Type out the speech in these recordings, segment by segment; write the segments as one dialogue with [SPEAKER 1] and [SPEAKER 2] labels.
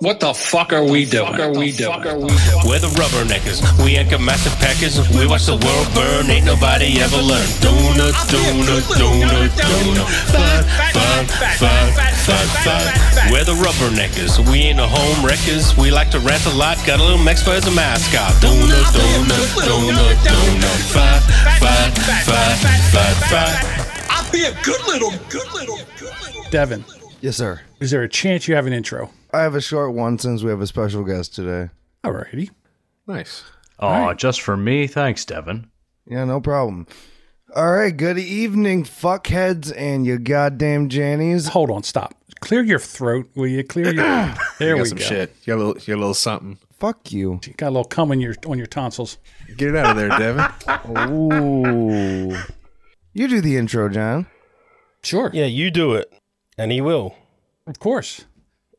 [SPEAKER 1] What the fuck are we doing? What the fuck are we doing?
[SPEAKER 2] We're the rubberneckers, we ain't master packers. We watch the world burn, ain't nobody ever learned. Duna, duna, duna, duna. Fun, fun, fun, fun, fun. We're the rubberneckers, we ain't the home wreckers. We like to rant a lot, got a little Mexico as a mascot. Duna, duna, duna, duna. Fun, fun, fun, fun, fun.
[SPEAKER 1] I'll be a good little, good little, good little.
[SPEAKER 3] Devin,
[SPEAKER 4] Yes, sir.
[SPEAKER 3] is there a chance you have an intro?
[SPEAKER 4] I have a short one since we have a special guest today.
[SPEAKER 3] Alrighty.
[SPEAKER 5] Nice.
[SPEAKER 6] Oh, just for me. Thanks, Devin.
[SPEAKER 4] Yeah, no problem. All right, good evening, fuckheads and you goddamn Jannies.
[SPEAKER 3] Hold on, stop. Clear your throat, will you? Clear your. There
[SPEAKER 5] You
[SPEAKER 3] we
[SPEAKER 5] got some
[SPEAKER 3] go.
[SPEAKER 5] shit. You got, a little, you got a little something.
[SPEAKER 4] Fuck you.
[SPEAKER 3] You Got a little cum on your on your tonsils.
[SPEAKER 5] Get it out of there, Devin.
[SPEAKER 4] Ooh. You do the intro, John.
[SPEAKER 3] Sure.
[SPEAKER 7] Yeah, you do it, and he will.
[SPEAKER 3] Of course.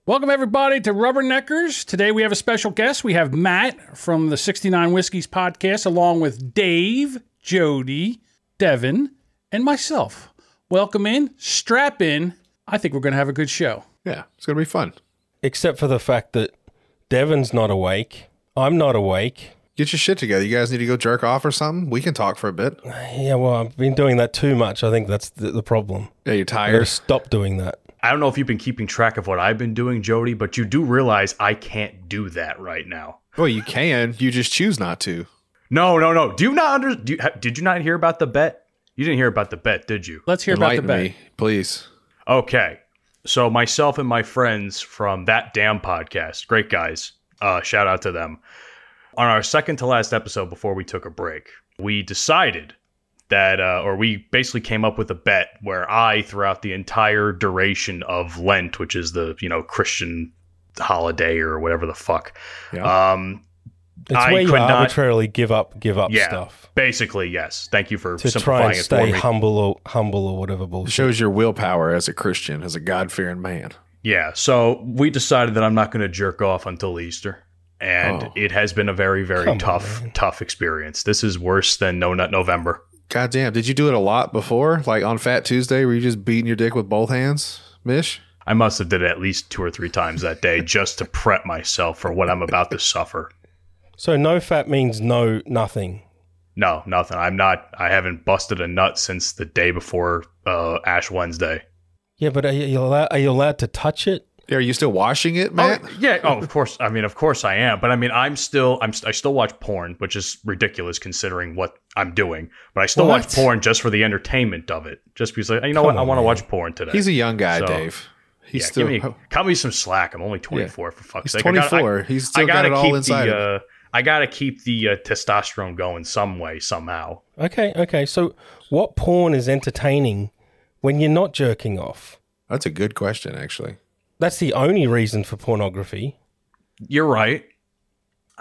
[SPEAKER 3] Welcome, everybody, to Rubberneckers. Today we have a special guest. We have Matt from the 69 Whiskies podcast, along with Dave, Jody, Devin, and myself. Welcome in, strap in. I think we're going to have a good show.
[SPEAKER 5] Yeah, it's going to be fun.
[SPEAKER 7] Except for the fact that Devin's not awake. I'm not awake.
[SPEAKER 5] Get your shit together. You guys need to go jerk off or something. We can talk for a bit.
[SPEAKER 7] Yeah, well, I've been doing that too much. I think that's the, the problem.
[SPEAKER 5] Yeah, you're
[SPEAKER 7] I gotta
[SPEAKER 5] tired.
[SPEAKER 7] stop doing that.
[SPEAKER 6] I don't know if you've been keeping track of what I've been doing, Jody, but you do realize I can't do that right now.
[SPEAKER 5] Well, you can. You just choose not to.
[SPEAKER 6] No, no, no. Do you not under? Do you, ha- did you not hear about the bet? You didn't hear about the bet, did you?
[SPEAKER 3] Let's hear about the
[SPEAKER 5] Enlighten
[SPEAKER 3] bet.
[SPEAKER 5] me, please.
[SPEAKER 6] Okay. So myself and my friends from that damn podcast, great guys. Uh, shout out to them. On our second to last episode before we took a break, we decided that, uh, or we basically came up with a bet where I, throughout the entire duration of Lent, which is the you know Christian holiday or whatever the fuck,
[SPEAKER 5] Yeah.
[SPEAKER 6] um,
[SPEAKER 7] It's
[SPEAKER 6] I
[SPEAKER 7] where you
[SPEAKER 6] could not-
[SPEAKER 7] arbitrarily give up, give up
[SPEAKER 6] yeah,
[SPEAKER 7] stuff
[SPEAKER 6] basically yes. Thank you for
[SPEAKER 7] to try
[SPEAKER 6] simplifying
[SPEAKER 7] and
[SPEAKER 6] it for me.
[SPEAKER 7] stay humble or humble or whatever
[SPEAKER 5] It
[SPEAKER 7] bullshit.
[SPEAKER 5] shows your willpower as a Christian, as a God fearing man.
[SPEAKER 6] Yeah, so we decided that I'm not going to jerk off until Easter. And
[SPEAKER 5] Oh.
[SPEAKER 6] it has been a very, very
[SPEAKER 7] Come on,
[SPEAKER 6] tough,
[SPEAKER 7] man.
[SPEAKER 6] tough experience. This is worse than No Nut November.
[SPEAKER 5] God damn. Did you do it a lot before? Like on Fat Tuesday, were you just beating your dick with both hands, Mish?
[SPEAKER 6] I must have did it at least two or three times that day just to prep myself for what I'm about to suffer.
[SPEAKER 7] So no fat means no nothing.
[SPEAKER 6] No, nothing. I'm not. I haven't busted a nut since the day before uh, Ash Wednesday.
[SPEAKER 7] Yeah, but are you allowed, are you allowed to touch it?
[SPEAKER 5] Are you still washing it, Matt?
[SPEAKER 6] Oh, yeah. Oh, of course. I mean, of course I am. But I mean, I'm still, I'm, st- I still watch porn, which is ridiculous considering what I'm doing. But I still watch
[SPEAKER 7] What?
[SPEAKER 6] porn just for the entertainment of it. Just because, like, you know
[SPEAKER 7] Come
[SPEAKER 6] what? I
[SPEAKER 7] on,
[SPEAKER 6] want to
[SPEAKER 7] man.
[SPEAKER 6] watch porn today.
[SPEAKER 5] He's a young guy,
[SPEAKER 6] So,
[SPEAKER 5] Dave. He's
[SPEAKER 6] yeah,
[SPEAKER 5] still.
[SPEAKER 6] give me, cut me some slack. I'm only 24 for fuck's
[SPEAKER 5] He's
[SPEAKER 6] sake. I gotta- I-
[SPEAKER 5] 24. He's still got it all inside
[SPEAKER 6] The,
[SPEAKER 5] him.
[SPEAKER 6] uh, I gotta keep the uh, testosterone going some way, somehow.
[SPEAKER 7] Okay, okay. So what porn is entertaining when you're not jerking off?
[SPEAKER 5] That's a good question, actually.
[SPEAKER 7] That's the only reason for pornography.
[SPEAKER 6] You're right.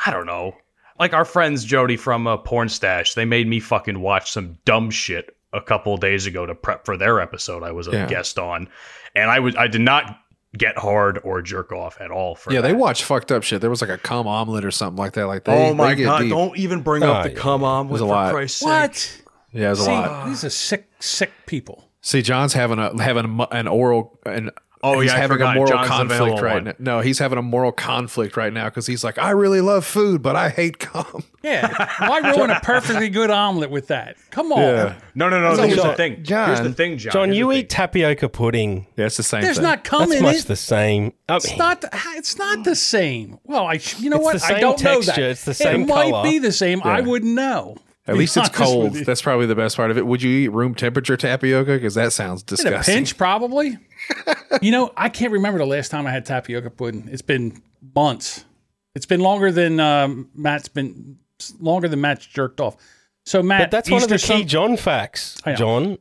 [SPEAKER 6] I don't know. Like our friends Jody from uh, Porn Stash, they made me fucking watch some dumb shit a couple days ago to prep for their episode. I was a
[SPEAKER 5] Yeah.
[SPEAKER 6] guest on, and I was I did not get hard or jerk off at all. For
[SPEAKER 5] Yeah, they
[SPEAKER 6] that.
[SPEAKER 5] watch fucked up shit. There was like a cum omelet or something like that. Like they,
[SPEAKER 6] oh my
[SPEAKER 5] they get
[SPEAKER 6] god!
[SPEAKER 5] deep. Ah,
[SPEAKER 6] Don't even bring
[SPEAKER 7] Oh,
[SPEAKER 6] up the
[SPEAKER 7] yeah.
[SPEAKER 6] cum on
[SPEAKER 5] was
[SPEAKER 6] with
[SPEAKER 5] a
[SPEAKER 6] for
[SPEAKER 5] lot.
[SPEAKER 6] Christ's sake.
[SPEAKER 3] What?
[SPEAKER 5] Yeah, it was a lot.
[SPEAKER 3] See, these are sick, sick people.
[SPEAKER 5] See, John's having a having a mo- an oral an
[SPEAKER 6] Oh,
[SPEAKER 5] he's
[SPEAKER 6] yeah, I
[SPEAKER 5] having a
[SPEAKER 6] forgot.
[SPEAKER 5] moral
[SPEAKER 6] John's the
[SPEAKER 5] conflict
[SPEAKER 6] available
[SPEAKER 5] right
[SPEAKER 6] one.
[SPEAKER 5] now. No, he's having a moral conflict right now because he's like, I really love food, but I hate cum.
[SPEAKER 3] Yeah. Why ruin a perfectly good omelet with that? Come on.
[SPEAKER 6] No, no, no.
[SPEAKER 4] So,
[SPEAKER 6] here's the
[SPEAKER 4] John-
[SPEAKER 6] thing. here's the
[SPEAKER 4] John-
[SPEAKER 6] thing, John.
[SPEAKER 7] John,
[SPEAKER 6] Here's
[SPEAKER 7] you
[SPEAKER 6] the
[SPEAKER 7] eat
[SPEAKER 6] thing.
[SPEAKER 7] tapioca pudding.
[SPEAKER 5] Yeah, it's the same
[SPEAKER 3] There's
[SPEAKER 5] thing.
[SPEAKER 3] not cum
[SPEAKER 7] That's
[SPEAKER 3] in
[SPEAKER 7] much
[SPEAKER 3] Oh, it.
[SPEAKER 7] the same. I
[SPEAKER 3] It's
[SPEAKER 7] mean,
[SPEAKER 3] not. The, it's not the same. Well, I. sh- You know
[SPEAKER 7] It's
[SPEAKER 3] what?
[SPEAKER 7] the same
[SPEAKER 3] I don't know
[SPEAKER 7] texture,
[SPEAKER 3] that.
[SPEAKER 7] it's the same
[SPEAKER 3] It might
[SPEAKER 7] color.
[SPEAKER 3] be the same. I wouldn't know.
[SPEAKER 5] At
[SPEAKER 3] Be
[SPEAKER 5] least it's
[SPEAKER 3] honest with
[SPEAKER 5] cold.
[SPEAKER 3] you.
[SPEAKER 5] That's probably the best part of it. Would you eat room temperature tapioca? Because that sounds
[SPEAKER 3] In a
[SPEAKER 5] disgusting.
[SPEAKER 3] pinch, probably. you know, I can't remember the last time I had tapioca pudding. It's been months. It's been longer than um, Matt's been longer than Matt's jerked off. So Matt,
[SPEAKER 7] But that's one of the
[SPEAKER 3] Easter
[SPEAKER 7] key
[SPEAKER 3] Sun-
[SPEAKER 7] John facts,
[SPEAKER 3] I know.
[SPEAKER 7] John. is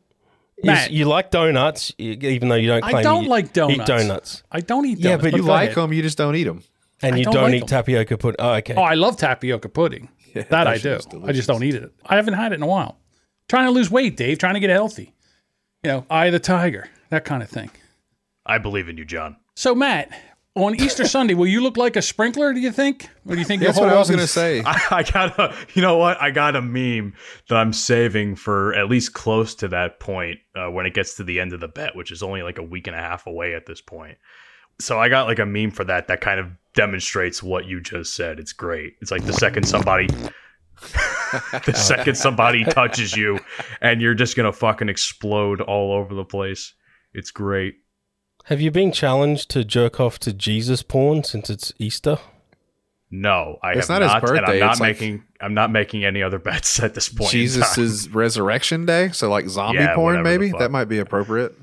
[SPEAKER 3] Oh, Matt.
[SPEAKER 7] you like donuts, y- even though you don't
[SPEAKER 3] I
[SPEAKER 7] claim
[SPEAKER 3] don't
[SPEAKER 7] you
[SPEAKER 3] like donuts.
[SPEAKER 7] Eat donuts,
[SPEAKER 3] I don't eat.
[SPEAKER 7] Yeah,
[SPEAKER 3] donuts.
[SPEAKER 7] but
[SPEAKER 5] you
[SPEAKER 7] Go
[SPEAKER 5] like
[SPEAKER 7] ahead.
[SPEAKER 5] them, you just don't eat them.
[SPEAKER 7] and
[SPEAKER 3] I
[SPEAKER 7] you
[SPEAKER 3] don't
[SPEAKER 7] don't,
[SPEAKER 3] like
[SPEAKER 7] eat
[SPEAKER 3] them.
[SPEAKER 7] tapioca pudding. Oh, okay.
[SPEAKER 3] Oh, I love tapioca pudding. that I do. I just don't eat it. I haven't had it in a while. Trying to lose weight, Dave. Trying to get healthy. You know, eye of the tiger, that kind of thing.
[SPEAKER 6] I believe in you, John.
[SPEAKER 3] So, Matt, on Easter Sunday, will you look like a sprinkler? Do you think? Or do you think your
[SPEAKER 5] That's what
[SPEAKER 3] whole
[SPEAKER 5] I was
[SPEAKER 3] outfit-
[SPEAKER 5] gonna say.
[SPEAKER 6] I, I got a, you know what? I got a meme that I'm saving for at least close to that point uh, when it gets to the end of the bet, which is only like a week and a half away at this point. So I got like a meme for that that kind of demonstrates what you just said. It's great. It's like the second somebody the second somebody touches you and you're just going to fucking explode all over the place. It's great.
[SPEAKER 7] Have you been challenged to jerk off to Jesus porn since it's Easter?
[SPEAKER 6] No, I
[SPEAKER 5] It's not
[SPEAKER 6] have
[SPEAKER 5] his
[SPEAKER 6] and I'm
[SPEAKER 5] birthday,
[SPEAKER 6] not
[SPEAKER 5] it's like-
[SPEAKER 6] making I'm not making any other bets at this point. in time.
[SPEAKER 5] Jesus' resurrection day, so like zombie
[SPEAKER 6] Yeah,
[SPEAKER 5] porn,
[SPEAKER 6] whatever the
[SPEAKER 5] maybe
[SPEAKER 6] fuck.
[SPEAKER 5] that might be appropriate.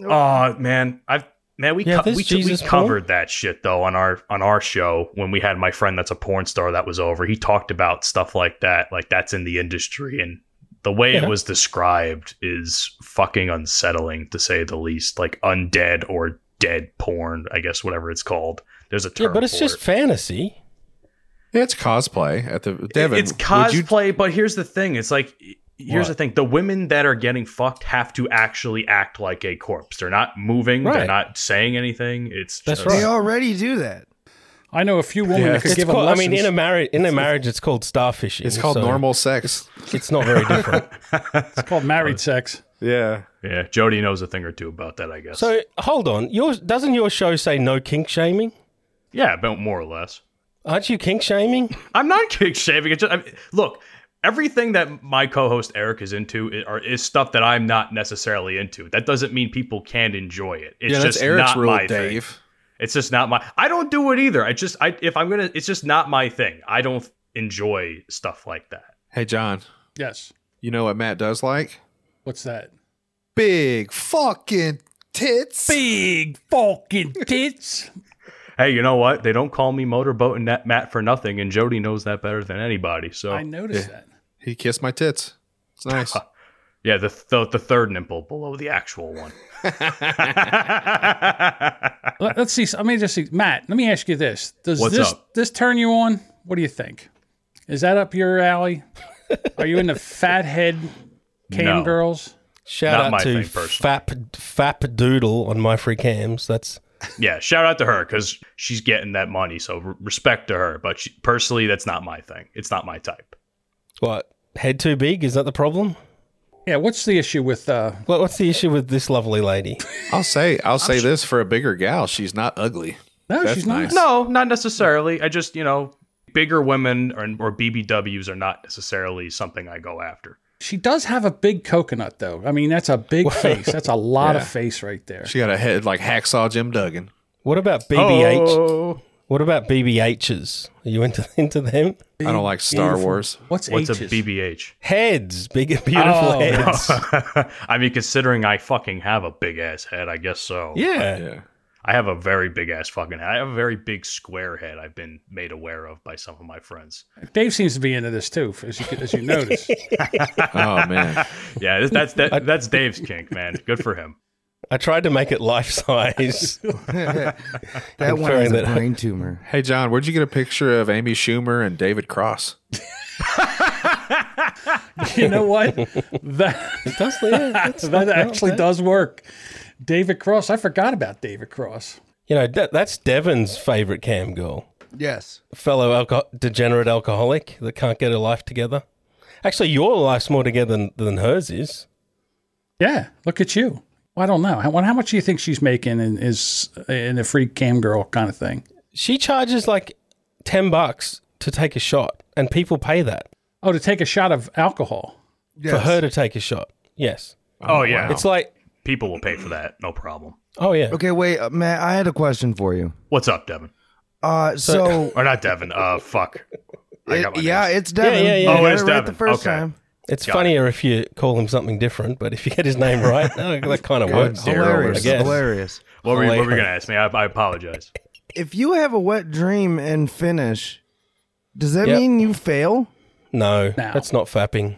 [SPEAKER 6] Oh man, I've man we
[SPEAKER 7] Yeah,
[SPEAKER 6] co-
[SPEAKER 7] this
[SPEAKER 6] we, we
[SPEAKER 7] Jesus
[SPEAKER 6] covered that shit though on our on our show when we had my friend that's a porn star that was over. He talked about stuff like that, like that's in the industry, and the way
[SPEAKER 7] Yeah.
[SPEAKER 6] it was described is fucking unsettling to say the least. Like undead or dead porn, I guess whatever it's called. There's a term.
[SPEAKER 7] Yeah, but it's
[SPEAKER 6] for
[SPEAKER 7] just
[SPEAKER 6] it.
[SPEAKER 7] fantasy.
[SPEAKER 5] Yeah, it's cosplay at the Devin.
[SPEAKER 6] it's
[SPEAKER 5] would you-
[SPEAKER 6] cosplay. But here's the thing: it's like. Here's
[SPEAKER 7] What?
[SPEAKER 6] the thing: the women that are getting fucked have to actually act like a corpse. They're not moving. They're
[SPEAKER 7] Right.
[SPEAKER 6] not saying anything. It's
[SPEAKER 7] That's
[SPEAKER 6] just,
[SPEAKER 7] right.
[SPEAKER 4] They already do that.
[SPEAKER 3] I know a few women that could
[SPEAKER 7] It's
[SPEAKER 3] give him
[SPEAKER 7] called, I
[SPEAKER 3] lessons.
[SPEAKER 7] mean, in a marriage, in a marriage, it's called starfishing.
[SPEAKER 5] it's called
[SPEAKER 7] so
[SPEAKER 5] normal sex.
[SPEAKER 7] It's not very different.
[SPEAKER 3] it's called married sex.
[SPEAKER 5] Yeah,
[SPEAKER 6] Yeah, Jody knows a thing or two about that, I guess.
[SPEAKER 7] so hold on, yours doesn't your show say no kink shaming?
[SPEAKER 6] yeah, about more or less.
[SPEAKER 7] Aren't you kink shaming?
[SPEAKER 6] I'm not kick shaving. It's just, I mean, look, everything that my co-host Eric is into is, are, is stuff that I'm not necessarily into. That doesn't mean people can't enjoy it. It's
[SPEAKER 5] yeah, that's
[SPEAKER 6] just
[SPEAKER 5] Eric's
[SPEAKER 6] not
[SPEAKER 5] rule,
[SPEAKER 6] my thing.
[SPEAKER 5] Dave.
[SPEAKER 6] It's just not my. I don't do it either. I just, I if I'm gonna, it's just not my thing. I don't enjoy stuff like that.
[SPEAKER 5] Hey, John,
[SPEAKER 3] Yes.
[SPEAKER 5] you know what Matt does like?
[SPEAKER 3] What's that?
[SPEAKER 5] Big fucking tits.
[SPEAKER 3] Big fucking tits.
[SPEAKER 6] Hey, you know what? They don't call me motorboat and Nat- Matt for nothing, and Jody knows that better than anybody. So
[SPEAKER 3] I noticed that.
[SPEAKER 5] He kissed my tits. It's nice.
[SPEAKER 6] Yeah, the th- the third nipple below the actual one.
[SPEAKER 3] Let, us see. Let me just see. Matt, let me ask you this. Does
[SPEAKER 6] What's
[SPEAKER 3] this
[SPEAKER 6] up?
[SPEAKER 3] this turn you on? What do you think? Is that up your alley? Are you into fathead cam
[SPEAKER 6] No.
[SPEAKER 3] girls?
[SPEAKER 7] Shout
[SPEAKER 6] Not
[SPEAKER 7] out
[SPEAKER 6] my
[SPEAKER 7] to
[SPEAKER 6] thing, personally.
[SPEAKER 7] Fap Fap Doodle on my free cams. That's
[SPEAKER 6] yeah, shout out to her because she's getting that money, so re- respect to her. But she, personally, that's not my thing. It's not my type.
[SPEAKER 7] what head too big. Is that the problem?
[SPEAKER 3] Yeah, what's the issue with uh
[SPEAKER 7] What, what's the issue with this lovely lady?
[SPEAKER 5] I'll say, I'll say this for a bigger gal, she's not ugly.
[SPEAKER 3] No,
[SPEAKER 5] That's
[SPEAKER 3] she's not.
[SPEAKER 5] nice.
[SPEAKER 6] No, not necessarily. I just you know, bigger women or, or BBWs are not necessarily something I go after.
[SPEAKER 3] She does have a big coconut though. I mean, that's a big face. That's a lot
[SPEAKER 5] Yeah.
[SPEAKER 3] of face right there.
[SPEAKER 5] She got a head like hacksaw Jim Duggan.
[SPEAKER 7] What about BBH?
[SPEAKER 6] Oh.
[SPEAKER 3] Oh.
[SPEAKER 7] What about BBHs? Are you into into them?
[SPEAKER 5] I don't like Star Wars.
[SPEAKER 3] What's,
[SPEAKER 6] What's a
[SPEAKER 3] H's?
[SPEAKER 6] BBH?
[SPEAKER 7] Heads, big beautiful
[SPEAKER 3] Oh.
[SPEAKER 7] heads.
[SPEAKER 6] I mean, considering I fucking have a big ass head, I guess so.
[SPEAKER 7] Yeah.
[SPEAKER 5] Yeah.
[SPEAKER 6] I have a very big ass fucking head. I have a very big square head I've been made aware of by some of my friends.
[SPEAKER 3] Dave seems to be into this too, as you, as you notice.
[SPEAKER 5] Oh man.
[SPEAKER 6] Yeah, that's that's, that, that's Dave's kink, man. Good for him.
[SPEAKER 7] I tried to make it life size.
[SPEAKER 4] That one
[SPEAKER 7] Inferring
[SPEAKER 4] is a
[SPEAKER 7] that-
[SPEAKER 4] brain tumor.
[SPEAKER 5] Hey John, where'd you get a picture of Amy Schumer and David Cross?
[SPEAKER 3] you know what? That,
[SPEAKER 7] That's yeah,
[SPEAKER 3] that actually does work. David Cross. I forgot about David Cross.
[SPEAKER 7] You know, that, that's Devon's favorite cam girl,
[SPEAKER 4] Yes.
[SPEAKER 7] fellow alco- degenerate alcoholic that can't get her life together. Actually, your life's more together than, than hers is.
[SPEAKER 3] Yeah, look at you. Well, I don't know. How, well, how much do you think she's making in, is in the free cam girl kind of thing?
[SPEAKER 7] She charges like 10 bucks to take a shot, and people pay that
[SPEAKER 3] Oh, to take a shot of alcohol.
[SPEAKER 7] for her to take a shot. Yes.
[SPEAKER 6] Oh, yeah,
[SPEAKER 7] It's like,
[SPEAKER 6] people will pay for that, no problem.
[SPEAKER 7] oh, yeah.
[SPEAKER 4] Okay, wait, uh, Matt. I had a question for you.
[SPEAKER 6] What's up, Devin?
[SPEAKER 4] Uh, so
[SPEAKER 6] Or not Devin? Uh, fuck. I got my
[SPEAKER 4] it- yeah,
[SPEAKER 6] names.
[SPEAKER 4] it's Devin.
[SPEAKER 7] yeah, yeah.
[SPEAKER 4] You
[SPEAKER 6] Oh,
[SPEAKER 4] got
[SPEAKER 6] it's
[SPEAKER 4] it right
[SPEAKER 6] Devin.
[SPEAKER 4] the first
[SPEAKER 6] Okay.
[SPEAKER 4] time.
[SPEAKER 7] It's funnier if you call him something different, but if you get his name right, that kind of works.
[SPEAKER 4] Hilarious,
[SPEAKER 7] Oh, I guess.
[SPEAKER 4] hilarious.
[SPEAKER 6] What were you, what were you
[SPEAKER 7] Hilarious.
[SPEAKER 6] gonna ask me? I, I apologize.
[SPEAKER 4] If you have a wet dream and finish, does that
[SPEAKER 7] Yep.
[SPEAKER 4] mean you fail?
[SPEAKER 7] No, that's not fapping.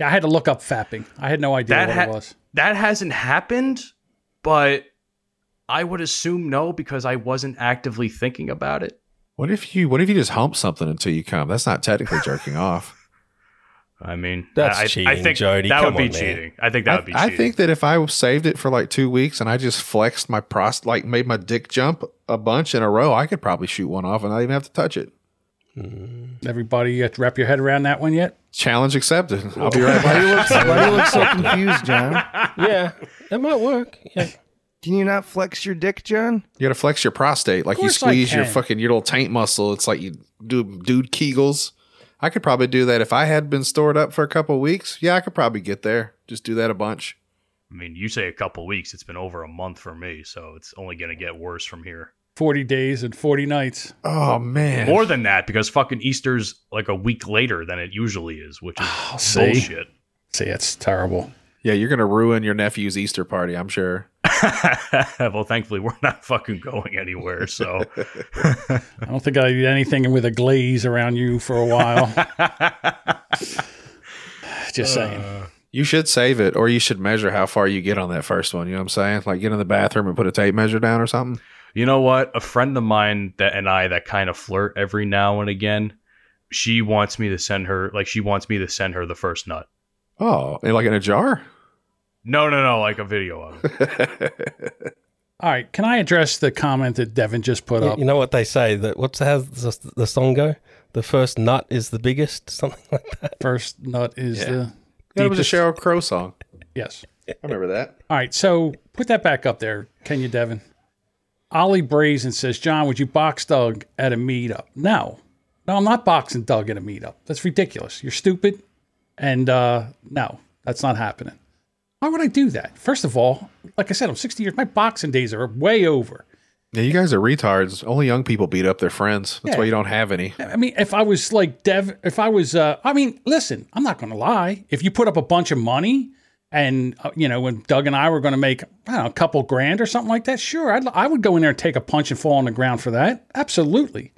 [SPEAKER 3] Yeah, I had to look up fapping. I had no idea
[SPEAKER 6] That
[SPEAKER 3] what
[SPEAKER 6] ha-
[SPEAKER 3] it was.
[SPEAKER 6] That hasn't happened, but I would assume no because I wasn't actively thinking about it.
[SPEAKER 5] What if you what if you just hump something until you come? That's not technically jerking off.
[SPEAKER 6] I mean,
[SPEAKER 7] That's
[SPEAKER 6] I, I
[SPEAKER 7] cheating,
[SPEAKER 6] think
[SPEAKER 7] Jody.
[SPEAKER 6] That
[SPEAKER 7] Come
[SPEAKER 6] would be
[SPEAKER 7] on, man.
[SPEAKER 6] cheating. I think that
[SPEAKER 5] I,
[SPEAKER 6] would be.
[SPEAKER 5] I
[SPEAKER 6] cheating.
[SPEAKER 5] think that if I saved it for like two weeks and I just flexed my prost like made my dick jump a bunch in a row, I could probably shoot one off and not even have to touch it.
[SPEAKER 3] Everybody, you have to wrap your head around that one yet?
[SPEAKER 5] Challenge accepted. I'll be right back.
[SPEAKER 4] Why do you look so confused, John?
[SPEAKER 7] yeah, it might work. Yeah.
[SPEAKER 4] Can you not flex your dick, John?
[SPEAKER 5] You gotta flex your prostate, like you
[SPEAKER 3] course I
[SPEAKER 5] squeeze your
[SPEAKER 3] can.
[SPEAKER 5] fucking your little taint muscle. It's like you do dude Kegels. I could probably do that if I had been stored up for a couple of weeks. Yeah, I could probably get there. Just do that a bunch.
[SPEAKER 6] I mean, you say a couple weeks. It's been over a month for me, so it's only going to get worse from here.
[SPEAKER 3] 40 days and 40 nights.
[SPEAKER 5] Oh man,
[SPEAKER 6] More than that, because fucking Easter's like a week later than it usually is, which is
[SPEAKER 7] Oh,
[SPEAKER 3] see.
[SPEAKER 6] bullshit.
[SPEAKER 3] See, it's terrible.
[SPEAKER 5] yeah, you're gonna ruin your nephew's Easter party. I'm sure.
[SPEAKER 6] well, thankfully, we're not fucking going anywhere. So,
[SPEAKER 3] I don't think I did anything with a glaze around you for a while. Just saying.
[SPEAKER 5] You should save it, or you should measure how far you get on that first one. You know what I'm saying? Like get in the bathroom and put a tape measure down or something.
[SPEAKER 6] you know what? A friend of mine that and I that kind of flirt every now and again. She wants me to send her like she wants me to send her the first nut.
[SPEAKER 5] Oh, and, like in a jar.
[SPEAKER 6] No, no, no, like a video of it.
[SPEAKER 3] All right. Can I address the comment that Devin just put up?
[SPEAKER 7] You know what they say that what's the, how's the, the song go? The first nut is the biggest, something like that.
[SPEAKER 3] First nut is the.
[SPEAKER 5] Yeah, it was a
[SPEAKER 3] deepest-
[SPEAKER 5] Cheryl Crow song.
[SPEAKER 3] Yes.
[SPEAKER 5] I remember that.
[SPEAKER 3] All right, so put that back up there, can you, Devin? Ollie Brazen says, John, would you box Doug at a meetup? No. No, I'm not boxing Doug at a meetup. That's ridiculous. You're stupid. And uh, no, that's not happening. Why would I do that? First of all, like I said, I'm 60 years. My boxing days are way over.
[SPEAKER 5] Yeah, you guys are retards. Only young people beat up their friends. That's
[SPEAKER 3] Yeah.
[SPEAKER 5] why you don't have any.
[SPEAKER 3] I mean, if I was like Dev, if I was, uh, I mean, listen, I'm not going to lie. If you put up a bunch of money and, uh, you know, when Doug and I were going to make, I don't know, a couple grand or something like that, sure, I'd, I would go in there and take a punch and fall on the ground for that. Absolutely.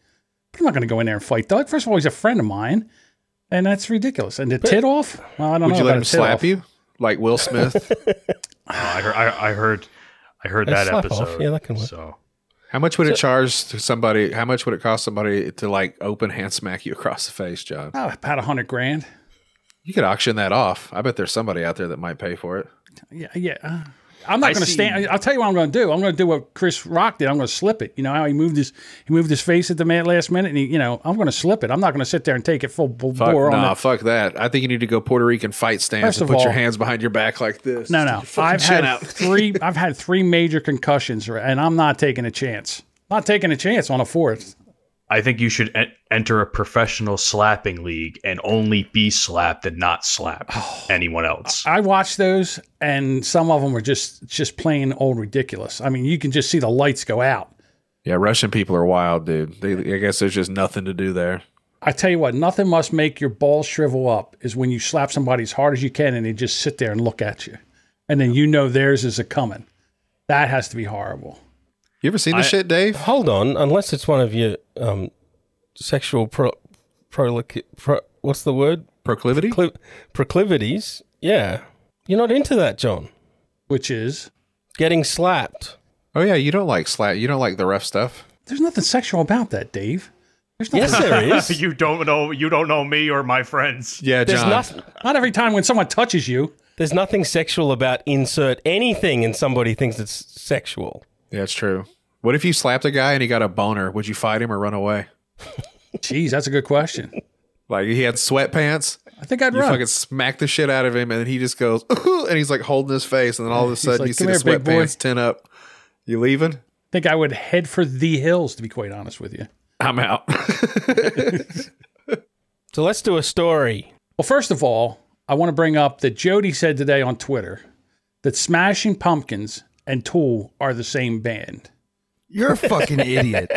[SPEAKER 3] But I'm not going to go in there and fight Doug. First of all, he's a friend of mine. And that's ridiculous. And the tit off? Well, I don't
[SPEAKER 5] Would
[SPEAKER 3] know.
[SPEAKER 5] you
[SPEAKER 3] about
[SPEAKER 5] let
[SPEAKER 3] a
[SPEAKER 5] him
[SPEAKER 3] tit
[SPEAKER 5] slap
[SPEAKER 3] off.
[SPEAKER 5] you like Will Smith?
[SPEAKER 6] I heard, I, I heard, I heard
[SPEAKER 7] A
[SPEAKER 6] that
[SPEAKER 7] slap off.
[SPEAKER 6] episode.
[SPEAKER 7] Yeah, that can work.
[SPEAKER 6] So,
[SPEAKER 5] how much would it charge to somebody? How much would it cost somebody to like open hand smack you across the face, John?
[SPEAKER 3] Oh, about a hundred grand.
[SPEAKER 5] You could auction that off. I bet there's somebody out there that might pay for it.
[SPEAKER 3] Yeah, yeah. uh, I'm not
[SPEAKER 6] I
[SPEAKER 3] going to
[SPEAKER 6] see-
[SPEAKER 3] stand. I'll tell you what I'm going to do. I'm going to do what Chris Rock did. I'm going to slip it. You know how he moved his he moved his face at the man last minute, and he, you know I'm going to slip it. I'm not going to sit there and take it full b-
[SPEAKER 5] Fuck,
[SPEAKER 3] bore on
[SPEAKER 5] nah,
[SPEAKER 3] that.
[SPEAKER 5] fuck that. I think you need to go Puerto Rican fight stance
[SPEAKER 3] First
[SPEAKER 5] and
[SPEAKER 3] of
[SPEAKER 5] put your
[SPEAKER 3] all-
[SPEAKER 5] hands behind your back like this.
[SPEAKER 3] No, no.
[SPEAKER 5] Stick your fucking
[SPEAKER 3] I've
[SPEAKER 5] chin
[SPEAKER 3] had three. I've had three major concussions, right, and I'm not taking a chance. Not taking a chance on a fourth.
[SPEAKER 6] I think you should en- enter a professional slapping league and only be slapped and not slap anyone else.
[SPEAKER 3] I watched those, and some of them were just just plain old ridiculous. I mean, you can just see the lights go out.
[SPEAKER 5] Yeah, Russian people are wild, dude. They, I guess there's just nothing to do there.
[SPEAKER 3] I tell you what, nothing must make your ball shrivel up is when you slap somebody as hard as you can and they just sit there and look at you. And then you know theirs is a coming. That has to be horrible.
[SPEAKER 5] You ever seen this
[SPEAKER 6] I-
[SPEAKER 5] shit, Dave?
[SPEAKER 7] Hold on, unless it's one of your um, sexual pro, prolic, pro what's the word
[SPEAKER 5] Proclivity?
[SPEAKER 7] Cli- proclivities. Yeah, you're not into that, John.
[SPEAKER 3] Which is
[SPEAKER 7] Getting slapped.
[SPEAKER 5] Oh yeah, you don't like slap. You don't like the rough stuff.
[SPEAKER 3] there's nothing sexual about that, Dave. There's nothing
[SPEAKER 7] Yes, there is.
[SPEAKER 6] you don't know. You don't know me or my friends.
[SPEAKER 5] Yeah,
[SPEAKER 7] There's
[SPEAKER 5] John.
[SPEAKER 7] nothing.
[SPEAKER 3] not every time when someone touches you.
[SPEAKER 7] There's nothing sexual about insert anything, and somebody thinks it's sexual.
[SPEAKER 5] Yeah, it's true. What if you slapped a guy and he got a boner? Would you fight him or run away?
[SPEAKER 3] Geez, that's a good question.
[SPEAKER 5] Like he had sweatpants.
[SPEAKER 3] I think I'd
[SPEAKER 5] You
[SPEAKER 3] run.
[SPEAKER 5] fucking smack the shit out of him, and then he just goes, "Ooh," and he's like holding his face, and then all of a sudden
[SPEAKER 3] like,
[SPEAKER 5] you see the
[SPEAKER 3] "Come here, big boy."
[SPEAKER 5] sweatpants tin up. You leaving?
[SPEAKER 3] think I would head for the hills, to be quite honest with you.
[SPEAKER 5] I'm out.
[SPEAKER 7] So let's do a story.
[SPEAKER 3] Well, first of all, I want to bring up that Jody said today on Twitter that Smashing Pumpkins and Tool are the same band.
[SPEAKER 4] You're a fucking idiot.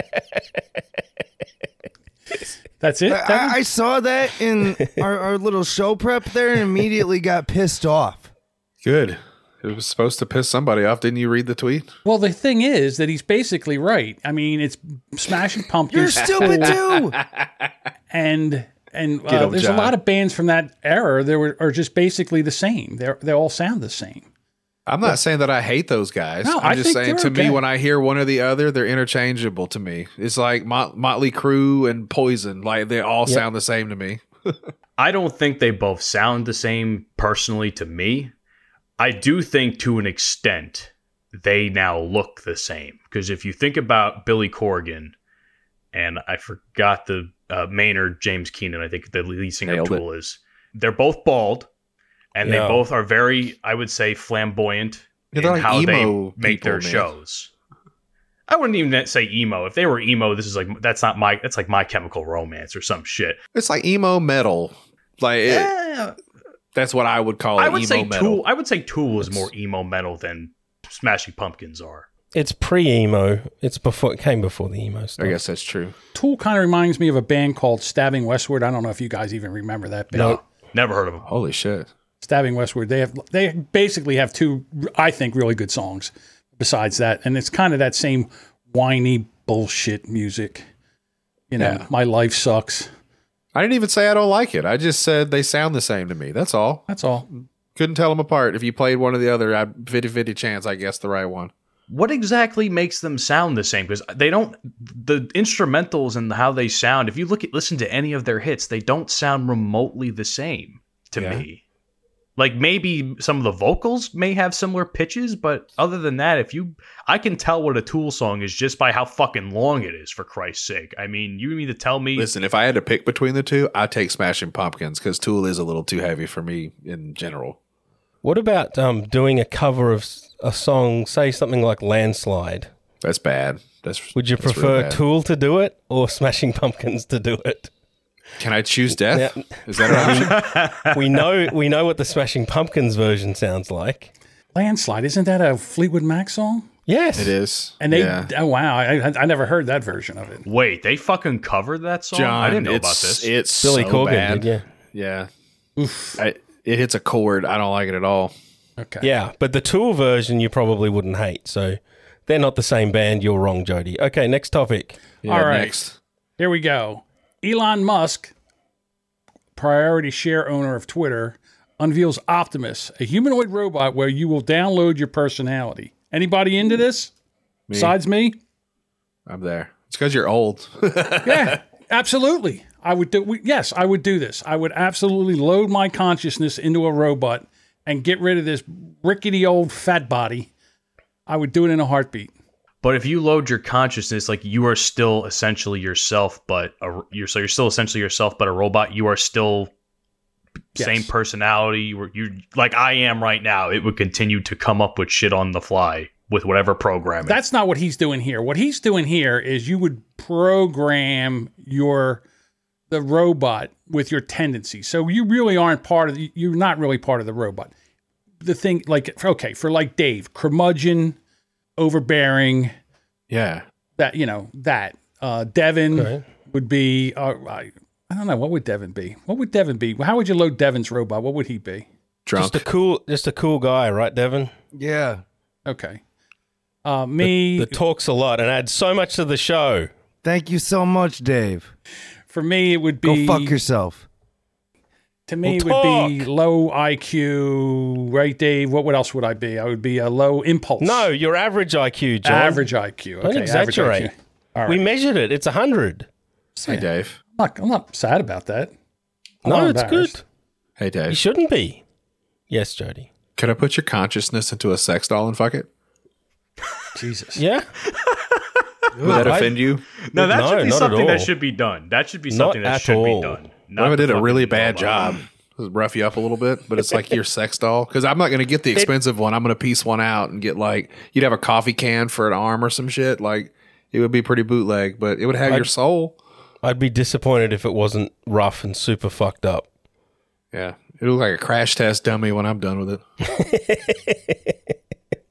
[SPEAKER 3] That's it.
[SPEAKER 4] I,
[SPEAKER 3] Devin?
[SPEAKER 4] I- I saw that in our, our little show prep there and immediately got pissed off.
[SPEAKER 5] Good. It was supposed to piss somebody off. Didn't you read the tweet?
[SPEAKER 3] Well, the thing is that he's basically right. I mean, it's smashing
[SPEAKER 4] You're
[SPEAKER 3] pumpkins
[SPEAKER 4] stupid too.
[SPEAKER 3] and and uh,
[SPEAKER 5] him,
[SPEAKER 3] there's
[SPEAKER 5] John.
[SPEAKER 3] a lot of bands from that era that were, are just basically the same. They they all sound the same.
[SPEAKER 5] I'm not saying that I hate those guys.
[SPEAKER 3] No, I
[SPEAKER 5] I'm just
[SPEAKER 3] think
[SPEAKER 5] saying to
[SPEAKER 3] they're
[SPEAKER 5] me,
[SPEAKER 3] okay.
[SPEAKER 5] when I hear one or the other, they're interchangeable to me. It's like Mot- Motley Crue and Poison. Like they all sound the same to me.
[SPEAKER 6] I don't think they both sound the same personally to me. I do think to an extent they now look the same because if you think about Billy Corgan and I forgot the uh, Maynard James Keenan, I think the lead singer of
[SPEAKER 5] Nailed it.
[SPEAKER 6] Tool is. They're both bald, and
[SPEAKER 7] Yeah.
[SPEAKER 6] they both are very, I would say, flamboyant
[SPEAKER 5] Yeah,
[SPEAKER 6] in
[SPEAKER 5] they're like
[SPEAKER 6] how
[SPEAKER 5] emo
[SPEAKER 6] they make their
[SPEAKER 5] people, man.
[SPEAKER 6] shows. I wouldn't even say emo. If they were emo, this is like that's not my that's like my chemical romance or some shit.
[SPEAKER 5] It's like emo metal. Like it,
[SPEAKER 6] Eh,
[SPEAKER 5] that's what I would call it.
[SPEAKER 6] I would
[SPEAKER 5] emo
[SPEAKER 6] say
[SPEAKER 5] metal.
[SPEAKER 6] Tool. I would say Tool is more emo metal than Smashing Pumpkins are.
[SPEAKER 7] It's pre emo. It's before it came before the emo stuff.
[SPEAKER 5] I guess that's true.
[SPEAKER 3] Tool kind of reminds me of a band called Stabbing Westward. I don't know if you guys even remember that band.
[SPEAKER 6] Never heard of them.
[SPEAKER 5] Holy shit!
[SPEAKER 3] Stabbing Westward. They have they basically have two, I think, really good songs. Besides that, and it's kind of that same whiny bullshit music. You know, my life sucks.
[SPEAKER 5] I didn't even say I don't like it. I just said they sound the same to me. That's all.
[SPEAKER 3] That's all.
[SPEAKER 5] Couldn't tell them apart. If you played one or the other, I 50-50 chance I guess the right one.
[SPEAKER 6] What exactly makes them sound the same? Because they don't. The instrumentals and how they sound. If you look at listen to any of their hits, they don't sound remotely the same to me. Like maybe some of the vocals may have similar pitches, but other than that, if you, I can tell what a Tool song is just by how fucking long it is. For Christ's sake! I mean, you mean to tell me?
[SPEAKER 5] Listen, if I had to pick between the two, I take Smashing Pumpkins because Tool is a little too heavy for me in general.
[SPEAKER 7] What about um, doing a cover of s- a song, say something like Landslide?
[SPEAKER 5] That's bad. That's
[SPEAKER 7] Would you
[SPEAKER 5] that's really
[SPEAKER 7] prefer
[SPEAKER 5] bad.
[SPEAKER 7] Tool to do it or Smashing Pumpkins to do it?
[SPEAKER 5] Can I choose death?
[SPEAKER 7] Yeah.
[SPEAKER 5] Is that an option?
[SPEAKER 7] we know we know what the Smashing Pumpkins version sounds like.
[SPEAKER 3] Landslide isn't that a Fleetwood Mac song?
[SPEAKER 7] Yes,
[SPEAKER 5] it is.
[SPEAKER 3] And they
[SPEAKER 5] Yeah.
[SPEAKER 3] oh wow, I, I I never heard that version of it.
[SPEAKER 6] Wait, they fucking covered that song?
[SPEAKER 5] John,
[SPEAKER 6] I didn't know
[SPEAKER 5] it's,
[SPEAKER 6] about this.
[SPEAKER 5] It's
[SPEAKER 7] Billy
[SPEAKER 5] so
[SPEAKER 7] Corgan
[SPEAKER 5] bad.
[SPEAKER 7] did. Yeah,
[SPEAKER 5] Yeah. I, it hits a chord. I don't like it at all.
[SPEAKER 3] Okay.
[SPEAKER 7] yeah, but the Tool version you probably wouldn't hate. So they're not the same band. You're wrong, Jody. Okay, next topic.
[SPEAKER 5] Yeah,
[SPEAKER 3] All right.
[SPEAKER 5] Next.
[SPEAKER 3] Here we go. Elon Musk, priority share owner of Twitter, unveils Optimus, a humanoid robot where you will download your personality. Anybody into this? Besides me?
[SPEAKER 5] I'm there. It's because you're old.
[SPEAKER 3] Yeah, absolutely. I would do. We, yes, I would do this. I would absolutely load my consciousness into a robot and get rid of this rickety old fat body. I would do it in a heartbeat.
[SPEAKER 6] But if you load your consciousness, like you are still essentially yourself, but a, you're so you're still essentially yourself, but a robot. You are still
[SPEAKER 3] Yes.
[SPEAKER 6] same personality. You were you like I am right now. It would continue to come up with shit on the fly with whatever programming.
[SPEAKER 3] That's not what he's doing here. What he's doing here is you would program your the robot with your tendencies. So you really aren't part of the, you're not really part of the robot. The thing like okay, for like Dave, curmudgeon, overbearing,
[SPEAKER 5] yeah.
[SPEAKER 3] that you know that uh Devin
[SPEAKER 7] Okay.
[SPEAKER 3] would be uh, I, I don't know what would Devin be? What would Devin be? How would you load Devin's robot? What would he be?
[SPEAKER 5] Drunk.
[SPEAKER 7] Just a cool, just a cool guy, right, Devin?
[SPEAKER 4] Yeah.
[SPEAKER 3] Okay. Uh me
[SPEAKER 7] That talks a lot and adds so much to the show.
[SPEAKER 4] Thank you so much, Dave.
[SPEAKER 3] for me it would
[SPEAKER 4] Go
[SPEAKER 3] be
[SPEAKER 4] fuck yourself.
[SPEAKER 3] to me it
[SPEAKER 7] Well,
[SPEAKER 3] would be
[SPEAKER 7] talk.
[SPEAKER 3] low IQ, right Dave? What what else would I be? I would be a low impulse.
[SPEAKER 7] No, your average IQ, John.
[SPEAKER 3] average IQ. Okay,
[SPEAKER 7] Don't
[SPEAKER 3] average
[SPEAKER 7] exaggerate.
[SPEAKER 3] IQ. All right.
[SPEAKER 7] We measured it. It's hundred.
[SPEAKER 5] hey, Dave.
[SPEAKER 3] I'm not, I'm not sad about that. I'm
[SPEAKER 7] No,
[SPEAKER 3] not
[SPEAKER 7] it's
[SPEAKER 3] embarrassed.
[SPEAKER 7] good.
[SPEAKER 5] Hey,
[SPEAKER 7] You
[SPEAKER 5] Dave.
[SPEAKER 7] shouldn't be. Yes, Jody.
[SPEAKER 5] Could I put your consciousness into a sex doll and fuck it?
[SPEAKER 3] Jesus.
[SPEAKER 7] Yeah.
[SPEAKER 5] Would that offend you?
[SPEAKER 6] no, that
[SPEAKER 7] No,
[SPEAKER 6] should be
[SPEAKER 7] not at
[SPEAKER 6] something
[SPEAKER 7] all.
[SPEAKER 6] that should be done. That should be
[SPEAKER 7] Not
[SPEAKER 6] something
[SPEAKER 7] at
[SPEAKER 6] that should be
[SPEAKER 7] all.
[SPEAKER 6] done. Not
[SPEAKER 5] What if I did a
[SPEAKER 6] fucking
[SPEAKER 5] really bad
[SPEAKER 6] robot.
[SPEAKER 5] job? This would rough you up a little bit, but it's like your sex doll. Because I'm not going to get the expensive one. I'm going to piece one out and get like, you'd have a coffee can for an arm or some shit. Like, it would be pretty bootleg, but it would have your soul.
[SPEAKER 7] I'd be disappointed if it wasn't rough and super fucked up.
[SPEAKER 5] Yeah. It would look like a crash test dummy when I'm done with it.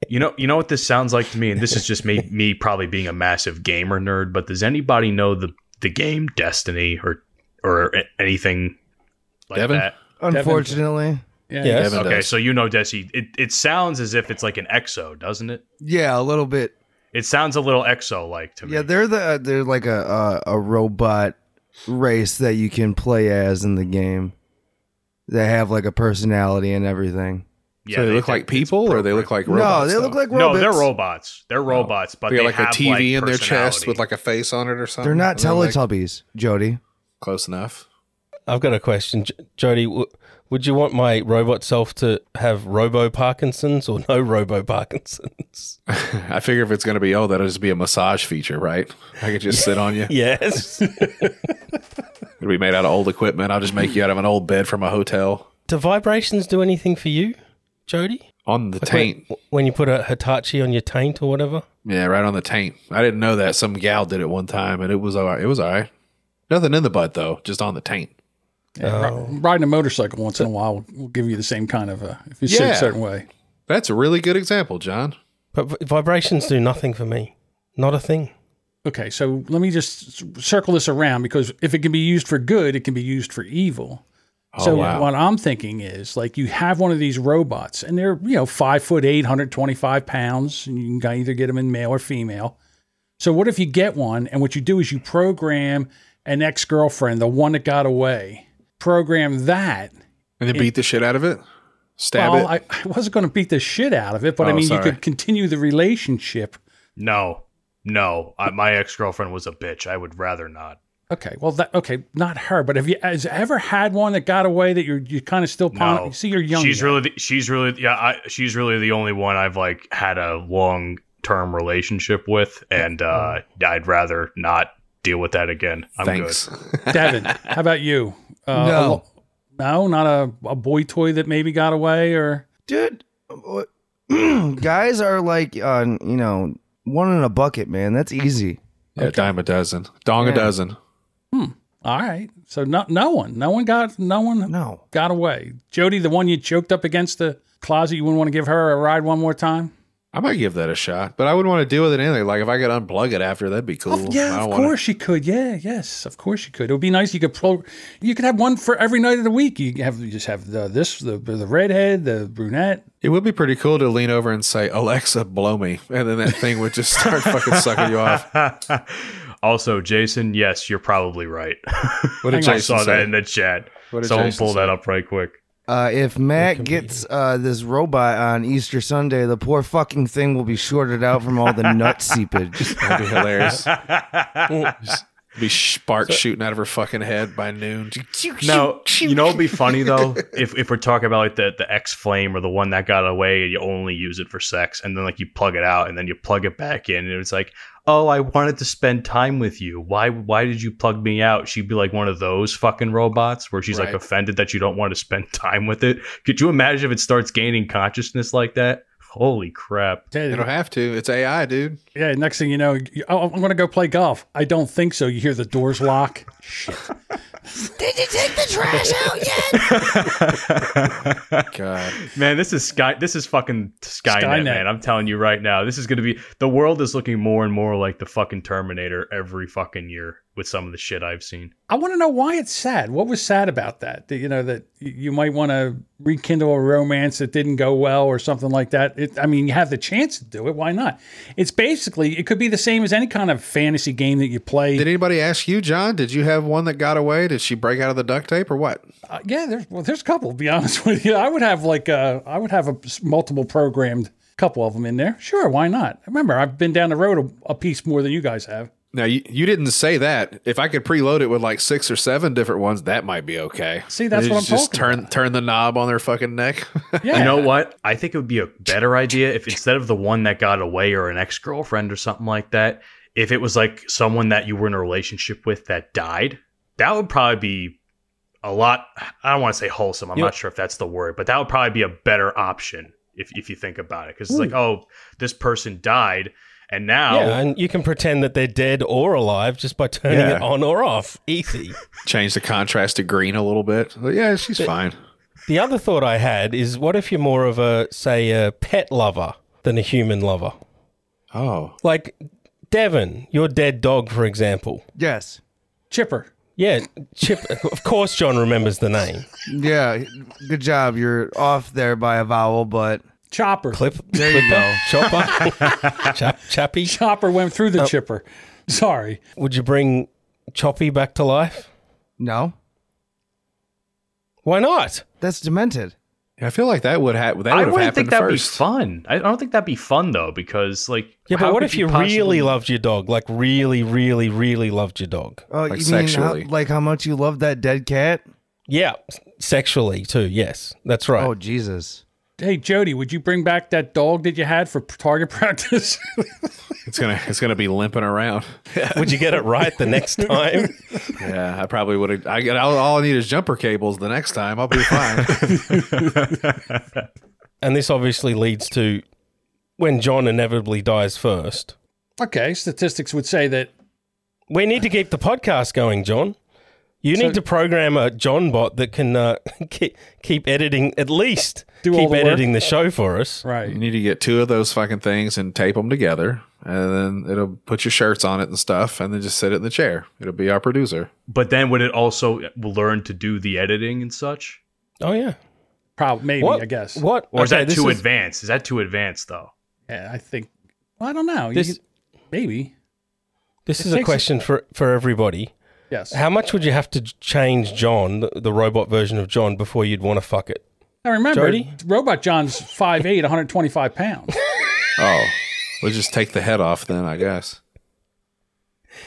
[SPEAKER 6] You know, you know what this sounds like to me, and this is just me, me probably being a massive gamer nerd. But does anybody know the the game Destiny or or a- anything like
[SPEAKER 5] Devin?
[SPEAKER 6] that?
[SPEAKER 4] Unfortunately.
[SPEAKER 3] Yeah.
[SPEAKER 7] Yes.
[SPEAKER 5] Devin
[SPEAKER 6] Okay,
[SPEAKER 5] does.
[SPEAKER 6] so you know Desi. It it sounds as if it's like an EXO, doesn't it?
[SPEAKER 4] Yeah, a little bit.
[SPEAKER 6] It sounds a little EXO like to me.
[SPEAKER 4] Yeah, they're the uh, they're like a, a a robot race that you can play as in the game. They have like a personality and everything.
[SPEAKER 6] Yeah,
[SPEAKER 5] so they, look
[SPEAKER 6] think
[SPEAKER 5] like
[SPEAKER 6] it's
[SPEAKER 5] people or they
[SPEAKER 6] appropriate.
[SPEAKER 5] look like robots?
[SPEAKER 4] no, they
[SPEAKER 5] though?
[SPEAKER 4] look like
[SPEAKER 6] No,
[SPEAKER 4] robots.
[SPEAKER 6] they're robots. They're robots, but
[SPEAKER 5] They
[SPEAKER 6] they,
[SPEAKER 5] got like a
[SPEAKER 6] have
[SPEAKER 5] TV
[SPEAKER 6] like,
[SPEAKER 5] in their chest with
[SPEAKER 6] personality.
[SPEAKER 5] like a face on it or something.
[SPEAKER 4] They're not
[SPEAKER 5] And like,
[SPEAKER 4] Teletubbies, Jody.
[SPEAKER 5] close enough.
[SPEAKER 7] I've got a question, J- Jody. W- would you want my robot self to have Robo Parkinson's or no Robo Parkinson's?
[SPEAKER 5] I figure if it's going to be oh, that'll just be a massage feature, right? I could just sit on you.
[SPEAKER 7] yes.
[SPEAKER 5] It'll be made out of old equipment. I'll just make you out of an old bed from a hotel.
[SPEAKER 7] do vibrations do anything for you, Jody?
[SPEAKER 5] on the taint.
[SPEAKER 7] When, when you put a Hitachi on your taint or whatever.
[SPEAKER 5] Yeah, right on the taint. I didn't know that. Some gal did it one time, and it was all right. It was all right. Nothing in the butt though, just on the taint.
[SPEAKER 3] Riding a motorcycle once in a while will give you the same kind of uh, if you sit a
[SPEAKER 5] Yeah.
[SPEAKER 3] certain way.
[SPEAKER 5] That's a really good example, John.
[SPEAKER 7] But v- vibrations do nothing for me. Not a thing.
[SPEAKER 3] Okay, so let me just s- circle this around because if it can be used for good, it can be used for evil. so
[SPEAKER 5] Oh, wow.
[SPEAKER 3] what I'm thinking is like you have one of these robots and they're, you know, five foot eight, 125 pounds, and you can either get them in male or female. So what if you get one and what you do is you program an ex girlfriend, the one that got away, program that
[SPEAKER 5] And then beat the shit out of it, stab
[SPEAKER 3] well,
[SPEAKER 5] it.
[SPEAKER 3] I, I wasn't going to beat the shit out of it, but I
[SPEAKER 5] Oh,
[SPEAKER 3] mean,
[SPEAKER 5] sorry.
[SPEAKER 3] you could continue the relationship.
[SPEAKER 6] No, no. I, my ex girlfriend was a bitch. I would rather not.
[SPEAKER 3] Okay, well, that okay, not her, but have you has ever had one that got away that you're you kind of still pon-
[SPEAKER 6] No.
[SPEAKER 3] see you're young.
[SPEAKER 6] she's
[SPEAKER 3] yet.
[SPEAKER 6] really, the, she's really, yeah. I, she's really the only one I've like had a long term relationship with, and uh, I'd rather not deal with that again. I'm
[SPEAKER 5] Thanks.
[SPEAKER 3] Devin, how about you? Uh,
[SPEAKER 4] No.
[SPEAKER 3] a lo- no, not a, a boy toy that maybe got away or
[SPEAKER 4] dude what- guys are like uh, you know one in a bucket man that's easy
[SPEAKER 5] Yeah, dime a dozen, dong a dozen.
[SPEAKER 3] all right. So no no one. No one got no one
[SPEAKER 4] no
[SPEAKER 3] got away. Jody, the one you choked up against the closet, you wouldn't want to give her a ride one more time?
[SPEAKER 5] I might give that a shot, but I wouldn't want to deal with it anyway. Like if I could unplug it after, that'd be cool. I
[SPEAKER 3] Yeah,
[SPEAKER 5] don't
[SPEAKER 3] of
[SPEAKER 5] wanna-
[SPEAKER 3] course you could. Yeah, yes, of course you could. It would be nice. You could pro- you could have one for every night of the week. You could have you just have the this the the redhead, the brunette.
[SPEAKER 5] It would be pretty cool to lean over and say, Alexa, blow me. And then that thing would just start fucking sucking you off.
[SPEAKER 6] good. also, Jason, yes, you're probably right.
[SPEAKER 5] What did
[SPEAKER 6] I saw that in the chat.
[SPEAKER 5] What did
[SPEAKER 6] Someone
[SPEAKER 5] Jason
[SPEAKER 6] pull that
[SPEAKER 5] say?
[SPEAKER 6] up right quick.
[SPEAKER 4] uh, if matt gets uh, this robot on easter sunday the poor fucking thing will be shorted out from all the nut seepage
[SPEAKER 5] That'd be hilarious. Just be sparks shooting out of her fucking head by noon.
[SPEAKER 6] No, you know, it'd be funny though if, if we're talking about like the, the X flame or the one that got away and you only use it for sex and then like you plug it out and then you plug it back in and it's like, oh, I wanted to spend time with you. Why why did you plug me out? She'd be like one of those fucking robots where she's like
[SPEAKER 5] Right.
[SPEAKER 6] offended that you don't want to spend time with it. Could you imagine if it starts gaining consciousness like that? Holy crap!
[SPEAKER 5] You don't have to. It's AI, dude.
[SPEAKER 3] Yeah, next thing you know, you- oh, I'm going to go play golf. I don't think so. You hear the doors lock. Shit.
[SPEAKER 5] God.
[SPEAKER 6] Man, this is sky. This is fucking Skynet,
[SPEAKER 3] Skynet.
[SPEAKER 6] man. I'm telling you right now, this is going to be the world is looking more and more like the fucking Terminator every fucking year with some of the shit I've seen.
[SPEAKER 3] I want to know why it's sad. What was sad about that? That you know that y- you might want to rekindle a romance that didn't go well or something like that. It, I mean, you have the chance to do it. Why not? It's basically it could be the same as any kind of fantasy game that you play.
[SPEAKER 5] Did anybody ask you, John? Did you have one that got away? Did she break out of the duct tape or what?
[SPEAKER 3] Uh, yeah, there's well, there's a couple. To be honest with you, I would have like uh, I would have a s- multiple programmed couple of them in there. Sure, why not? Remember, I've been down the road a, a piece more than you guys have.
[SPEAKER 5] Now, you, you didn't say that. If I could preload it with like six or seven different ones, that might be okay.
[SPEAKER 3] See, that's
[SPEAKER 5] You
[SPEAKER 3] what I'm
[SPEAKER 5] just
[SPEAKER 3] talking
[SPEAKER 5] turn, turn the knob on their fucking neck.
[SPEAKER 3] Yeah,
[SPEAKER 6] You know what? I think it would be a better idea if instead of the one that got away or an ex girlfriend or something like that, if it was like someone that you were in a relationship with that died, that would probably be a lot. I don't want to say wholesome. I'm
[SPEAKER 7] You-
[SPEAKER 6] not sure if that's the word, but that would probably be a better option if if you think about it, because it's like, oh, this person died. And now
[SPEAKER 7] Yeah, and you can pretend that they're dead or alive just by turning
[SPEAKER 5] Yeah.
[SPEAKER 7] it on or off. Easy.
[SPEAKER 5] Change the contrast to green a little bit. But yeah, she's fine.
[SPEAKER 7] the other thought I had is what if you're more of a, say, a pet lover than a human lover?
[SPEAKER 5] Oh.
[SPEAKER 7] Like Devon, your dead dog, for example.
[SPEAKER 4] yes
[SPEAKER 3] Chipper.
[SPEAKER 7] Yeah, Chip. of course, John remembers the name.
[SPEAKER 4] yeah good job you're off there by a vowel but
[SPEAKER 3] Chopper.
[SPEAKER 7] Clip.
[SPEAKER 4] there you go
[SPEAKER 7] Chopper. Chop, Chappy.
[SPEAKER 3] Chopper went through
[SPEAKER 7] Oh.
[SPEAKER 3] the chipper. Sorry.
[SPEAKER 7] Would you bring Choppy back to life?
[SPEAKER 4] no
[SPEAKER 7] Why not?
[SPEAKER 4] that's demented
[SPEAKER 5] I feel like that would have that
[SPEAKER 6] I
[SPEAKER 5] would have
[SPEAKER 6] wouldn't
[SPEAKER 5] happened
[SPEAKER 6] think that'd
[SPEAKER 5] first.
[SPEAKER 6] be fun. I I don't think that'd be fun though, because like,
[SPEAKER 7] Yeah,
[SPEAKER 6] how
[SPEAKER 7] but what
[SPEAKER 6] could
[SPEAKER 7] if you
[SPEAKER 6] possibly-
[SPEAKER 7] really loved your dog? Like, really, really, really loved your dog?
[SPEAKER 4] oh
[SPEAKER 5] Like
[SPEAKER 4] you mean how,
[SPEAKER 5] sexually.
[SPEAKER 4] like how much you love that dead cat
[SPEAKER 7] Yeah, s- sexually too. Yes, that's right.
[SPEAKER 4] oh jesus
[SPEAKER 3] Hey Jody, would you bring back that dog that you had for p- target practice?
[SPEAKER 5] It's gonna it's gonna be limping around.
[SPEAKER 7] Would you get it right the next time?
[SPEAKER 5] Yeah, I probably would have. I got all, all I need is jumper cables the next time. I'll be fine.
[SPEAKER 7] and this obviously leads to when John inevitably dies first.
[SPEAKER 3] Okay, statistics would say that
[SPEAKER 7] We need to keep the podcast going, John. You need to program a John bot that can uh, keep, keep editing at least
[SPEAKER 3] Do all
[SPEAKER 7] keep
[SPEAKER 3] the work.
[SPEAKER 7] editing the show for us.
[SPEAKER 5] You
[SPEAKER 3] right.
[SPEAKER 5] need to get two of those fucking things and tape them together, and then it'll put your shirts on it and stuff, and then just sit it in the chair. It'll be our producer.
[SPEAKER 6] But then would it also learn to do the editing and such?
[SPEAKER 7] Oh yeah.
[SPEAKER 3] Probably maybe
[SPEAKER 7] What?
[SPEAKER 3] I guess.
[SPEAKER 7] What?
[SPEAKER 6] Or is
[SPEAKER 7] Okay,
[SPEAKER 6] that
[SPEAKER 7] this
[SPEAKER 6] too
[SPEAKER 7] is-
[SPEAKER 6] advanced? Is that too advanced though?
[SPEAKER 3] Yeah, I think. Well, I don't know. You
[SPEAKER 7] This-
[SPEAKER 3] could- maybe.
[SPEAKER 7] This
[SPEAKER 3] It
[SPEAKER 7] is a
[SPEAKER 3] takes-
[SPEAKER 7] question for for everybody.
[SPEAKER 3] Yes.
[SPEAKER 7] How much would you have to change John, the, the robot version of John, before you'd want to fuck it?
[SPEAKER 3] Now remember,
[SPEAKER 7] Jody?
[SPEAKER 3] Robot John's 5'8", 125 pounds,
[SPEAKER 5] Oh, we'll just take the head off then, I guess.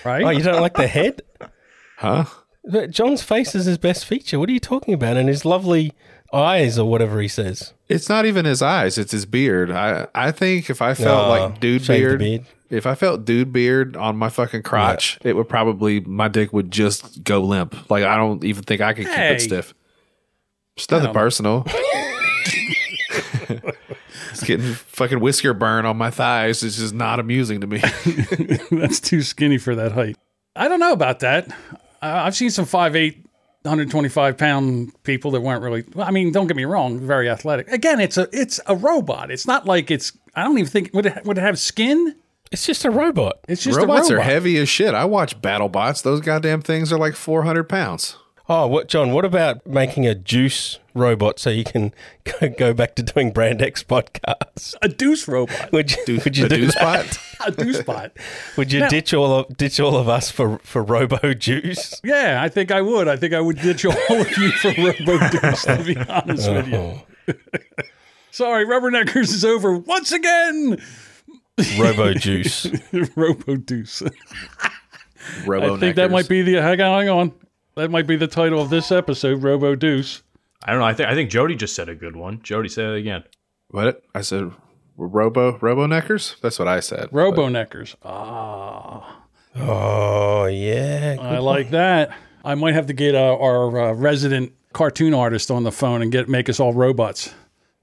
[SPEAKER 3] right?
[SPEAKER 7] Oh, you don't like the head?
[SPEAKER 5] Huh?
[SPEAKER 7] But John's face is his best feature. What are you talking about? And his lovely eyes, or whatever he says.
[SPEAKER 5] It's not even his eyes; it's his beard. I I think if I felt
[SPEAKER 7] Oh,
[SPEAKER 5] like dude
[SPEAKER 7] shave
[SPEAKER 5] beard,
[SPEAKER 7] the beard.
[SPEAKER 5] if I felt dude beard on my fucking crotch, it would probably my dick would just go limp. Like I don't even think I could keep
[SPEAKER 3] Hey.
[SPEAKER 5] it stiff. It's nothing personal. it's getting fucking whisker burn on my thighs. It's just not amusing to me.
[SPEAKER 3] That's too skinny for that height. I don't know about that. I I've seen some 5'8", 125 pound people that weren't really. Well, I mean, don't get me wrong, very athletic. Again, it's a it's a robot. It's not like it's. I don't even think would it would it have skin.
[SPEAKER 7] It's just a robot.
[SPEAKER 3] It's just
[SPEAKER 5] Robots
[SPEAKER 3] a
[SPEAKER 5] are
[SPEAKER 3] robot.
[SPEAKER 5] heavy as shit. I watch BattleBots. Those goddamn things are like four hundred pounds.
[SPEAKER 7] Oh, what, John? What about making a juice robot so you can go- go back to doing Brand X podcasts?
[SPEAKER 3] A deuce robot.
[SPEAKER 7] Would you, would you
[SPEAKER 5] The
[SPEAKER 7] do
[SPEAKER 5] dude
[SPEAKER 7] that?
[SPEAKER 5] spot.
[SPEAKER 3] A deuce bot.
[SPEAKER 7] Would you ditch all of ditch all of us for for Robo Juice?
[SPEAKER 3] Yeah, I think I would. I think I would ditch all of you for Robo Deuce, to be honest
[SPEAKER 5] Uh-huh.
[SPEAKER 3] with you.
[SPEAKER 7] Oh,
[SPEAKER 3] Sorry, Rubberneckers is over once again.
[SPEAKER 7] Oh, Robo Juice.
[SPEAKER 3] Robo Deuce. I
[SPEAKER 5] Robo
[SPEAKER 3] think that might be the hang on, hang on. That might be the title of this episode, Robo Deuce.
[SPEAKER 6] I don't know. I think I think Jody just said a good one. Jody, say that again.
[SPEAKER 5] What I said, Robo Robo neckers. That's what I said.
[SPEAKER 3] Robo Neckers. Ah,
[SPEAKER 7] Oh yeah.
[SPEAKER 3] I like that. I might have to get uh, our uh, resident cartoon artist on the phone and get make us all robots.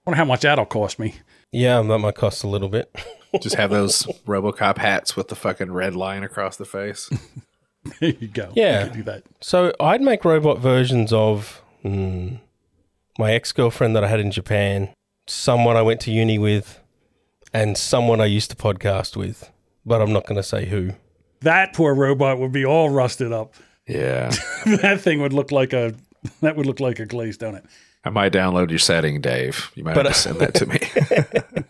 [SPEAKER 3] wonder how much that'll cost me.
[SPEAKER 7] Yeah, that might cost a little bit.
[SPEAKER 5] Just have those RoboCop hats with the fucking red line across the face.
[SPEAKER 3] there you go.
[SPEAKER 7] Yeah.
[SPEAKER 3] We could do that.
[SPEAKER 7] So I'd make robot versions of hmm, my ex girlfriend that I had in Japan, someone I went to uni with, and someone I used to podcast with, but I'm not going to say who.
[SPEAKER 3] That poor robot would be all rusted up.
[SPEAKER 5] Yeah,
[SPEAKER 3] that thing would look like a that would look like a glaze donut.
[SPEAKER 5] I might download your setting, Dave. You might
[SPEAKER 7] But,
[SPEAKER 5] have to send that to me.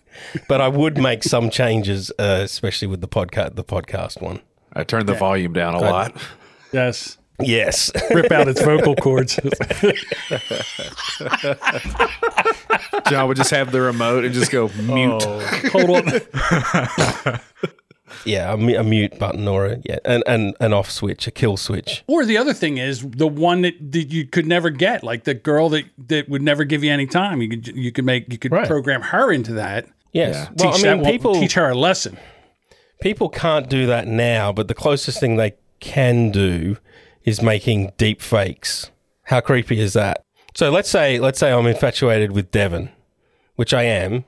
[SPEAKER 7] But I would make some changes, uh, especially with the podcast, the podcast one.
[SPEAKER 5] I turned the volume down a lot.
[SPEAKER 3] Yes.
[SPEAKER 7] Yes,
[SPEAKER 3] Rip out its vocal cords.
[SPEAKER 5] John would just have the remote and just go mute.
[SPEAKER 3] Hold on.
[SPEAKER 7] yeah, a, mu- a mute button or a yeah, and and an off switch, a kill switch.
[SPEAKER 3] Or the other thing is the one that, that you could never get, like the girl that, that would never give you any time. You could you could make you could
[SPEAKER 7] Right.
[SPEAKER 3] program her into that.
[SPEAKER 7] Yes, well,
[SPEAKER 3] teach
[SPEAKER 7] I
[SPEAKER 3] that
[SPEAKER 7] mean,
[SPEAKER 3] one-
[SPEAKER 7] people
[SPEAKER 3] teach her a lesson.
[SPEAKER 7] people can't do that now, but the closest thing they can do is making deep fakes. How creepy is that? So let's say let's say I'm infatuated with Devon, which I am,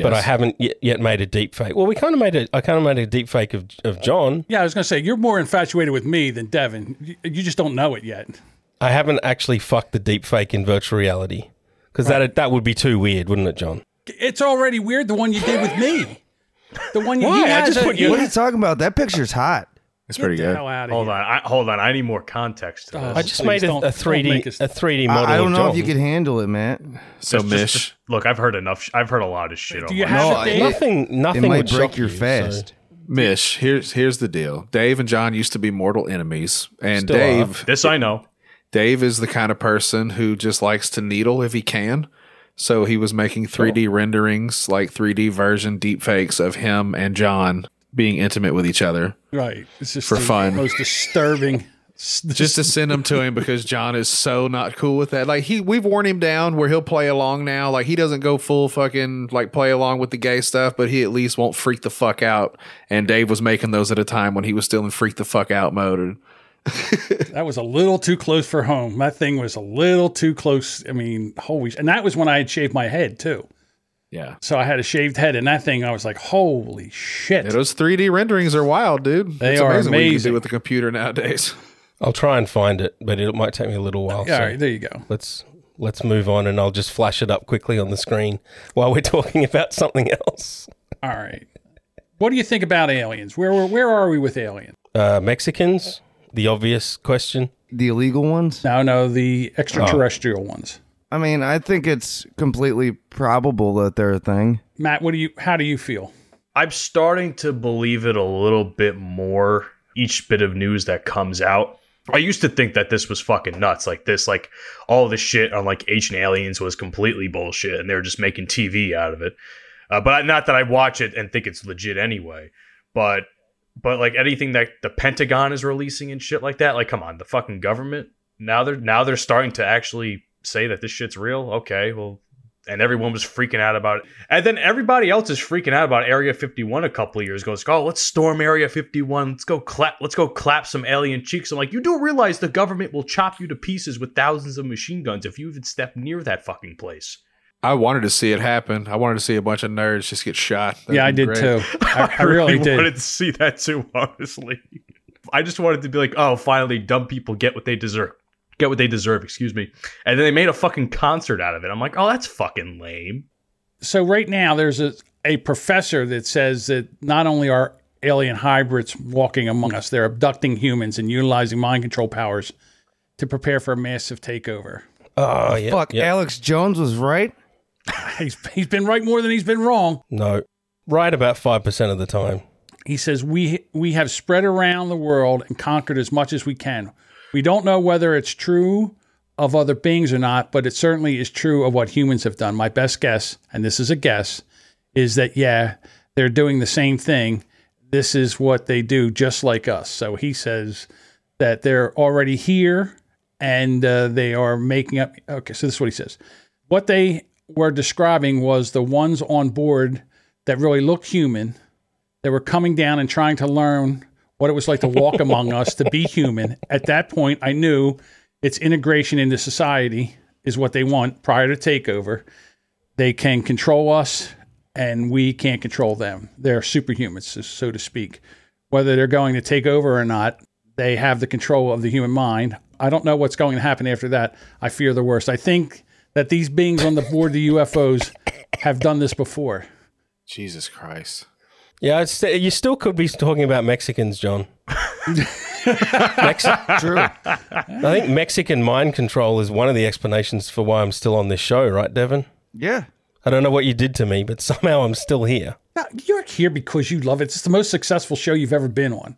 [SPEAKER 7] but I haven't yet, yet made a deep fake. Well, we kind of made a I kind of made a deep fake of of John.
[SPEAKER 3] Yeah, I was gonna say you're more infatuated with me than Devin. You, you just don't know it yet.
[SPEAKER 7] I haven't actually fucked the deep fake in virtual reality because that that would be too weird, wouldn't it, John?
[SPEAKER 3] It's already weird the one you did with me. The one you
[SPEAKER 7] Why?
[SPEAKER 3] he
[SPEAKER 7] I
[SPEAKER 3] has
[SPEAKER 7] just
[SPEAKER 3] a-
[SPEAKER 7] put
[SPEAKER 3] he-
[SPEAKER 7] you-
[SPEAKER 4] What are you talking about? That picture's hot.
[SPEAKER 5] it's pretty
[SPEAKER 3] Get the
[SPEAKER 5] good.
[SPEAKER 3] hell out of
[SPEAKER 6] Hold
[SPEAKER 3] here.
[SPEAKER 6] on. I, hold on. I need more context to
[SPEAKER 3] Oh.
[SPEAKER 6] this.
[SPEAKER 7] I just
[SPEAKER 3] please
[SPEAKER 7] made a,
[SPEAKER 3] don't-
[SPEAKER 7] a
[SPEAKER 3] don't
[SPEAKER 7] three D
[SPEAKER 3] make us-
[SPEAKER 7] a three D model.
[SPEAKER 4] I, I don't
[SPEAKER 7] of
[SPEAKER 4] know
[SPEAKER 7] John.
[SPEAKER 4] if you could handle it, man.
[SPEAKER 5] So
[SPEAKER 6] It's just-
[SPEAKER 5] Mish,
[SPEAKER 6] look, I've heard enough. Sh- I've heard a lot of shit.
[SPEAKER 3] Do
[SPEAKER 6] on
[SPEAKER 3] you
[SPEAKER 6] my-
[SPEAKER 3] have
[SPEAKER 5] No,
[SPEAKER 3] a
[SPEAKER 5] I-
[SPEAKER 3] date?
[SPEAKER 7] nothing. Nothing
[SPEAKER 4] It might
[SPEAKER 7] would
[SPEAKER 4] break
[SPEAKER 7] shock
[SPEAKER 4] your
[SPEAKER 7] you, so-
[SPEAKER 4] fast.
[SPEAKER 5] Mish, here's here's the deal. Dave and John used to be mortal enemies, and
[SPEAKER 7] Still are.
[SPEAKER 5] Dave
[SPEAKER 6] this I know.
[SPEAKER 5] Dave is the kind of person who just likes to needle if he can. So he was
[SPEAKER 3] Oh.
[SPEAKER 5] making 3D renderings, like 3D version deepfakes of him and John being intimate with each other,
[SPEAKER 3] Right. It's just
[SPEAKER 5] For
[SPEAKER 3] the
[SPEAKER 5] fun.
[SPEAKER 3] most disturbing.
[SPEAKER 5] just to send them to him because John is so not cool with that. Like he, we've worn him down where he'll play along now. Like he doesn't go full fucking like play along with the gay stuff, but he at least won't freak the fuck out. And Dave was making those at a time when he was still in freak the fuck out mode. And
[SPEAKER 3] That was a little too close for home. That thing was a little too close. I mean, holy! sh- And that was when I had shaved my head too.
[SPEAKER 5] Yeah.
[SPEAKER 3] So I had a shaved head, and that thing, I was like, holy shit.
[SPEAKER 5] Yeah, those 3D renderings are wild, dude.
[SPEAKER 3] They
[SPEAKER 5] it's
[SPEAKER 3] are
[SPEAKER 5] amazing, what you can
[SPEAKER 3] amazing.
[SPEAKER 5] do with the computer nowadays.
[SPEAKER 7] I'll try and find it, but it might take me a little while.
[SPEAKER 3] All
[SPEAKER 7] so
[SPEAKER 3] right, there you go.
[SPEAKER 7] let's let's move on, and I'll just flash it up quickly on the screen while we're talking about something else.
[SPEAKER 3] All right. What do you think about aliens? Where where, where are we with aliens?
[SPEAKER 7] Uh, Mexicans, the obvious question.
[SPEAKER 4] The illegal ones?
[SPEAKER 3] No, no, the extraterrestrial ones.
[SPEAKER 4] I mean, I think it's completely probable that they're a thing.
[SPEAKER 3] Matt, what do you? How do you feel?
[SPEAKER 6] I'm starting to believe it a little bit more each bit of news that comes out. I used to think that this was fucking nuts. Like this, like all this shit on like ancient aliens was completely bullshit, and they were just making TV out of it. Uh, but I- not that I watch it and think it's legit anyway. But but like anything that the Pentagon is releasing and shit like that, like come on, the fucking government now they're now they're starting to actually say that this shit's real. Okay, well, and everyone was freaking out about it. And then everybody else is freaking out about Area 51 a couple of years ago. It's like, oh, let's storm Area 51. Let's go clap. Let's go clap some alien cheeks. I'm like, you do realize the government will chop you to pieces with thousands of machine guns if you even step near that fucking place.
[SPEAKER 5] I wanted to see it happen. I wanted to see a bunch of nerds just get shot. That'd
[SPEAKER 3] yeah, I
[SPEAKER 5] be
[SPEAKER 3] did
[SPEAKER 5] great.
[SPEAKER 3] too. I, I really
[SPEAKER 6] wanted
[SPEAKER 3] did.
[SPEAKER 6] to see that too. Honestly, I just wanted to be like, oh, finally, dumb people get what they deserve. Get what they deserve. Excuse me. And then they made a fucking concert out of it. I'm like, oh, that's fucking lame.
[SPEAKER 3] So right now, there's a a professor that says that not only are alien hybrids walking among us, they're abducting humans and utilizing mind control powers to prepare for a massive takeover. Ah,
[SPEAKER 7] Oh, yeah.
[SPEAKER 4] Fuck,
[SPEAKER 7] yeah.
[SPEAKER 4] Alex Jones was right.
[SPEAKER 3] He's he's been right more than he's been wrong.
[SPEAKER 7] No. Right about 5% of the time.
[SPEAKER 3] He says, "We we have spread around the world and conquered as much as we can. We don't know whether it's true of other beings or not, but it certainly is true of what humans have done. My best guess, and this is a guess, is that yeah, they're doing the same thing. This is what they do, just like us." So he says that they're already here and uh, they are making up. Okay, so this is what he says. What they were describing was the ones on board that really looked human that were coming down and trying to learn what it was like to walk among us, to be human. At that point, I knew its integration into society is what they want prior to takeover. They can control us and we can't control them. They're superhumans, so- so to speak. Whether they're going to take over or not, they have the control of the human mind. I don't know what's going to happen after that. I fear the worst. I think that these beings on the board, the UFOs, have done this before.
[SPEAKER 5] Jesus Christ.
[SPEAKER 7] Yeah, it's, you still could be talking about Mexicans, John. Mex- True. I think Mexican mind control is one of the explanations for why I'm still on this show, right, Devin?
[SPEAKER 4] Yeah.
[SPEAKER 7] I don't know what you did to me, but somehow I'm still here.
[SPEAKER 3] No, you're here because you love it. It's the most successful show you've ever been on.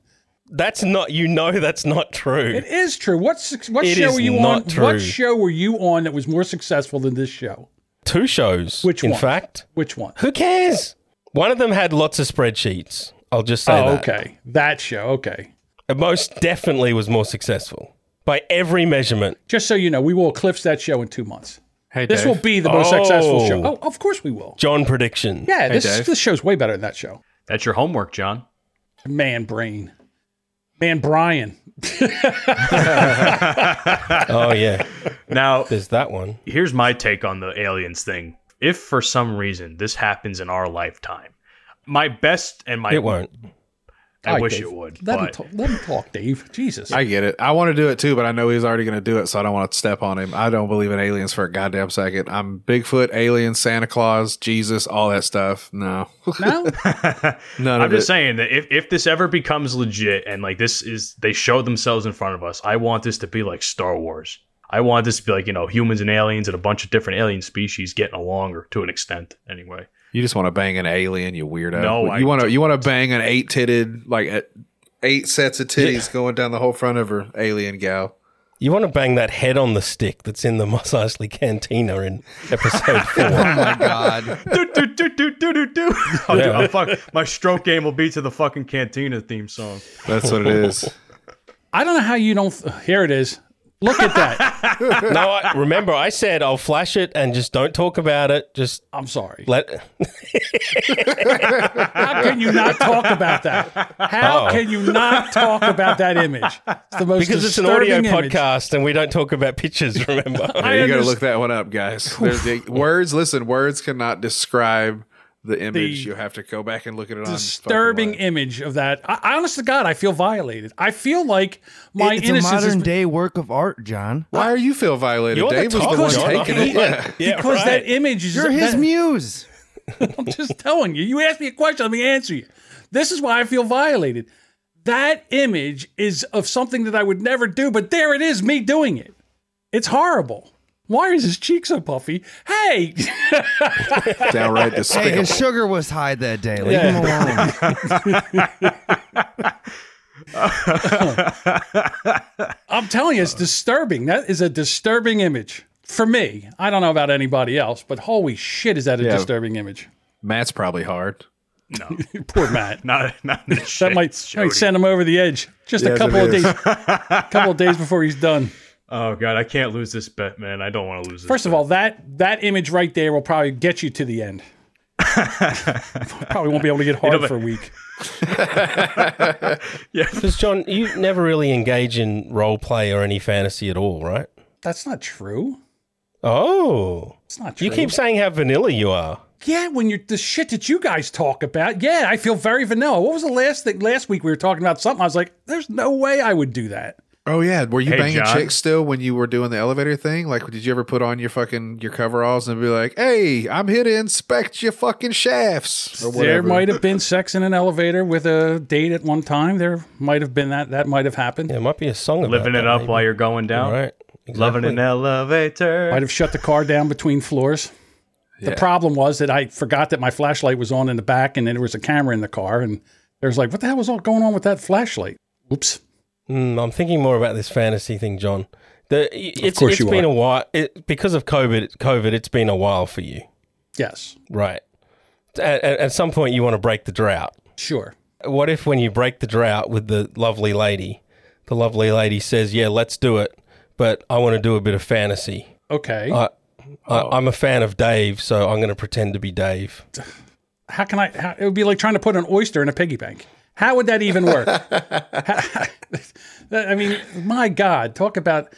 [SPEAKER 7] That's not, you know, that's not true.
[SPEAKER 3] It is true. What suc- what
[SPEAKER 7] It
[SPEAKER 3] show
[SPEAKER 7] is
[SPEAKER 3] were you
[SPEAKER 7] not
[SPEAKER 3] on? What
[SPEAKER 7] true.
[SPEAKER 3] show were you on that was more successful than this show?
[SPEAKER 7] Two shows.
[SPEAKER 3] Which
[SPEAKER 7] in
[SPEAKER 3] one?
[SPEAKER 7] fact,
[SPEAKER 3] Which one?
[SPEAKER 7] who cares? One of them had lots of spreadsheets. I'll just say
[SPEAKER 3] Oh,
[SPEAKER 7] that.
[SPEAKER 3] okay. That show. Okay.
[SPEAKER 7] It most definitely was more successful by every measurement.
[SPEAKER 3] Just so you know, we will eclipse that show in two months.
[SPEAKER 5] Hey,
[SPEAKER 3] This
[SPEAKER 5] Dave.
[SPEAKER 3] will be the most successful show.
[SPEAKER 7] Oh.
[SPEAKER 3] Oh, of course we will.
[SPEAKER 7] John prediction.
[SPEAKER 3] Yeah, this
[SPEAKER 5] Dave.
[SPEAKER 3] this show's way better than that show.
[SPEAKER 6] That's your homework, John.
[SPEAKER 3] Man, brain, man, Brian.
[SPEAKER 7] Oh yeah,
[SPEAKER 6] Now,
[SPEAKER 7] there's that one.
[SPEAKER 6] here's my take on the aliens thing. If for some reason this happens in our lifetime, my best and my
[SPEAKER 7] It won't.
[SPEAKER 6] I
[SPEAKER 3] All right,
[SPEAKER 6] wish
[SPEAKER 3] Dave.
[SPEAKER 6] it would.
[SPEAKER 3] Let, him,
[SPEAKER 6] but
[SPEAKER 3] talk, let him talk, Dave. Jesus.
[SPEAKER 5] I get it. I want to do it too, but I know he's already going to do it, so I don't want to step on him. I don't believe in aliens for a goddamn second. I'm Bigfoot, alien, Santa Claus, Jesus, all that stuff. No,
[SPEAKER 3] no,
[SPEAKER 5] none
[SPEAKER 6] I'm
[SPEAKER 5] of
[SPEAKER 6] just
[SPEAKER 5] it.
[SPEAKER 6] saying that if, if this ever becomes legit and like this is they show themselves in front of us, I want this to be like Star Wars. I want this to be like, you know, humans and aliens and a bunch of different alien species getting along or to an extent anyway.
[SPEAKER 5] You just want to bang an alien, you weirdo.
[SPEAKER 6] No, I
[SPEAKER 5] you want to you want to bang an eight titted like a, eight sets of titties going down the whole front of her alien gal.
[SPEAKER 7] You want to bang that head on the stick that's in the Mos Eisley Cantina in episode
[SPEAKER 5] Oh
[SPEAKER 7] four.
[SPEAKER 6] do, do, do, do, do, do, do. I'll do- I'll fuck, my stroke game will be to the fucking Cantina theme song.
[SPEAKER 5] That's what it is.
[SPEAKER 3] I don't know how you don't. Here it is. Look at that.
[SPEAKER 7] No, I, remember I said I'll flash it and just don't talk about it. Just
[SPEAKER 3] I'm sorry.
[SPEAKER 7] let.
[SPEAKER 3] How can you not talk about that? How
[SPEAKER 7] Oh.
[SPEAKER 3] can you not talk about that image? It's the most
[SPEAKER 7] Because it's an audio
[SPEAKER 3] disturbing image.
[SPEAKER 7] podcast and we don't talk about pictures, remember?
[SPEAKER 3] I
[SPEAKER 5] you got to
[SPEAKER 3] underst-
[SPEAKER 5] look that one up, guys. There's the- words, listen, words cannot describe the image.
[SPEAKER 3] The
[SPEAKER 5] you have to go back and look at it on
[SPEAKER 3] disturbing
[SPEAKER 5] fucking live.
[SPEAKER 3] image of that. I, I- honest to God, I feel violated. I feel like my
[SPEAKER 4] it's a
[SPEAKER 3] innocence
[SPEAKER 4] modern
[SPEAKER 3] is
[SPEAKER 4] day work of art, John.
[SPEAKER 5] Why are you feel violated?
[SPEAKER 7] You're the
[SPEAKER 5] Dave was
[SPEAKER 7] top
[SPEAKER 5] the one
[SPEAKER 7] one,
[SPEAKER 5] taking
[SPEAKER 7] aren't
[SPEAKER 5] it.
[SPEAKER 7] you?
[SPEAKER 5] Yeah.
[SPEAKER 7] yeah,
[SPEAKER 3] because
[SPEAKER 7] right.
[SPEAKER 3] that image is
[SPEAKER 4] You're his
[SPEAKER 3] that-
[SPEAKER 4] muse.
[SPEAKER 3] I'm just telling you. You asked me a question, let me answer you. This is why I feel violated. That image is of something that I would never do, but there it is, me doing it. It's horrible. Why is his cheek so puffy? Hey,
[SPEAKER 5] Downright
[SPEAKER 4] Hey,
[SPEAKER 5] despicable.
[SPEAKER 4] his sugar was high that day. Leave him alone.
[SPEAKER 3] I'm telling
[SPEAKER 5] Uh-huh.
[SPEAKER 3] you, it's disturbing. That is a disturbing image for me. I don't know about anybody else, but holy shit, is that a
[SPEAKER 5] Yeah.
[SPEAKER 3] disturbing image?
[SPEAKER 5] Matt's probably hard.
[SPEAKER 6] No,
[SPEAKER 3] Poor Matt.
[SPEAKER 6] not not in the shades,
[SPEAKER 3] That might, that might
[SPEAKER 6] Jody.
[SPEAKER 3] send him over the edge. Just a
[SPEAKER 5] Yes,
[SPEAKER 3] couple
[SPEAKER 5] it
[SPEAKER 3] of
[SPEAKER 5] is.
[SPEAKER 3] days, couple of days before he's done.
[SPEAKER 6] Oh god, I can't lose this bet, man. I don't want to lose this.
[SPEAKER 3] First of all, that that image right there will probably get you to the end. probably won't be able to get hard
[SPEAKER 6] but-
[SPEAKER 3] for a week.
[SPEAKER 7] Because John, you never really engage in role play or any fantasy at all, right?
[SPEAKER 3] That's not true.
[SPEAKER 7] Oh,
[SPEAKER 3] It's not true.
[SPEAKER 7] you keep saying how vanilla you are.
[SPEAKER 3] yeah, when you're the shit that you guys talk about. Yeah, I feel very vanilla. What was the last thing last week we were talking about something? I was like, there's no way I would do that.
[SPEAKER 5] Oh yeah, were you
[SPEAKER 6] Hey,
[SPEAKER 5] banging
[SPEAKER 6] John.
[SPEAKER 5] chicks still when you were doing the elevator thing? Like, did you ever put on your fucking your coveralls and be like, "Hey, I'm here to inspect your fucking shafts"? Or
[SPEAKER 3] There
[SPEAKER 5] whatever?
[SPEAKER 3] might have been sex in an elevator with a date at one time. There might have been that. That might have happened.
[SPEAKER 7] There might be a song about
[SPEAKER 6] living it
[SPEAKER 7] that,
[SPEAKER 6] up
[SPEAKER 7] maybe.
[SPEAKER 6] while you're going down,
[SPEAKER 7] right?
[SPEAKER 6] loving an elevator.
[SPEAKER 3] Might have shut the car down between floors. The problem was that I forgot that my flashlight was on in the back, and then there was a camera in the car, and there was like, what the hell was all going on with that flashlight? Oops.
[SPEAKER 7] Mm, I'm thinking more about this fantasy thing, John. The, it's,
[SPEAKER 3] course
[SPEAKER 7] it's
[SPEAKER 3] you
[SPEAKER 7] been
[SPEAKER 3] are.
[SPEAKER 7] a while it, because of COVID. COVID, it's been a while for you,
[SPEAKER 3] Yes,
[SPEAKER 7] right? At, at, at some point, you want to break the drought.
[SPEAKER 3] sure.
[SPEAKER 7] What if, when you break the drought with the lovely lady, the lovely lady says, "Yeah, let's do it," but I want to do a bit of fantasy.
[SPEAKER 3] Okay.
[SPEAKER 7] I,
[SPEAKER 3] Oh.
[SPEAKER 7] I, I'm a fan of Dave, so I'm going to pretend to be Dave.
[SPEAKER 3] how can I? How, it would be like trying to put an oyster in a piggy bank. How would that even work? How- I mean, my God, talk about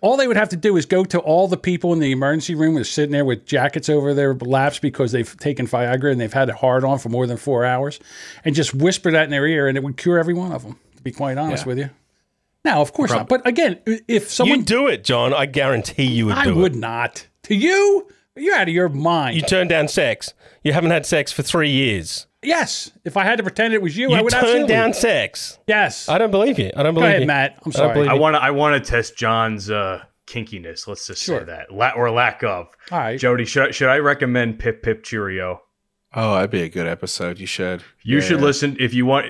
[SPEAKER 3] all they would have to do is go to all the people in the emergency room who are sitting there with jackets over their laps because they've taken Viagra and they've had it hard on for more than four hours and just whisper that in their ear and it would cure every one of them, to be quite honest with you. Now, of course not. But again, if someone.
[SPEAKER 7] You do it, John. I guarantee you would
[SPEAKER 3] I
[SPEAKER 7] do
[SPEAKER 3] would
[SPEAKER 7] it.
[SPEAKER 3] not. To you? You're out of your mind.
[SPEAKER 7] You turn down sex. You haven't had sex for three years.
[SPEAKER 3] yes. If I had to pretend it was you, I
[SPEAKER 7] You
[SPEAKER 3] would
[SPEAKER 7] turn
[SPEAKER 3] absolutely.
[SPEAKER 7] down sex.
[SPEAKER 3] Yes.
[SPEAKER 7] I don't believe you. I don't
[SPEAKER 3] Go
[SPEAKER 7] believe
[SPEAKER 3] ahead,
[SPEAKER 7] you.
[SPEAKER 3] Matt.
[SPEAKER 5] Uh,
[SPEAKER 3] I'm
[SPEAKER 7] I don't
[SPEAKER 3] sorry.
[SPEAKER 7] believe
[SPEAKER 6] I
[SPEAKER 7] you.
[SPEAKER 6] want to. I want to test John's uh, kinkiness. Let's just
[SPEAKER 3] Sure.
[SPEAKER 6] say that, La- or lack of.
[SPEAKER 3] All right.
[SPEAKER 6] Jody, should I, should I recommend Pip Pip Cheerio?
[SPEAKER 5] Oh, that'd be a good episode. You should.
[SPEAKER 6] You should
[SPEAKER 5] Yeah.
[SPEAKER 6] listen if you want.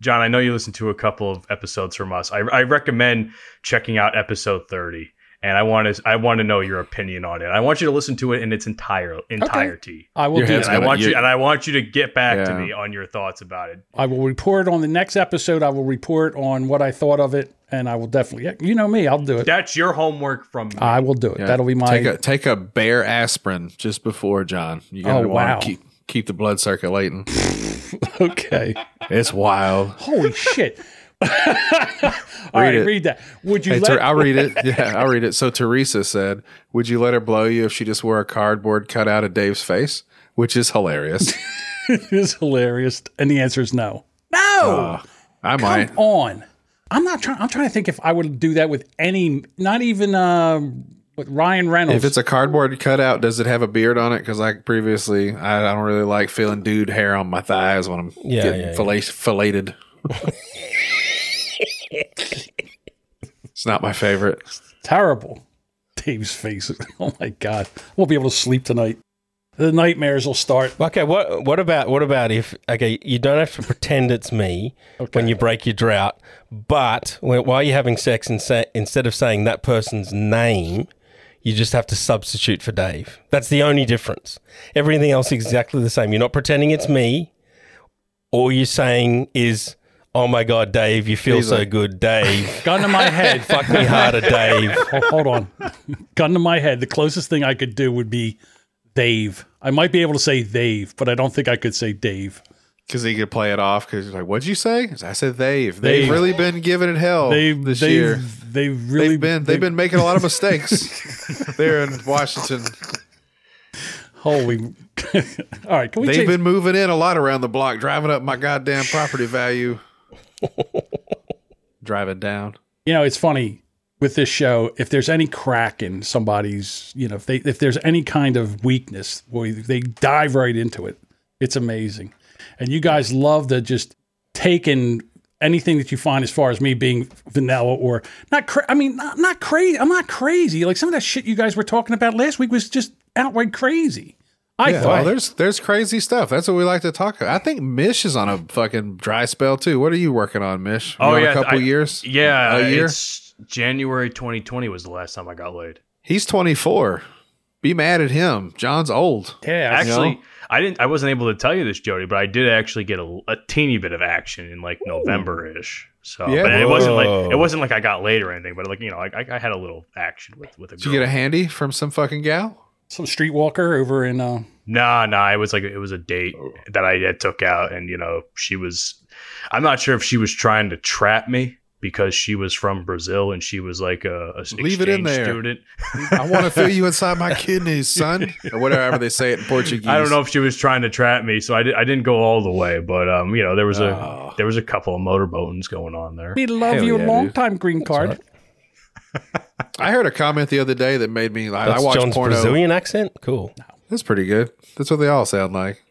[SPEAKER 6] John, I know you listened to a couple of episodes from us. I, I recommend checking out episode thirty, and I want to I want to know your opinion on it. I want you to listen to it in its entire entirety.
[SPEAKER 3] I will
[SPEAKER 5] Your
[SPEAKER 3] do
[SPEAKER 5] hands
[SPEAKER 3] that.
[SPEAKER 6] And I
[SPEAKER 5] gonna-
[SPEAKER 6] want you
[SPEAKER 5] you-
[SPEAKER 6] and I want you to get back to
[SPEAKER 5] Yeah.
[SPEAKER 6] me on your thoughts about it.
[SPEAKER 3] I will report on the next episode. I will report on what I thought of it, and I will definitely. yeah, You know me. I'll do it.
[SPEAKER 6] That's your homework from me.
[SPEAKER 3] I will do it. That'll be my.
[SPEAKER 5] take a take a bare aspirin just before John. You're gonna
[SPEAKER 3] Oh,
[SPEAKER 5] want
[SPEAKER 3] wow.
[SPEAKER 5] to keep keep the blood circulating.
[SPEAKER 3] okay.
[SPEAKER 5] it's wild.
[SPEAKER 3] Holy shit. All right,
[SPEAKER 5] it.
[SPEAKER 3] read that. Would you
[SPEAKER 5] Hey,
[SPEAKER 3] let?
[SPEAKER 5] Ter- I'll read it. Yeah, I'll read it. So Teresa said, "Would you let her blow you if she just wore a cardboard cutout of Dave's face?" Which is hilarious.
[SPEAKER 3] it is hilarious, and the answer is no. No.
[SPEAKER 5] I might.
[SPEAKER 3] Come on. I'm not trying. I'm trying to think if I would do that with any. Not even um, with Ryan Reynolds.
[SPEAKER 5] If it's a cardboard cutout, does it have a beard on it? Because like previously, I, I don't really like feeling dude hair on my thighs when I'm
[SPEAKER 7] Yeah,
[SPEAKER 5] getting
[SPEAKER 7] yeah, yeah.
[SPEAKER 5] fillet- filleted. it's not my favorite.
[SPEAKER 3] terrible. Dave's face. Oh my god. Won't be able to sleep tonight. The nightmares will start.
[SPEAKER 7] Okay, what what about what about if okay, you don't have to pretend it's me when you break your drought, but when, while you're having sex and say, instead of saying that person's name, you just have to substitute for Dave. That's the only difference. Everything else is exactly the same. You're not pretending it's me. All you're saying is "Oh my God, Dave, you feel so
[SPEAKER 5] like-
[SPEAKER 7] good, Dave.
[SPEAKER 3] Gun to my head.
[SPEAKER 7] Fuck me harder, Dave."
[SPEAKER 3] Hold- Hold on. Gun to my head. The closest thing I could do would be Dave. I might be able to say they've, but I don't think I could say Dave.
[SPEAKER 5] Because he could play it off. Because he's like, "What'd you say?" 'Cause I said they've. They've,
[SPEAKER 3] They've-
[SPEAKER 5] really been giving it hell
[SPEAKER 3] They've,
[SPEAKER 5] this
[SPEAKER 3] they've,
[SPEAKER 5] year.
[SPEAKER 3] they've really
[SPEAKER 5] They've been they've been making a lot of mistakes there in Washington.
[SPEAKER 3] holy. All right, can we
[SPEAKER 5] They've
[SPEAKER 3] change?
[SPEAKER 5] been moving in a lot around the block, driving up my goddamn property value. driving down.
[SPEAKER 3] you know, it's funny with this show. If there's any crack in somebody's, you know, if they if there's any kind of weakness, boy, they dive right into it. It's amazing, and you guys love to just take in anything that you find as far as me being vanilla or not. Cra- I mean, not, not crazy. I'm not crazy. Like some of that shit you guys were talking about last week was just outright crazy. I
[SPEAKER 5] Yeah, well,
[SPEAKER 3] thought.
[SPEAKER 5] there's there's crazy stuff. That's what we like to talk about. I think Mish is on a fucking dry spell too. What are you working on, Mish? You
[SPEAKER 6] Oh,
[SPEAKER 5] on
[SPEAKER 6] yeah,
[SPEAKER 5] a couple
[SPEAKER 6] I-
[SPEAKER 5] years.
[SPEAKER 6] Yeah,
[SPEAKER 5] a year.
[SPEAKER 6] it's January 2020 was the last time I got laid.
[SPEAKER 5] He's 24. Be mad at him. John's old.
[SPEAKER 3] yeah, I-
[SPEAKER 6] Actually, I didn't. I wasn't able to tell you this, Jody, but I did actually get a, a teeny bit of action in like November ish. So,
[SPEAKER 5] Yeah.
[SPEAKER 6] but it wasn't
[SPEAKER 7] Whoa.
[SPEAKER 6] like it wasn't like I got laid or anything. But like you know, I, I- I had a little action with with a
[SPEAKER 5] Did you
[SPEAKER 6] girl.
[SPEAKER 5] get a handy from some fucking gal?
[SPEAKER 3] some streetwalker over in. Uh,
[SPEAKER 6] Nah, nah. It was like it was a date
[SPEAKER 5] Oh.
[SPEAKER 6] that I had took out, and you know, she was. I'm not sure if she was trying to trap me because she was from Brazil and she was like a, a
[SPEAKER 5] Leave it in
[SPEAKER 6] exchange
[SPEAKER 5] there.
[SPEAKER 6] student.
[SPEAKER 5] I want to feel you inside my kidneys, son, or whatever they say it in Portuguese.
[SPEAKER 6] I don't know if she was trying to trap me, so I, di- I didn't go all the way. But um, you know, there was a there was a couple of motorboatings going on there.
[SPEAKER 3] we love
[SPEAKER 5] Hell
[SPEAKER 3] your
[SPEAKER 5] yeah,
[SPEAKER 3] long
[SPEAKER 5] dude.
[SPEAKER 3] time green card.
[SPEAKER 5] I heard a comment the other day that made me like.
[SPEAKER 7] That's
[SPEAKER 5] I watched
[SPEAKER 7] John's
[SPEAKER 5] porno.
[SPEAKER 7] Brazilian accent. Cool.
[SPEAKER 5] That's pretty good. That's what they all sound like.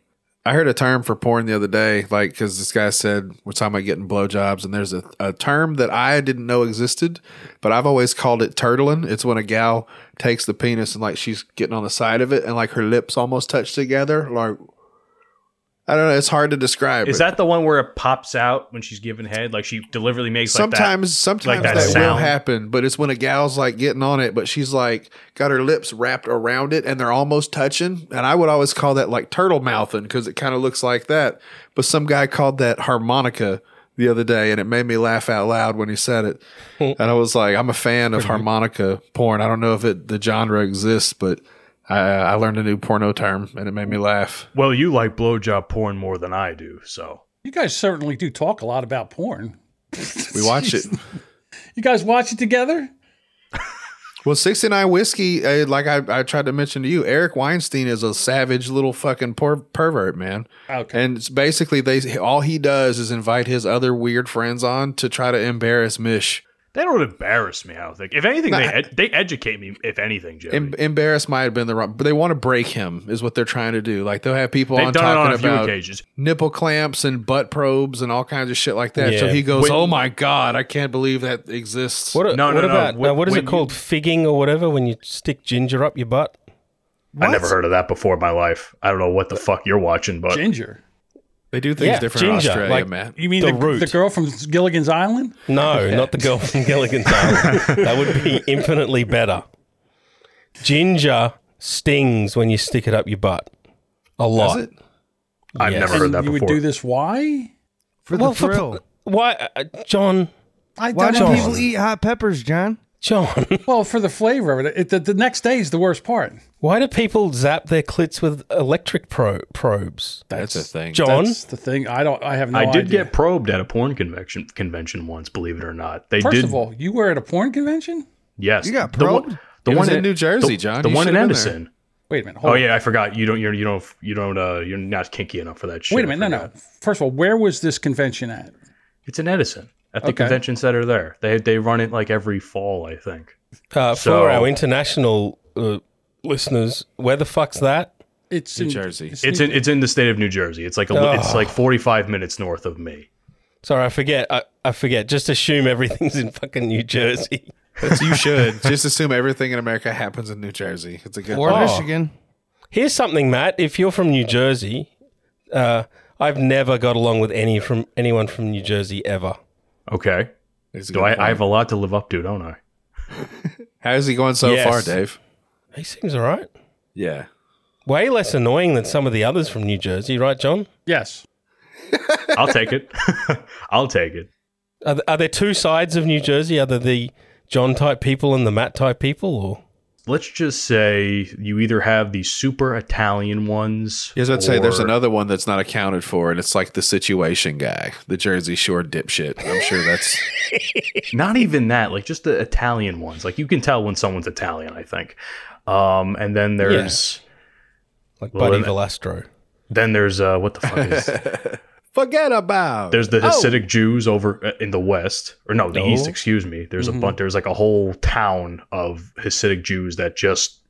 [SPEAKER 5] I heard a term for porn the other day, like because this guy said we're talking about getting blowjobs, and there's a, a term that I didn't know existed, but I've always called it turtling. It's when a gal takes the penis and like she's getting on the side of it, and like her lips almost touch together. Like I don't know, it's hard to describe.
[SPEAKER 6] Is
[SPEAKER 5] it.
[SPEAKER 6] that the one where it pops out when she's giving head? Like she deliberately makes
[SPEAKER 5] sometimes
[SPEAKER 6] like
[SPEAKER 5] sometimes
[SPEAKER 6] that
[SPEAKER 5] that, will
[SPEAKER 6] sound.
[SPEAKER 5] happen but it's when a gal's like getting on it but she's like got her lips wrapped around it and they're almost touching and i would always call that like turtle mouthing because it kind of looks like that but some guy called that harmonica the other day and it made me laugh out loud when he said it and i was like i'm a fan of harmonica porn i don't know if it the genre exists but I, I learned a new porno term and it made me laugh.
[SPEAKER 6] that. Well, you like blowjob porn more than I do, so
[SPEAKER 3] You guys certainly do talk a lot about porn.
[SPEAKER 5] We watch it.
[SPEAKER 3] You guys watch it together?
[SPEAKER 5] Well, 69 Whiskey, uh, like I, I tried to mention to you, Eric Weinstein is a savage little fucking per- pervert, man.
[SPEAKER 3] Okay.
[SPEAKER 5] And it's basically, they all he does is invite his other weird friends on to try to embarrass Mish,
[SPEAKER 6] they don't embarrass me. I don't think. If anything, they ed- they educate me. If anything, Jody.
[SPEAKER 5] Em- embarrass might have been the wrong, but they want to break him, is what they're trying to do. Like they'll have people
[SPEAKER 6] They've
[SPEAKER 5] on
[SPEAKER 6] done it on a
[SPEAKER 5] talking
[SPEAKER 6] few
[SPEAKER 5] about
[SPEAKER 6] occasions.
[SPEAKER 5] nipple clamps and butt probes and all kinds of shit like that. So
[SPEAKER 7] Yeah.
[SPEAKER 5] he goes, "Oh my god, I can't believe that exists."
[SPEAKER 7] What, a-
[SPEAKER 6] No, no,
[SPEAKER 7] what
[SPEAKER 6] no.
[SPEAKER 7] about
[SPEAKER 6] When-
[SPEAKER 7] uh, what is
[SPEAKER 6] when
[SPEAKER 7] it
[SPEAKER 6] you-
[SPEAKER 7] called? Figging or whatever when you stick ginger up your butt.
[SPEAKER 6] I never heard of that before in my life. I don't know what the fuck you're watching, but
[SPEAKER 3] Ginger.
[SPEAKER 5] They do things
[SPEAKER 7] Yeah,
[SPEAKER 5] different in
[SPEAKER 7] ginger,
[SPEAKER 5] Australia,
[SPEAKER 7] like-
[SPEAKER 5] man.
[SPEAKER 3] You mean
[SPEAKER 7] The
[SPEAKER 3] the,
[SPEAKER 7] root.
[SPEAKER 3] the girl from Gilligan's Island?
[SPEAKER 7] No, not the girl from Gilligan's Island. That would be infinitely better. Ginger stings when you stick it up your butt. A
[SPEAKER 5] Is
[SPEAKER 7] lot.
[SPEAKER 5] it?
[SPEAKER 6] I've
[SPEAKER 7] Yes.
[SPEAKER 6] never heard
[SPEAKER 3] And
[SPEAKER 6] that
[SPEAKER 3] you
[SPEAKER 6] before.
[SPEAKER 3] would do this? Why?
[SPEAKER 4] for
[SPEAKER 7] Well,
[SPEAKER 4] the
[SPEAKER 7] for-
[SPEAKER 4] thrill.
[SPEAKER 7] Why, uh, John?
[SPEAKER 3] I
[SPEAKER 4] Why do
[SPEAKER 7] John.
[SPEAKER 4] people eat hot peppers, John?
[SPEAKER 7] John,
[SPEAKER 3] Well, for the flavor of it. it the, the next day is the worst part.
[SPEAKER 7] why do people zap their clits with electric pro- probes?
[SPEAKER 5] That's a thing.
[SPEAKER 7] John,
[SPEAKER 3] That's the thing. I don't. I have no
[SPEAKER 6] I did
[SPEAKER 3] idea.
[SPEAKER 6] get probed at a porn convention convention once. Believe it or not, they
[SPEAKER 3] First
[SPEAKER 6] did.
[SPEAKER 3] of all, you were at a porn convention.
[SPEAKER 6] yes,
[SPEAKER 4] You got
[SPEAKER 6] The one-
[SPEAKER 4] probed?
[SPEAKER 6] The
[SPEAKER 5] It
[SPEAKER 6] one
[SPEAKER 5] was in New Jersey,
[SPEAKER 6] the-
[SPEAKER 5] John.
[SPEAKER 6] The
[SPEAKER 5] You
[SPEAKER 6] one in
[SPEAKER 5] should've been
[SPEAKER 6] Edison.
[SPEAKER 3] Wait a minute. Hold
[SPEAKER 6] Oh
[SPEAKER 3] on.
[SPEAKER 6] yeah, I forgot. You don't. You're, you don't. You don't. Uh, you're not kinky enough for that shit.
[SPEAKER 3] Wait a
[SPEAKER 6] I
[SPEAKER 3] minute. No,
[SPEAKER 6] forgot.
[SPEAKER 3] no. First of all, where was this convention at?
[SPEAKER 6] It's in Edison at the
[SPEAKER 3] Okay.
[SPEAKER 6] convention center there. They they run it like every fall, I think.
[SPEAKER 7] uh,
[SPEAKER 6] So-
[SPEAKER 7] for our international uh, listeners, where the fuck's that?
[SPEAKER 3] It's in
[SPEAKER 5] Jersey.
[SPEAKER 6] It's in it's in the state of New Jersey. It's like a, li- it's like 45 minutes north of me.
[SPEAKER 7] Sorry, I forget. I, I forget. Just assume everything's in fucking New Jersey.
[SPEAKER 5] That's, you should just assume everything in America happens in New Jersey. It's a good.
[SPEAKER 4] Or
[SPEAKER 3] Oh.
[SPEAKER 5] point.
[SPEAKER 4] Michigan?
[SPEAKER 7] Here's something, Matt. If you're from New Jersey, uh, I've never got along with any from anyone from New Jersey ever.
[SPEAKER 6] Okay.
[SPEAKER 5] It's a
[SPEAKER 6] Do
[SPEAKER 5] good
[SPEAKER 6] I, I have
[SPEAKER 5] point.
[SPEAKER 6] a lot to live up to, don't I?
[SPEAKER 5] How's he going so
[SPEAKER 7] Yes.
[SPEAKER 5] far, Dave?
[SPEAKER 7] He seems all right.
[SPEAKER 5] Yeah.
[SPEAKER 7] Way less annoying than some of the others from New Jersey, right, John?
[SPEAKER 3] Yes.
[SPEAKER 6] I'll take it. I'll take it.
[SPEAKER 7] Are, th- are there two sides of New Jersey? Are there the John type people and the Matt type people? Or
[SPEAKER 6] Let's just say you either have the super Italian ones.
[SPEAKER 5] Yes, I'd say there's
[SPEAKER 6] or-
[SPEAKER 5] another one that's not accounted for, and it's like the situation guy, the Jersey Shore dipshit. I'm sure that's
[SPEAKER 6] Not even that, like just the Italian ones. Like you can tell when someone's Italian, I think. Um, and then there's
[SPEAKER 7] like
[SPEAKER 6] Well,
[SPEAKER 7] Buddy
[SPEAKER 6] then-
[SPEAKER 7] Velastro?
[SPEAKER 6] then there's uh, what the fuck is
[SPEAKER 5] forget about. Oh.
[SPEAKER 6] There's the Hasidic Jews over uh, in the West, or no, the
[SPEAKER 7] No.
[SPEAKER 6] East. Excuse me. There's a bunch. There's like a whole town of Hasidic Jews that just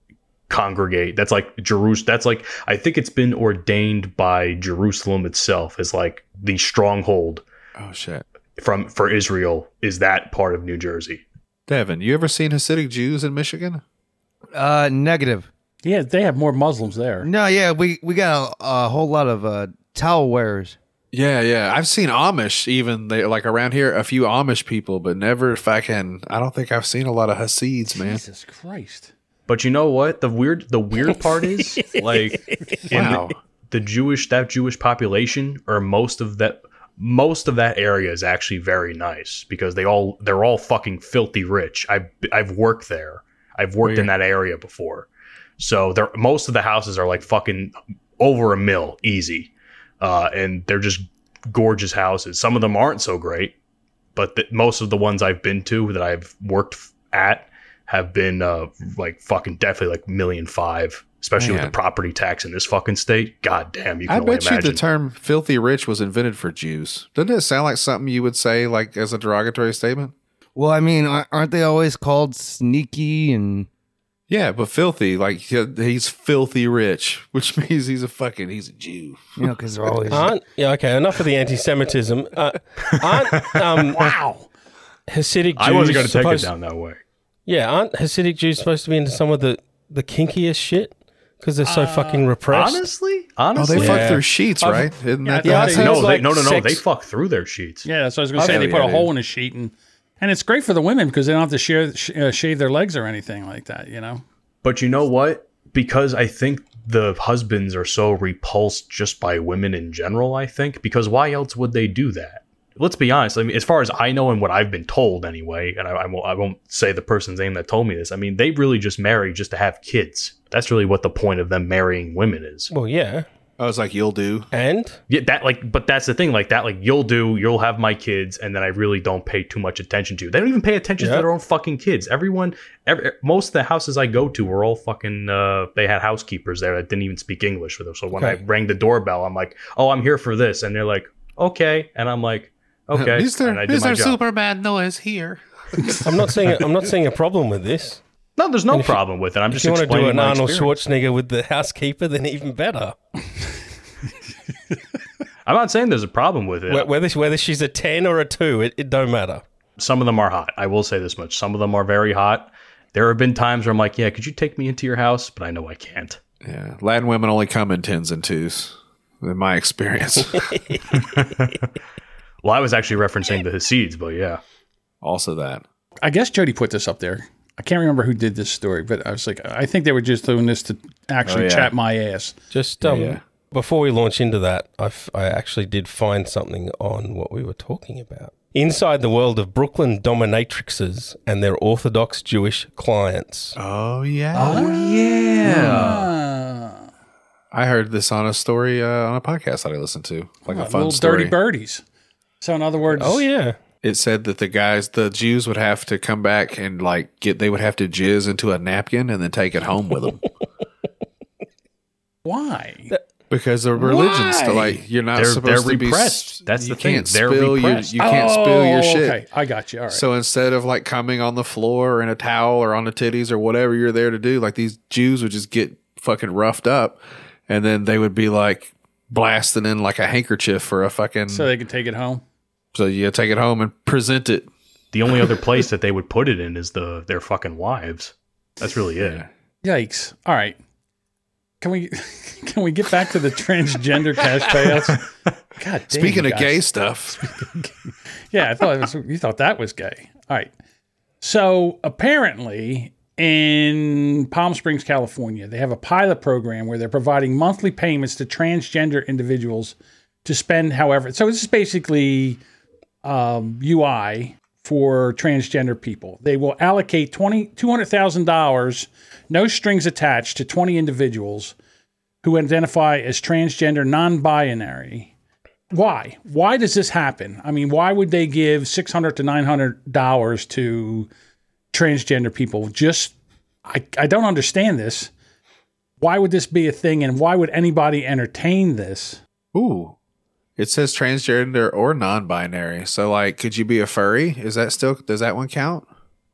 [SPEAKER 6] congregate. That's like Jerusalem. That's like I think it's been ordained by Jerusalem itself as like the stronghold
[SPEAKER 5] oh shit,
[SPEAKER 6] from for Israel. Is that part of New Jersey?
[SPEAKER 5] Devin, you ever seen Hasidic Jews in Michigan?
[SPEAKER 4] Uh, negative.
[SPEAKER 3] Yeah, they have more Muslims there.
[SPEAKER 4] No, yeah, we we got a, a whole lot of uh, towel wearers.
[SPEAKER 5] Yeah, yeah. I've seen Amish even they like around here a few Amish people, but never fucking I don't think I've seen a lot of Hasids, man.
[SPEAKER 3] Jesus Christ.
[SPEAKER 6] But you know what? The weird the weird part is like in
[SPEAKER 5] Wow.
[SPEAKER 6] the, the Jewish that Jewish population or most of that most of that area is actually very nice because they all they're all fucking filthy rich. I I've worked there. I've worked in that area before. So they're most of the houses are like fucking over a mill easy. Uh, and they're just gorgeous houses. Some of them aren't so great, but the, most of the ones I've been to that I've worked f- at have been uh, like fucking definitely like million five, especially
[SPEAKER 5] Man.
[SPEAKER 6] with the property tax in this fucking state. God damn, you can
[SPEAKER 5] I
[SPEAKER 6] only
[SPEAKER 5] bet you
[SPEAKER 6] imagine.
[SPEAKER 5] the term filthy rich was invented for Jews. Doesn't it sound like something you would say like as a derogatory statement?
[SPEAKER 4] Well, I mean, ar- aren't they always called sneaky and
[SPEAKER 5] Yeah, but filthy, like he- he's filthy rich, which means he's a fucking he's a Jew.
[SPEAKER 4] you know because they're always
[SPEAKER 7] Aren't yeah okay? Enough of the anti-Semitism. Uh, aren't um,
[SPEAKER 3] Wow.
[SPEAKER 7] Hasidic Jews
[SPEAKER 6] I wasn't going to take it
[SPEAKER 7] supposed-
[SPEAKER 6] down that way.
[SPEAKER 7] Yeah, aren't Hasidic Jews supposed to be into some of the the kinkiest shit because they're so fucking repressed?
[SPEAKER 6] Honestly,
[SPEAKER 5] Oh, they
[SPEAKER 6] honestly,
[SPEAKER 5] fuck through sheets, right? Isn't
[SPEAKER 3] Yeah,
[SPEAKER 5] that
[SPEAKER 3] I
[SPEAKER 5] the
[SPEAKER 3] thought
[SPEAKER 5] hot
[SPEAKER 3] it-
[SPEAKER 5] tub?
[SPEAKER 6] no,
[SPEAKER 7] Sounds
[SPEAKER 6] they,
[SPEAKER 7] like
[SPEAKER 6] no, no, no,
[SPEAKER 7] sex-
[SPEAKER 6] they fuck through their sheets.
[SPEAKER 3] Yeah, that's what I was going to say.
[SPEAKER 5] hell
[SPEAKER 3] They put
[SPEAKER 5] yeah,
[SPEAKER 3] a hole
[SPEAKER 5] dude.
[SPEAKER 3] in a sheet, and, and it's great for the women because they don't have to share, sh- uh, shave their legs or anything like that, you know?
[SPEAKER 6] But you know what? Because I think the husbands are so repulsed just by women in general, I think, because why else would they do that? Let's be honest. I mean, as far as I know and what I've been told anyway, and I, I, won't, I won't say the person's name that told me this, I mean, they really just marry just to have kids. That's really what the point of them marrying women is.
[SPEAKER 7] Well, yeah,
[SPEAKER 5] I was like, you'll do.
[SPEAKER 7] and
[SPEAKER 6] Yeah, that like, but that's the thing, like that, like you'll do, you'll have my kids, and then I really don't pay too much attention to. They don't even pay attention to
[SPEAKER 7] Yep.
[SPEAKER 6] their own fucking kids. Everyone, every, most of the houses I go to were all fucking. Uh, they had housekeepers there that didn't even speak English with them. So when I
[SPEAKER 7] Okay.
[SPEAKER 6] rang the doorbell, I'm like, "Oh, I'm here for this," and they're like, "Okay," and I'm like, "Okay," and I did my job.
[SPEAKER 5] Superman noise here?
[SPEAKER 7] I'm not seeing a, I'm not seeing a problem with this.
[SPEAKER 6] no, there's no problem with it. I'm
[SPEAKER 7] If
[SPEAKER 6] just
[SPEAKER 7] you want to
[SPEAKER 6] explaining
[SPEAKER 7] do an
[SPEAKER 6] my
[SPEAKER 7] Arnold
[SPEAKER 6] experience.
[SPEAKER 7] Schwarzenegger with the housekeeper, then even better.
[SPEAKER 6] I'm not saying there's a problem with it.
[SPEAKER 7] Wh- Whether whether she's a ten or a two, it, it don't matter.
[SPEAKER 6] some of them are hot. I will say this much: some of them are very hot. There have been times where I'm like, "Yeah, could you take me into your house?" But I know I can't.
[SPEAKER 5] Yeah, Latin women only come in tens and twos, in my experience.
[SPEAKER 6] Well, I was actually referencing the Hasids, but yeah.
[SPEAKER 5] also, that
[SPEAKER 3] I guess Jody put this up there. I can't remember who did this story, but I was like, I think they were just doing this to actually
[SPEAKER 5] Oh, yeah.
[SPEAKER 3] chat my ass.
[SPEAKER 7] Just um,
[SPEAKER 5] Yeah.
[SPEAKER 7] before we launch into that, I, f- I actually did find something on what we were talking about. Inside the world of Brooklyn dominatrixes and their Orthodox Jewish clients.
[SPEAKER 5] Oh yeah. Oh yeah. I heard this on a story uh, on a podcast that I listened to, like a
[SPEAKER 3] Like
[SPEAKER 5] fun
[SPEAKER 3] little
[SPEAKER 5] story.
[SPEAKER 3] dirty birdies. So, in other words,
[SPEAKER 7] Oh yeah,
[SPEAKER 5] it said that the guys, the Jews, would have to come back and like get. They would have to jizz into a napkin and then take it home with them
[SPEAKER 3] why?
[SPEAKER 5] because the religion's still like you're not
[SPEAKER 6] They're-
[SPEAKER 5] supposed
[SPEAKER 6] they're
[SPEAKER 5] to be. s-
[SPEAKER 6] repressed. That's the
[SPEAKER 5] you
[SPEAKER 6] thing.
[SPEAKER 5] Can't
[SPEAKER 6] They're
[SPEAKER 5] spill your,
[SPEAKER 6] repressed.
[SPEAKER 5] you can't spill your
[SPEAKER 3] Oh,
[SPEAKER 5] shit.
[SPEAKER 3] Okay, I got you. All right.
[SPEAKER 5] So instead of like coming on the floor in a towel or on the titties or whatever you're there to do, like these Jews would just get fucking roughed up and then they would be like blasting in like a handkerchief for a fucking
[SPEAKER 3] so
[SPEAKER 5] so,
[SPEAKER 3] they could take it home.
[SPEAKER 5] you take it home and present it.
[SPEAKER 6] The only other place that they would put it in is the their fucking wives. That's really it.
[SPEAKER 3] Yikes! All right, can we can we get back to the transgender cash payouts? God damn.
[SPEAKER 5] Speaking
[SPEAKER 3] you
[SPEAKER 5] of
[SPEAKER 3] guys.
[SPEAKER 5] gay stuff,
[SPEAKER 3] yeah, I thought it was, you thought that was gay. All right. So apparently, in Palm Springs, California, they have a pilot program where they're providing monthly payments to transgender individuals to spend however. So it's basically um, UI for transgender people. They will allocate 20, $200,000, no strings attached, to 20 individuals who identify as transgender, non binary. Why? Why does this happen? I mean, why would they give 600 to $900 to transgender people? Just, I, I don't understand this. Why would this be a thing and why would anybody entertain this?
[SPEAKER 5] Ooh. It says transgender or non-binary. So like could you be a furry? Is that still does that one count?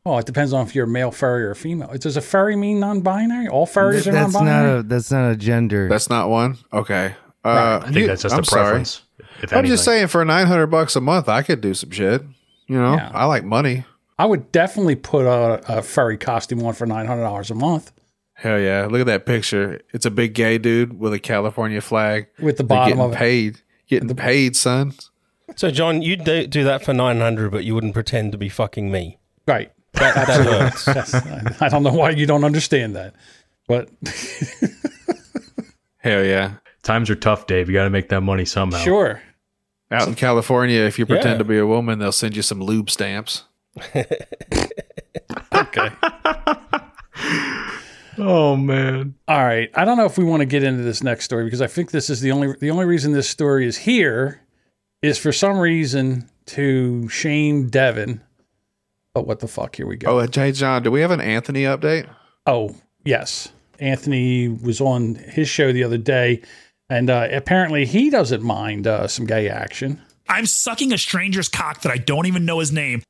[SPEAKER 3] Well, it depends on if you're a male furry or a female. Does a furry mean non-binary? All furries
[SPEAKER 4] Th-
[SPEAKER 3] are
[SPEAKER 4] that's
[SPEAKER 3] non-binary.
[SPEAKER 4] not a that's not a gender.
[SPEAKER 5] That's not one? Okay. Uh,
[SPEAKER 6] I think that's just a preference. If
[SPEAKER 5] I'm just saying for 900 bucks a month I could do some shit. You know,
[SPEAKER 3] Yeah.
[SPEAKER 5] I like money.
[SPEAKER 3] I would definitely put a, a furry costume on for nine hundred dollars a month
[SPEAKER 5] Hell yeah. Look at that picture. It's a big gay dude with a California flag.
[SPEAKER 3] with the
[SPEAKER 5] They're
[SPEAKER 3] bottom
[SPEAKER 5] getting
[SPEAKER 3] of it.
[SPEAKER 5] paid. Getting paid, son.
[SPEAKER 7] So, John, you do, do that for 900, but you wouldn't pretend to be fucking me.
[SPEAKER 3] Right.
[SPEAKER 7] That, that works.
[SPEAKER 3] That's- I I don't know why you don't understand that, but
[SPEAKER 5] Hell yeah.
[SPEAKER 6] times are tough, Dave. You got to make that money somehow.
[SPEAKER 3] sure.
[SPEAKER 5] Out in California, if you pretend
[SPEAKER 7] Yeah.
[SPEAKER 5] to be a woman, they'll send you some lube stamps.
[SPEAKER 6] Oh man.
[SPEAKER 3] All right. I don't know if we want to get into this next story because I think this is the only the only reason this story is here is for some reason to shame Devin. But what the fuck? Here we go.
[SPEAKER 5] Oh, hey, John, do we have an Anthony update?
[SPEAKER 3] Oh, yes. Anthony was on his show the other day, and uh, apparently he doesn't mind uh, some gay action.
[SPEAKER 8] I'm sucking a stranger's cock that I don't even know his name.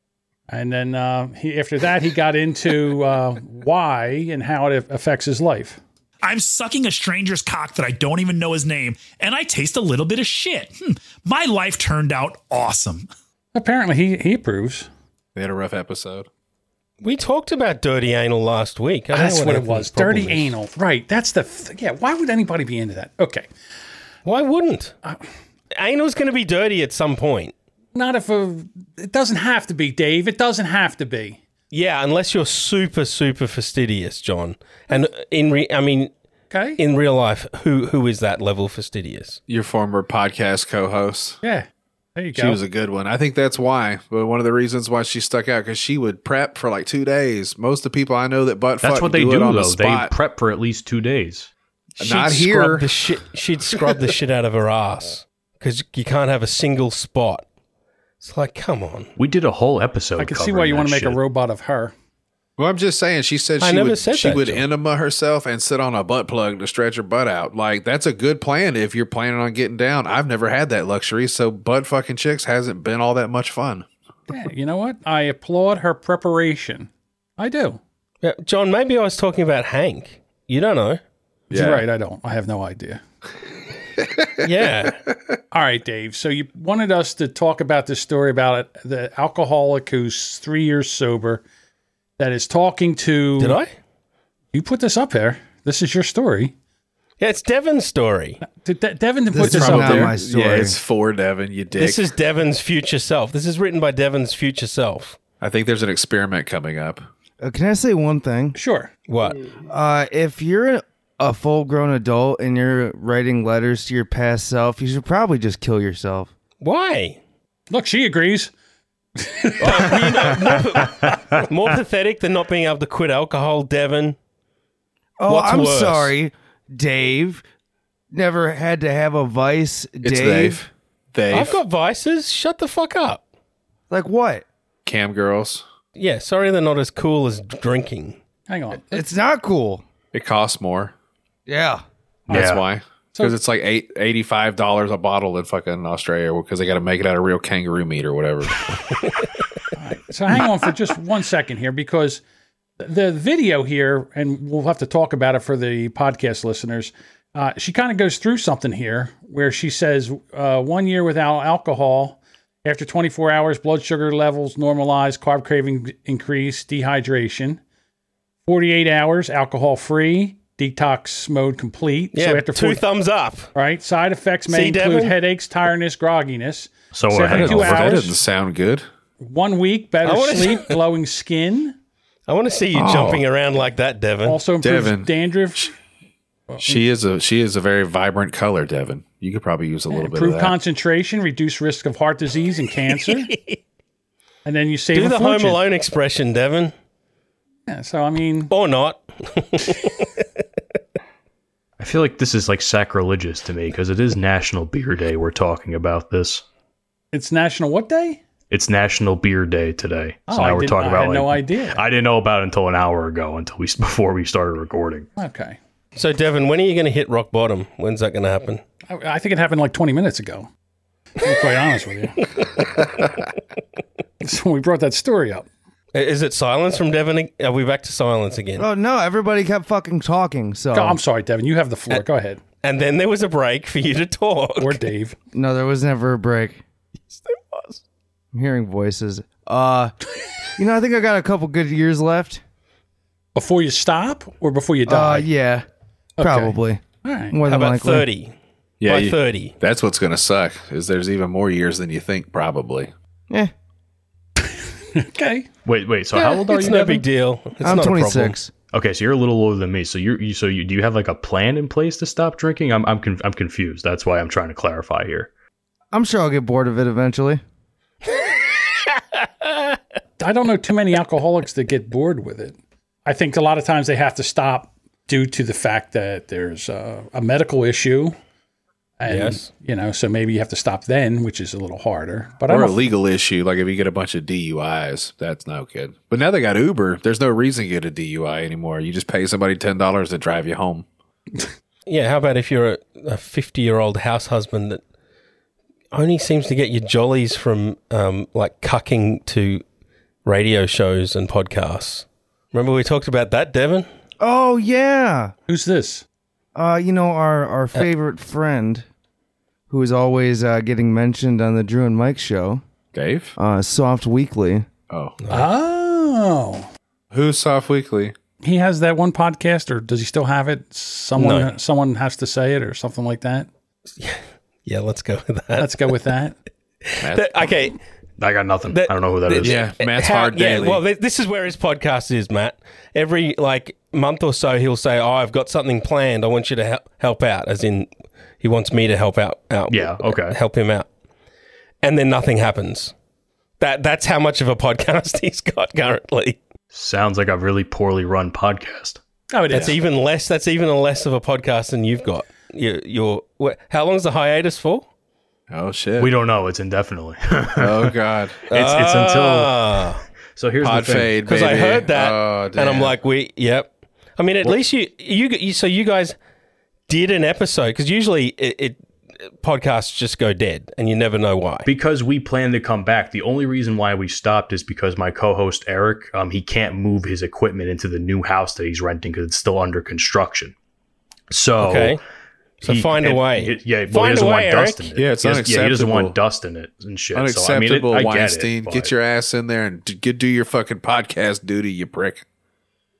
[SPEAKER 3] And then uh, he, after that, he got into uh, why and how it affects his life.
[SPEAKER 8] I'm sucking a stranger's cock that I don't even know his name, and I taste a little bit of shit. Hmm, My life turned out awesome.
[SPEAKER 3] Apparently, he, he approves.
[SPEAKER 5] They had a rough episode.
[SPEAKER 7] we talked about dirty anal last week. I don't
[SPEAKER 3] That's
[SPEAKER 7] know
[SPEAKER 3] what, it
[SPEAKER 7] Anthony's
[SPEAKER 3] was.
[SPEAKER 7] problem
[SPEAKER 3] Dirty
[SPEAKER 7] is.
[SPEAKER 3] anal. Right. That's the. Th- yeah. Why would anybody be into that? Okay.
[SPEAKER 7] Why wouldn't? Anal's going to be dirty at some point.
[SPEAKER 3] Not if a. It doesn't have to be, Dave. It doesn't have to be.
[SPEAKER 7] Yeah, unless you're super, super fastidious, John. And in re- I mean,
[SPEAKER 3] Okay.
[SPEAKER 7] in real life, who who is that level fastidious?
[SPEAKER 5] Your former podcast co host.
[SPEAKER 3] yeah. There you go.
[SPEAKER 5] She was a good one. I think that's why. But one of the reasons why she stuck out because she would prep for like two days. Most of the people I know that butt
[SPEAKER 6] That's
[SPEAKER 5] fuck
[SPEAKER 6] what they
[SPEAKER 5] do,
[SPEAKER 6] do,
[SPEAKER 5] it on the
[SPEAKER 6] though. They
[SPEAKER 5] spot.
[SPEAKER 6] prep for at least two days.
[SPEAKER 5] Not
[SPEAKER 7] scrub
[SPEAKER 5] here.
[SPEAKER 7] The shit, she'd scrub the shit out of her ass because you can't have a single spot. It's like, come on.
[SPEAKER 6] We did a whole episode.
[SPEAKER 3] I can see why you want to make a robot of her.
[SPEAKER 5] well, I'm just saying. She said
[SPEAKER 7] I
[SPEAKER 5] she
[SPEAKER 7] never
[SPEAKER 5] would
[SPEAKER 7] said
[SPEAKER 5] she
[SPEAKER 7] that,
[SPEAKER 5] would
[SPEAKER 7] Joe.
[SPEAKER 5] enema herself and sit on a butt plug to stretch her butt out. Like that's a good plan if you're planning on getting down. I've never had that luxury, so butt fucking chicks hasn't been all that much fun.
[SPEAKER 3] Yeah, you know what? I applaud her preparation. I do.
[SPEAKER 7] Yeah, John, maybe I was talking about Hank. You don't know.
[SPEAKER 3] You're right. I don't. I have no idea.
[SPEAKER 7] Yeah.
[SPEAKER 3] All right, Dave. So you wanted us to talk about this story about the alcoholic who's three years sober that is talking to.
[SPEAKER 7] Did I?
[SPEAKER 3] You put this up there. This is your story.
[SPEAKER 7] Yeah, it's Devin's story.
[SPEAKER 3] Did De- Devin put
[SPEAKER 4] This
[SPEAKER 3] this
[SPEAKER 4] is
[SPEAKER 3] up
[SPEAKER 4] not
[SPEAKER 3] there?
[SPEAKER 4] my story.
[SPEAKER 5] Yeah, it's for Devin. You dick.
[SPEAKER 7] This is Devin's future self. This is written by Devin's future self.
[SPEAKER 5] I think there's an experiment coming up.
[SPEAKER 4] Uh, can I say one thing?
[SPEAKER 3] Sure.
[SPEAKER 7] What?
[SPEAKER 4] Uh, if you're an- a full grown adult and you're writing letters to your past self, you should probably just kill yourself.
[SPEAKER 7] Why?
[SPEAKER 3] Look, she agrees.
[SPEAKER 7] More pathetic than not being able to quit alcohol, Devin.
[SPEAKER 4] Oh,
[SPEAKER 7] What's
[SPEAKER 4] I'm
[SPEAKER 7] worse?
[SPEAKER 4] sorry, Dave. Never had to have a vice, Dave.
[SPEAKER 5] It's Dave. Dave.
[SPEAKER 7] I've got vices. Shut the fuck up.
[SPEAKER 4] Like what?
[SPEAKER 5] cam girls.
[SPEAKER 7] Yeah, sorry they're not as cool as drinking.
[SPEAKER 3] Hang on.
[SPEAKER 4] It's not cool.
[SPEAKER 5] It costs more.
[SPEAKER 4] Yeah.
[SPEAKER 5] That's
[SPEAKER 6] Yeah.
[SPEAKER 5] why. Because it's like eight eighty five dollars a bottle in fucking Australia because they got to make it out of real kangaroo meat or whatever.
[SPEAKER 3] So hang on for just one second here because the video here, and we'll have to talk about it for the podcast listeners. Uh, she kind of goes through something here where she says, uh, one year without alcohol, after 24 hours, blood sugar levels normalize, carb craving increase, dehydration. 48 hours, alcohol free, detox mode complete.
[SPEAKER 7] Yeah,
[SPEAKER 3] so after
[SPEAKER 7] two
[SPEAKER 3] 40,
[SPEAKER 7] thumbs up.
[SPEAKER 3] right, side effects may
[SPEAKER 7] See,
[SPEAKER 3] include
[SPEAKER 7] Devin?
[SPEAKER 3] headaches, tiredness, grogginess.
[SPEAKER 6] So uh,
[SPEAKER 5] that,
[SPEAKER 3] Seventy-two
[SPEAKER 6] hang
[SPEAKER 5] doesn't,
[SPEAKER 6] on.
[SPEAKER 5] that
[SPEAKER 3] hours.
[SPEAKER 5] doesn't sound good.
[SPEAKER 3] One week, better
[SPEAKER 7] I wanna-
[SPEAKER 3] sleep, glowing skin. Oh.
[SPEAKER 7] I want to see you jumping around like that, Devin.
[SPEAKER 3] Also improves
[SPEAKER 5] Devin.
[SPEAKER 3] dandruff,
[SPEAKER 5] She is a she is a very vibrant color, Devin. You could probably use a little bit of
[SPEAKER 3] Improve
[SPEAKER 5] that.
[SPEAKER 3] concentration, reduce risk of heart disease and cancer. and then you save
[SPEAKER 7] Do
[SPEAKER 3] a
[SPEAKER 7] the Home
[SPEAKER 3] fortune.
[SPEAKER 7] Alone expression, Devin,
[SPEAKER 3] Yeah, so I mean,
[SPEAKER 7] or not?
[SPEAKER 6] I feel like this is like sacrilegious to me because it is National Beer Day. We're talking about this.
[SPEAKER 3] it's National What Day?
[SPEAKER 6] It's National Beer Day today.
[SPEAKER 3] Oh,
[SPEAKER 6] so now
[SPEAKER 3] I
[SPEAKER 6] we're
[SPEAKER 3] didn't-
[SPEAKER 6] talking
[SPEAKER 3] I
[SPEAKER 6] about
[SPEAKER 3] had
[SPEAKER 6] like,
[SPEAKER 3] no idea.
[SPEAKER 6] I didn't know about it until an hour ago until we before we started recording.
[SPEAKER 3] Okay.
[SPEAKER 7] So, Devin, when are you going to hit rock bottom? When's that going to happen?
[SPEAKER 3] I, I think it happened like 20 minutes ago. To be quite honest with you. so we brought that story up.
[SPEAKER 7] I- Is it silence from Devin? ag- Are we back to silence
[SPEAKER 3] Uh,
[SPEAKER 7] again?
[SPEAKER 4] Oh no! Everybody kept fucking talking. So
[SPEAKER 3] Oh, I'm sorry, Devin. You have the
[SPEAKER 7] Eh.
[SPEAKER 3] floor. Go ahead.
[SPEAKER 7] And then there was a break for you to talk.
[SPEAKER 3] Or Dave.
[SPEAKER 4] no, there was never a break. I'm hearing voices. Uh, you know, I think I got a couple good years left.
[SPEAKER 3] Before you stop or before you
[SPEAKER 4] Uh,
[SPEAKER 3] die?
[SPEAKER 4] yeah, probably
[SPEAKER 3] All right.
[SPEAKER 4] more
[SPEAKER 7] How
[SPEAKER 4] than
[SPEAKER 7] about
[SPEAKER 4] likely.
[SPEAKER 7] thirty?
[SPEAKER 5] yeah,
[SPEAKER 7] By
[SPEAKER 5] you-
[SPEAKER 7] thirty,
[SPEAKER 5] that's what's going to suck. Is there's even more years than you think, probably.
[SPEAKER 4] Eh,
[SPEAKER 3] Okay.
[SPEAKER 6] Wait, wait. So how old are
[SPEAKER 7] it's
[SPEAKER 6] you?
[SPEAKER 7] no
[SPEAKER 6] Devin?
[SPEAKER 7] big deal. It's
[SPEAKER 4] I'm
[SPEAKER 7] not a problem.
[SPEAKER 4] 26.
[SPEAKER 6] Okay, so you're a little older than me. So you're, you, so you, do you have like a plan in place to stop drinking? I'm, I'm, conf- I'm confused. That's why I'm trying to clarify here.
[SPEAKER 4] I'm sure I'll get bored of it eventually.
[SPEAKER 3] I don't know too many alcoholics that get bored with it. I think a lot of times they have to stop due to the fact that there's uh, a medical issue. And,
[SPEAKER 7] Yes.
[SPEAKER 3] You know, so maybe you have to stop then, which is a little harder. But I'm
[SPEAKER 5] Or
[SPEAKER 3] a
[SPEAKER 5] a legal issue, like if you get a bunch of DUIs, that's no good. But now they got Uber. There's no reason to get a DUI anymore. You just pay somebody ten dollars to drive you home.
[SPEAKER 7] Yeah. How about if you're a fifty-year-old house husband that only seems to get your jollies from um, like cucking to radio shows and podcasts? Remember we talked about that, Devin?
[SPEAKER 4] Oh yeah.
[SPEAKER 3] who's this?
[SPEAKER 4] Uh, you know our our favorite friend, who is always uh, getting mentioned on the Drew and Mike show,
[SPEAKER 5] Dave.
[SPEAKER 4] uh, Soft Weekly.
[SPEAKER 5] Oh,
[SPEAKER 3] Oh,
[SPEAKER 5] who's Soft Weekly?
[SPEAKER 3] he has that one podcast, or does he still have it? Someone,
[SPEAKER 7] No.
[SPEAKER 3] someone has to say it, or something like that.
[SPEAKER 7] Yeah, let's go with that.
[SPEAKER 3] Let's go with that.
[SPEAKER 7] That- okay.
[SPEAKER 6] I got nothing.
[SPEAKER 7] That-
[SPEAKER 6] I don't know who that is.
[SPEAKER 5] Yeah, Matt's hard
[SPEAKER 7] yeah,
[SPEAKER 5] daily.
[SPEAKER 7] well, thi- this is where his podcast is, Matt. Every like month or so, he'll say, "Oh, I've got something planned. I want you to help help out." As in, he wants me to help out. out
[SPEAKER 6] Yeah, okay.
[SPEAKER 7] help him out. And then nothing happens. That that's how much of a podcast he's got currently.
[SPEAKER 6] Sounds like a really poorly run podcast.
[SPEAKER 3] Oh, it
[SPEAKER 7] That's even less. That's even less of a podcast than you've got. You, you're wh- how long's the hiatus for?
[SPEAKER 5] oh shit.
[SPEAKER 6] We don't know. It's indefinitely. it's,
[SPEAKER 5] oh god.
[SPEAKER 6] it's until.
[SPEAKER 7] Ah.
[SPEAKER 6] So here's
[SPEAKER 5] Pod
[SPEAKER 6] the thing.
[SPEAKER 5] fade.
[SPEAKER 7] because I
[SPEAKER 5] baby.
[SPEAKER 7] heard that,
[SPEAKER 5] Oh,
[SPEAKER 7] and I'm
[SPEAKER 5] damn.
[SPEAKER 7] like, we, yep. I mean, at least you, you, you, so you guys did an episode because usually it, it podcasts just go dead, and you never know why.
[SPEAKER 6] because we plan to come back. The only reason why we stopped is because my co-host Eric, um, he can't move his equipment into the new house that he's renting because it's still under construction. So
[SPEAKER 7] Okay, so
[SPEAKER 6] he-
[SPEAKER 7] find a
[SPEAKER 6] and
[SPEAKER 7] way.
[SPEAKER 6] it- yeah, well,
[SPEAKER 7] Find
[SPEAKER 6] he doesn't
[SPEAKER 7] a
[SPEAKER 6] want
[SPEAKER 7] way,
[SPEAKER 6] dust in
[SPEAKER 7] Eric.
[SPEAKER 6] it.
[SPEAKER 5] Yeah, it's
[SPEAKER 6] he doesn't- Yeah, he doesn't want
[SPEAKER 5] unacceptable.
[SPEAKER 6] dust in it and shit. So, I mean, it,
[SPEAKER 5] Unacceptable,
[SPEAKER 6] I get
[SPEAKER 5] Weinstein.
[SPEAKER 6] It,
[SPEAKER 5] Get,
[SPEAKER 6] but
[SPEAKER 5] your ass in there and d- get do your fucking podcast duty, you prick.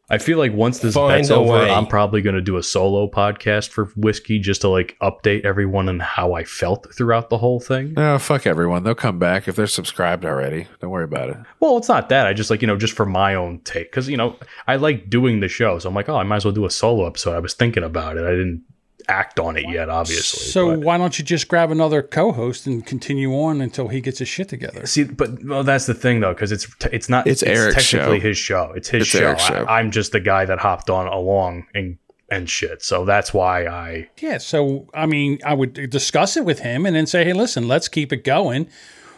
[SPEAKER 6] I feel like once this
[SPEAKER 7] Find
[SPEAKER 6] that's
[SPEAKER 7] a
[SPEAKER 6] over,
[SPEAKER 7] way.
[SPEAKER 6] I'm probably going to do a solo podcast for whiskey just to like update everyone on how I felt throughout the whole thing.
[SPEAKER 5] Oh, fuck everyone. They'll come back if they're subscribed already. Don't worry about it.
[SPEAKER 6] Well, it's not that. I just like, you know, just for my own take. Cause, you know, I like doing the show. So I'm like, oh, I might as well do a solo episode. I was thinking about it. I didn't act on it yet, obviously.
[SPEAKER 3] So
[SPEAKER 6] but-
[SPEAKER 3] why don't you just grab another co-host and continue on until he gets his shit together?
[SPEAKER 6] see, but well, that's the thing though, because it's t- it's not
[SPEAKER 5] It's Eric's
[SPEAKER 6] technically
[SPEAKER 5] show.
[SPEAKER 6] his show. It's his
[SPEAKER 5] It's
[SPEAKER 6] show.
[SPEAKER 5] Eric's show.
[SPEAKER 6] I, am just the guy that hopped on along and and shit. So that's why I
[SPEAKER 3] Yeah. So I mean, I would discuss it with him and then say, "Hey, listen, let's keep it going.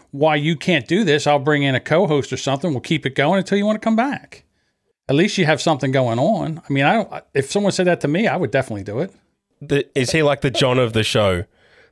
[SPEAKER 3] Why you can't do this? I'll bring in a co-host or something. We'll keep it going until you want to come back. At least you have something going on. I mean, I don't. If someone said that to me, I would definitely do it.
[SPEAKER 7] The- is he like the John of the show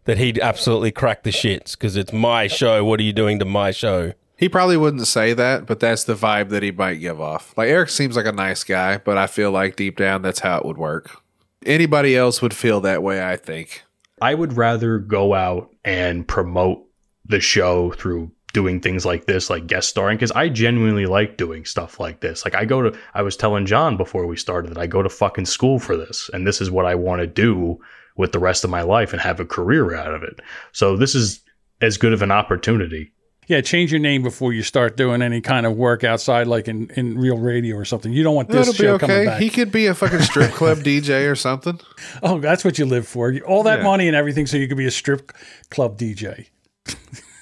[SPEAKER 7] that he'd absolutely crack the shits because it's my show? What are you doing to my show?
[SPEAKER 5] He probably wouldn't say that, but that's the vibe that he might give off. Like Eric seems like a nice guy, but I feel like deep down that's how it would work. Anybody else would feel that way, I think.
[SPEAKER 6] I would rather go out and promote the show through doing things like this, like guest starring, because I genuinely like doing stuff like this. Like I go to, I was telling John before we started that I go to fucking school for this, and this is what I want to do with the rest of my life and have a career out of it. So this is as good of an opportunity
[SPEAKER 3] Yeah, change your name before you start doing any kind of work outside, like in, in real radio or something. You don't want this
[SPEAKER 5] It'll be
[SPEAKER 3] show coming
[SPEAKER 5] okay.
[SPEAKER 3] back.
[SPEAKER 5] He could be a fucking strip club DJ or something.
[SPEAKER 3] oh, that's what you live for. You- All that
[SPEAKER 5] Yeah.
[SPEAKER 3] money and everything, so you could be a strip club DJ.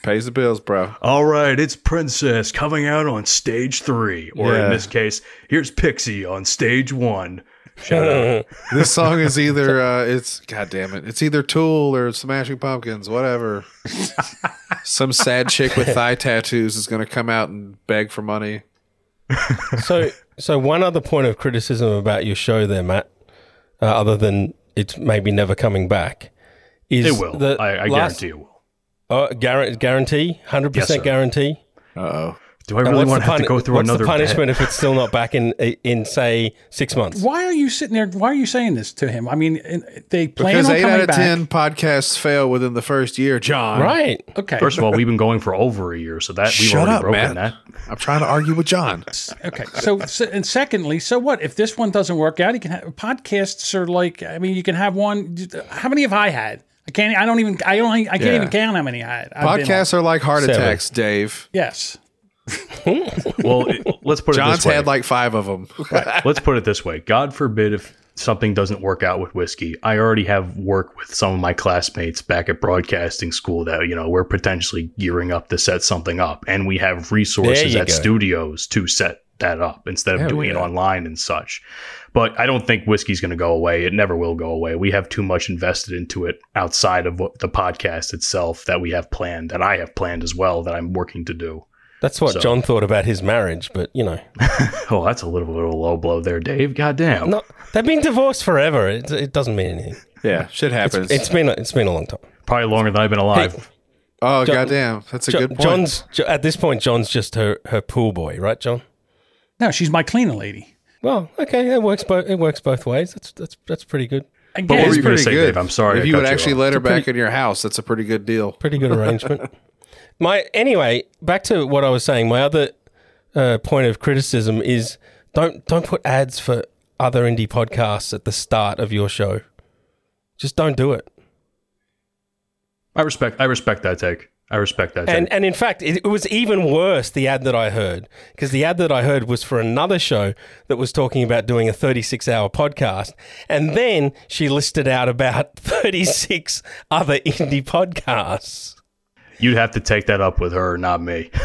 [SPEAKER 5] Pays the bills, bro.
[SPEAKER 6] All right, it's Princess coming out on stage three, or
[SPEAKER 5] Yeah.
[SPEAKER 6] in this case, here's Pixie on stage one. Shout out.
[SPEAKER 5] This song is either uh, it's god damn it, it's either Tool or Smashing Pumpkins, whatever. Some sad chick with thigh tattoos is going to come out and beg for money.
[SPEAKER 7] So, so one other point of criticism about your show, there, Matt, uh, other than it's maybe never coming back, is
[SPEAKER 6] It will.
[SPEAKER 7] the
[SPEAKER 6] I, I
[SPEAKER 7] last-
[SPEAKER 6] guarantee it will.
[SPEAKER 7] Oh, guarantee, guarantee, hundred
[SPEAKER 6] Yes, sir.
[SPEAKER 7] percent guarantee.
[SPEAKER 6] Do I
[SPEAKER 7] And
[SPEAKER 6] really
[SPEAKER 7] Uh,
[SPEAKER 6] want
[SPEAKER 7] what's the
[SPEAKER 6] to have to
[SPEAKER 7] puni-
[SPEAKER 6] go through
[SPEAKER 7] what's
[SPEAKER 6] another
[SPEAKER 7] the punishment
[SPEAKER 6] bet?
[SPEAKER 7] if it's still not back in in say six months?
[SPEAKER 3] Why are you sitting there? Why are you saying this to him? I mean, and they plan
[SPEAKER 5] Because
[SPEAKER 3] on
[SPEAKER 5] eight
[SPEAKER 3] coming
[SPEAKER 5] out of
[SPEAKER 3] back.
[SPEAKER 5] ten podcasts fail within the first year, John.
[SPEAKER 7] Right.
[SPEAKER 3] Okay,
[SPEAKER 6] First of all, we've been going for over a year, so that we've
[SPEAKER 5] Shut
[SPEAKER 6] already
[SPEAKER 5] up,
[SPEAKER 6] broken
[SPEAKER 5] man.
[SPEAKER 6] that.
[SPEAKER 5] I'm trying to argue with John.
[SPEAKER 3] okay. So, so, and secondly, so what if this one doesn't work out? You can have podcasts are like. I mean, you can have one. How many have I had? I can't. I don't even. I only. I can't
[SPEAKER 5] Yeah.
[SPEAKER 3] even count how many I had. I've been on.
[SPEAKER 5] Podcasts are like heart
[SPEAKER 7] Seven.
[SPEAKER 5] attacks, Dave.
[SPEAKER 3] Yes.
[SPEAKER 6] Well, it- let's put it
[SPEAKER 5] John's
[SPEAKER 6] this way.
[SPEAKER 5] had like five of them.
[SPEAKER 6] let's put it this way. God forbid if something doesn't work out with whiskey. I already have work with some of my classmates back at broadcasting school that, you know, we're potentially gearing up to set something up. And we have resources
[SPEAKER 7] you
[SPEAKER 6] at
[SPEAKER 7] go.
[SPEAKER 6] studios to set that up instead of doing it online and such. But I don't think whiskey's going to go away. It never will go away. We have too much invested into it outside of what the podcast itself that we have planned, that I have planned as well, that I'm working to do.
[SPEAKER 7] That's what John thought about his marriage, but you know,
[SPEAKER 6] Oh, that's a little, little low blow there, Dave. Goddamn.
[SPEAKER 7] not, they've been divorced forever. It, it doesn't mean anything.
[SPEAKER 5] yeah, shit happens.
[SPEAKER 7] It's been a, it's been a long time.
[SPEAKER 6] Probably longer than I've been alive.
[SPEAKER 5] oh
[SPEAKER 7] John-
[SPEAKER 5] goddamn, that's a
[SPEAKER 7] Jo-
[SPEAKER 5] good point.
[SPEAKER 7] John's Jo- at this point. John's just her her pool boy, right, John?
[SPEAKER 3] No, she's my cleaner lady.
[SPEAKER 7] Well, okay, it works both. It works both ways. That's that's that's pretty good.
[SPEAKER 3] I
[SPEAKER 6] what
[SPEAKER 3] guess.
[SPEAKER 6] were
[SPEAKER 5] It's
[SPEAKER 6] you gonna say, Dave? I'm sorry
[SPEAKER 5] If
[SPEAKER 6] I
[SPEAKER 5] you
[SPEAKER 6] cut
[SPEAKER 5] would
[SPEAKER 6] you
[SPEAKER 5] actually
[SPEAKER 6] off.
[SPEAKER 5] let her back in your house, that's a pretty good deal.
[SPEAKER 7] pretty good arrangement. my anyway, back to what I was saying. My other uh, point of criticism is don't don't put ads for other indie podcasts at the start of your show. Just don't do it.
[SPEAKER 6] I respect. I respect that take. I respect that
[SPEAKER 7] And
[SPEAKER 6] take.
[SPEAKER 7] and in fact, it, it was even worse the ad that I heard because the ad that I heard was for another show that was talking about doing a 36 hour podcast, and then she listed out about 36 other indie podcasts.
[SPEAKER 6] You'd have to take that up with her, not me.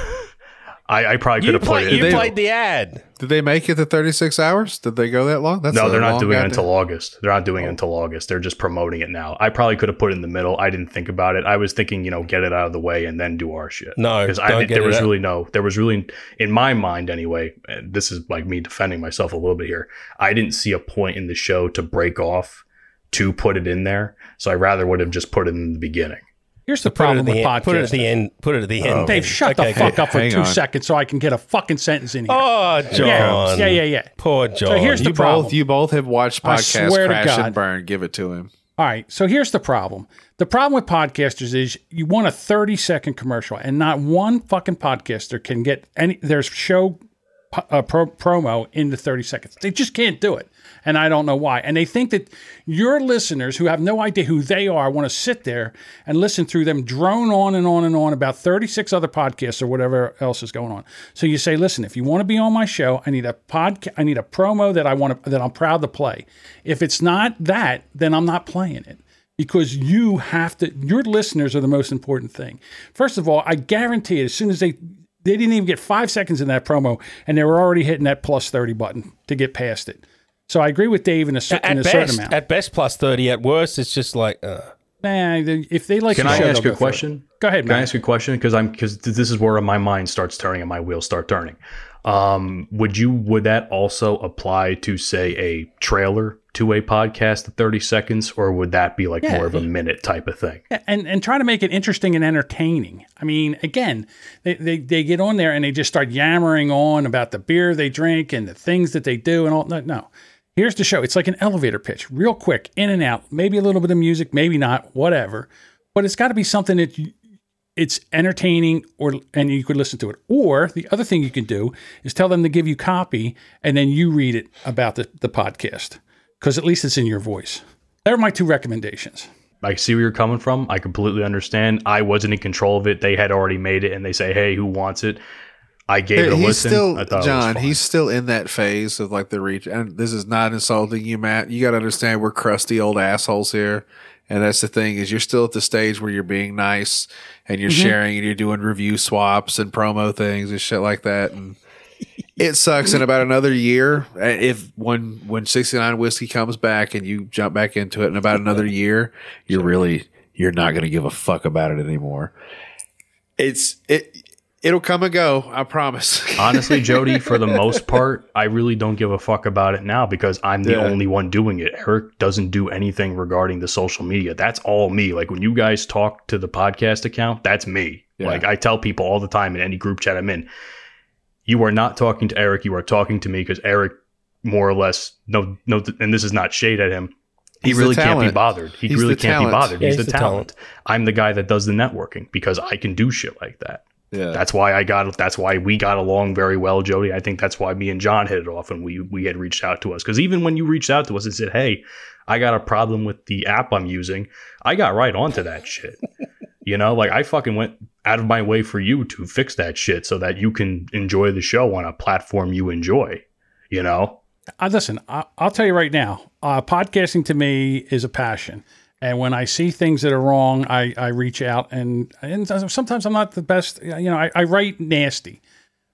[SPEAKER 6] I, I probably could
[SPEAKER 7] You,
[SPEAKER 6] have played
[SPEAKER 7] play,
[SPEAKER 6] it.
[SPEAKER 7] you
[SPEAKER 6] too.
[SPEAKER 7] played the ad.
[SPEAKER 5] Did they make it to 36 hours? Did they go that long? That's
[SPEAKER 6] no,
[SPEAKER 5] a
[SPEAKER 6] they're not
[SPEAKER 5] long
[SPEAKER 6] doing it
[SPEAKER 5] goddamn-
[SPEAKER 6] until August. They're not doing it until August. They're just promoting it now. I probably could have put it in the middle. I didn't think about it. I was thinking, you know, get it out of the way and then do our shit.
[SPEAKER 7] No,
[SPEAKER 6] because I
[SPEAKER 7] don't
[SPEAKER 6] did,
[SPEAKER 7] get
[SPEAKER 6] there
[SPEAKER 7] it
[SPEAKER 6] was
[SPEAKER 7] out.
[SPEAKER 6] really no, there was really in my mind anyway. And this is like me defending myself a little bit here. I didn't see a point in the show to break off to put it in there. So I rather would have just put it in the beginning.
[SPEAKER 3] Here's the
[SPEAKER 7] Put it
[SPEAKER 3] problem
[SPEAKER 7] at the
[SPEAKER 3] with
[SPEAKER 7] end.
[SPEAKER 3] podcasts.
[SPEAKER 7] Put it at the end. Put it at the end.
[SPEAKER 3] Dave, shut the fuck up for
[SPEAKER 5] Hang
[SPEAKER 3] two
[SPEAKER 5] on.
[SPEAKER 3] seconds so I can get a fucking sentence in here.
[SPEAKER 7] Oh, John.
[SPEAKER 3] yeah, yeah, yeah, yeah.
[SPEAKER 7] Poor John.
[SPEAKER 3] here's the
[SPEAKER 5] You
[SPEAKER 3] problem.
[SPEAKER 5] both, you both have watched
[SPEAKER 3] I
[SPEAKER 5] podcasts
[SPEAKER 3] swear to
[SPEAKER 5] crash
[SPEAKER 3] God.
[SPEAKER 5] and burn. Give it to him.
[SPEAKER 3] All right. So here's the problem. The problem with podcasters is you want a 30 second commercial, and not one fucking podcaster can get any their show po- uh, pro- promo in the 30 seconds. They just can't do it. And I don't know why. And they think that your listeners who have no idea who they are want to sit there and listen through them drone on and on and on about 36 other podcasts or whatever else is going on. So you say, "Listen, if you want to be on my show, I need a podcast I need a promo that I want to, that I'm proud to play. If it's not that, then I'm not playing it." because you have to your listeners are the most important thing first of all i guarantee it as soon as they they didn't even get five seconds in that promo and they were already hitting that plus 30 button to get past it so i agree with dave in a, cer- in
[SPEAKER 7] at
[SPEAKER 3] a certain
[SPEAKER 7] best,
[SPEAKER 3] amount
[SPEAKER 7] at best plus thirty. At worst, it's just like uh,
[SPEAKER 3] nah, they- if they like
[SPEAKER 6] Can
[SPEAKER 3] your
[SPEAKER 6] I
[SPEAKER 3] show,
[SPEAKER 6] ask
[SPEAKER 3] they'll
[SPEAKER 6] you
[SPEAKER 3] go
[SPEAKER 6] a
[SPEAKER 3] for it.
[SPEAKER 6] question?
[SPEAKER 3] go ahead
[SPEAKER 6] Can I
[SPEAKER 3] man
[SPEAKER 6] ask you a question? Because I'm because this is where my mind starts turning and my wheels start turning. Um, would you would that also apply to say a trailer to a podcast at 30 seconds, or would that be like more of a minute type of thing?
[SPEAKER 3] and and try to make it interesting and entertaining. I mean, again, they, they, they get on there and they just start yammering on about the beer they drink and the things that they do and all. No, no. here's the show. It's like an elevator pitch, real quick, in and out. Maybe a little bit of music, maybe not, whatever. But it's got to be something that you, it's entertaining, or and you could listen to it. Or the other thing you can do is tell them to give you copy, and then you read it about the the podcast because at least it's in your voice. They're my two recommendations.
[SPEAKER 6] I see where you're coming from. I completely understand. I wasn't in control of it. They had already made it, and they say, "Hey, who wants it?" I gave it a
[SPEAKER 5] he's
[SPEAKER 6] listen.
[SPEAKER 5] still
[SPEAKER 6] I thought it was
[SPEAKER 5] John.
[SPEAKER 6] fine.
[SPEAKER 5] He's still in that phase of like the reach, and this is not insulting you, Matt. You got to understand we're crusty old assholes here, and that's the thing is you're still at the stage where you're being nice and
[SPEAKER 6] Mm-hmm.
[SPEAKER 5] you're sharing and you're doing review swaps and promo things and shit like that. And it sucks. In about another year, uh, if when when sixty nine whiskey comes back and you jump back into it in about another year, you're really you're not going to give a fuck about it anymore. It's it. It'll come and go, I promise.
[SPEAKER 6] Honestly, Jody, for the most part, I really don't give a fuck about it now because I'm the
[SPEAKER 5] Yeah.
[SPEAKER 6] only one doing it. Eric doesn't do anything regarding the social media. That's all me. Like when you guys talk to the podcast account, that's me.
[SPEAKER 5] Yeah.
[SPEAKER 6] Like I tell people all the time in any group chat I'm in, you are not talking to Eric, you are talking to me because Eric more or less no no and this is not shade at him. He
[SPEAKER 5] He's the
[SPEAKER 6] really can't be
[SPEAKER 5] talent.
[SPEAKER 6] bothered. He
[SPEAKER 5] He's
[SPEAKER 6] really
[SPEAKER 5] the
[SPEAKER 6] can't be
[SPEAKER 5] talent.
[SPEAKER 6] bothered.
[SPEAKER 7] Yeah,
[SPEAKER 6] he's,
[SPEAKER 7] he's
[SPEAKER 6] the,
[SPEAKER 7] the talent.
[SPEAKER 6] talent. I'm the guy that does the networking because I can do shit like that.
[SPEAKER 5] Yeah.
[SPEAKER 6] That's why I got. That's why we got along very well, Jody. I think that's why me and John hit it off, and we we had reached out to us because even when you reached out to us and said, "Hey, I got a problem with the app I'm using," I got right onto that shit. You know, like I fucking went out of my way for you to fix that shit so that you can enjoy the show on a platform you enjoy. You know,
[SPEAKER 3] I, listen, I, I'll tell you right now, uh, podcasting to me is a passion. And when I see things that are wrong, I, I reach out and, and sometimes I'm not the best. You know, I, I write nasty,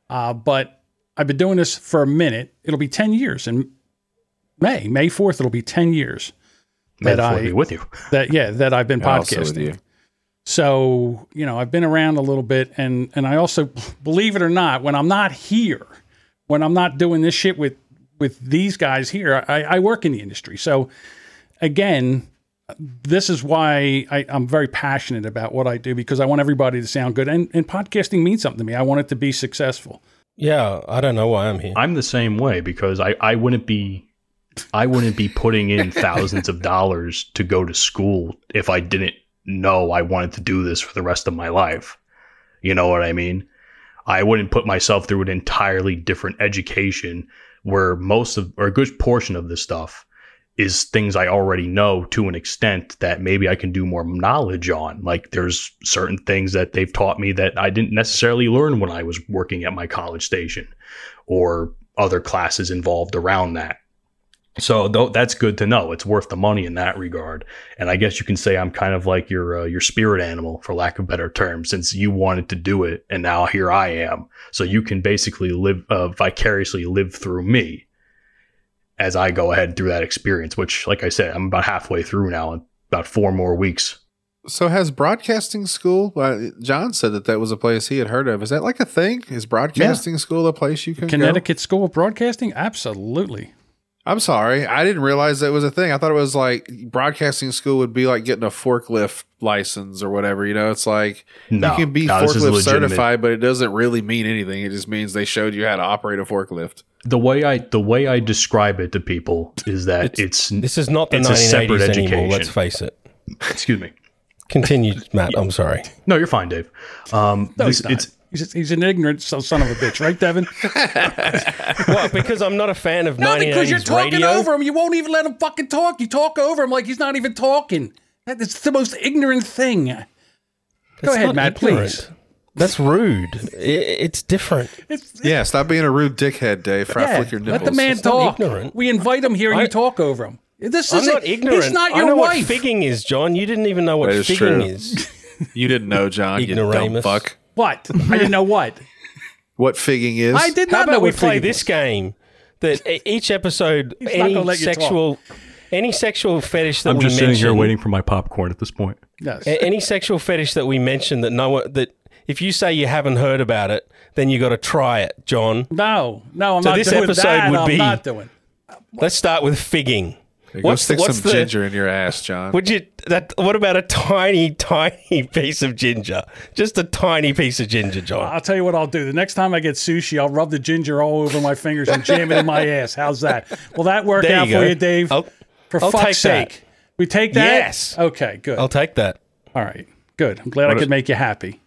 [SPEAKER 3] uh, but I've been doing this for a minute. It'll be 10 years in May, May 4th, it'll be 10 years
[SPEAKER 6] May
[SPEAKER 3] That
[SPEAKER 6] the fourth
[SPEAKER 3] I-
[SPEAKER 6] be with you.
[SPEAKER 3] that, yeah, that I've been
[SPEAKER 5] Also with
[SPEAKER 3] podcasting.
[SPEAKER 5] you.
[SPEAKER 3] So, you know, I've been around a little bit and and I also believe it or not, when I'm not here, when I'm not doing this shit with with these guys here, I, I work in the industry. So again, this is why I, I'm very passionate about what I do because I want everybody to sound good. And and podcasting means something to me. I want it to be successful.
[SPEAKER 7] Yeah, I don't know why I'm here.
[SPEAKER 6] I'm the same way because I, I wouldn't be I wouldn't be putting in thousands of dollars to go to school if I didn't know I wanted to do this for the rest of my life. You know what I mean? I wouldn't put myself through an entirely different education where most of or a good portion of this stuff is things I already know to an extent that maybe I can do more knowledge on. Like there's certain things that they've taught me that I didn't necessarily learn when I was working at my college station or other classes involved around that. So tho- that's good to know. It's worth the money in that regard. And I guess you can say I'm kind of like your uh, your spirit animal, for lack of better term, since you wanted to do it, and now here I am. So you can basically live uh, vicariously live through me as I go ahead through that experience. Which, like I said, I'm about halfway through now, and about four more weeks.
[SPEAKER 5] So has broadcasting school? Uh, John said that that was a place he had heard of. Is that like a thing? Is broadcasting school a place you can Connecticut.
[SPEAKER 3] Connecticut School of Broadcasting? Absolutely.
[SPEAKER 5] I'm sorry, I didn't realize that was a thing. I thought it was like broadcasting school would be like getting a forklift license or whatever. You know, it's like
[SPEAKER 6] No,
[SPEAKER 5] you can be
[SPEAKER 6] no, this is
[SPEAKER 5] forklift
[SPEAKER 6] legitimate.
[SPEAKER 5] certified, but it doesn't really mean anything. It just means they showed you how to operate a forklift.
[SPEAKER 6] The way I the way I describe it to people is that it's,
[SPEAKER 7] This is not the
[SPEAKER 6] It's a separate
[SPEAKER 7] 1980s anymore,
[SPEAKER 6] education.
[SPEAKER 7] let's face it.
[SPEAKER 6] excuse me.
[SPEAKER 7] Continue, Matt. I'm sorry.
[SPEAKER 6] No, you're fine, Dave. Um,
[SPEAKER 3] No,
[SPEAKER 6] this-
[SPEAKER 3] he's not.
[SPEAKER 6] it's
[SPEAKER 3] He's, he's an ignorant son son of a bitch, right, Devin?
[SPEAKER 7] Well, because I'm not a fan of
[SPEAKER 3] No,
[SPEAKER 7] 1980s
[SPEAKER 3] because you're talking
[SPEAKER 7] radio.
[SPEAKER 3] over him. You won't even let him fucking talk. You talk over him like he's not even talking. That is the most ignorant thing. Go
[SPEAKER 7] That's
[SPEAKER 3] ahead,
[SPEAKER 7] not
[SPEAKER 3] Matt,
[SPEAKER 7] ignorant.
[SPEAKER 3] please.
[SPEAKER 7] That's rude. I- it's different.
[SPEAKER 3] It's,
[SPEAKER 5] Yeah, stop being a rude dickhead, Dave. Before I
[SPEAKER 3] yeah,
[SPEAKER 5] flick your nipples.
[SPEAKER 3] let the man
[SPEAKER 7] not
[SPEAKER 3] talk.
[SPEAKER 7] ignorant.
[SPEAKER 3] We invite him here and
[SPEAKER 7] I-
[SPEAKER 3] you talk over him. This
[SPEAKER 7] I'm
[SPEAKER 3] is
[SPEAKER 7] not
[SPEAKER 3] it.
[SPEAKER 7] ignorant.
[SPEAKER 3] He's not
[SPEAKER 7] I know
[SPEAKER 3] your wife.
[SPEAKER 7] what figging is, John. You didn't even know what
[SPEAKER 5] That is
[SPEAKER 7] figging
[SPEAKER 5] true.
[SPEAKER 7] is.
[SPEAKER 5] you didn't know, John. you dumb
[SPEAKER 7] Ignoramus.
[SPEAKER 5] fuck.
[SPEAKER 3] What? I didn't know what.
[SPEAKER 5] What figging is?
[SPEAKER 3] I did
[SPEAKER 7] How
[SPEAKER 3] not know
[SPEAKER 7] about we
[SPEAKER 3] what
[SPEAKER 7] play
[SPEAKER 3] figging
[SPEAKER 7] this
[SPEAKER 3] was.
[SPEAKER 7] game? That e- each episode,
[SPEAKER 3] not gonna
[SPEAKER 7] any
[SPEAKER 3] let you talk.
[SPEAKER 7] sexual, any sexual fetish that
[SPEAKER 6] I'm
[SPEAKER 7] we
[SPEAKER 6] just
[SPEAKER 7] mention,
[SPEAKER 6] sitting here waiting for my popcorn at this point.
[SPEAKER 3] Yes.
[SPEAKER 7] a- any sexual fetish that we mention that no one that if you say you haven't heard about it, then you got to try it, John.
[SPEAKER 3] No, no, I'm
[SPEAKER 7] So
[SPEAKER 3] not
[SPEAKER 7] this
[SPEAKER 3] doing
[SPEAKER 7] episode
[SPEAKER 3] that.
[SPEAKER 7] would
[SPEAKER 3] I'm
[SPEAKER 7] be-
[SPEAKER 3] not doing.
[SPEAKER 7] Let's start with figging.
[SPEAKER 5] Go stick some ginger in your ass, John.
[SPEAKER 7] Would you that? What about a tiny, tiny piece of ginger? Just a tiny piece of ginger, John.
[SPEAKER 3] I'll tell you what I'll do. The next time I get sushi, I'll rub the ginger all over my fingers and jam it in my ass. How's that? Will that work
[SPEAKER 7] There
[SPEAKER 3] out
[SPEAKER 7] you go,
[SPEAKER 3] for you, Dave?
[SPEAKER 7] I'll,
[SPEAKER 3] for
[SPEAKER 7] I'll
[SPEAKER 3] fuck's
[SPEAKER 7] take
[SPEAKER 3] sake.
[SPEAKER 7] that.
[SPEAKER 3] We take that?
[SPEAKER 7] Yes.
[SPEAKER 3] Okay, good.
[SPEAKER 7] I'll take that.
[SPEAKER 3] All right. Good. I'm glad I could make you happy.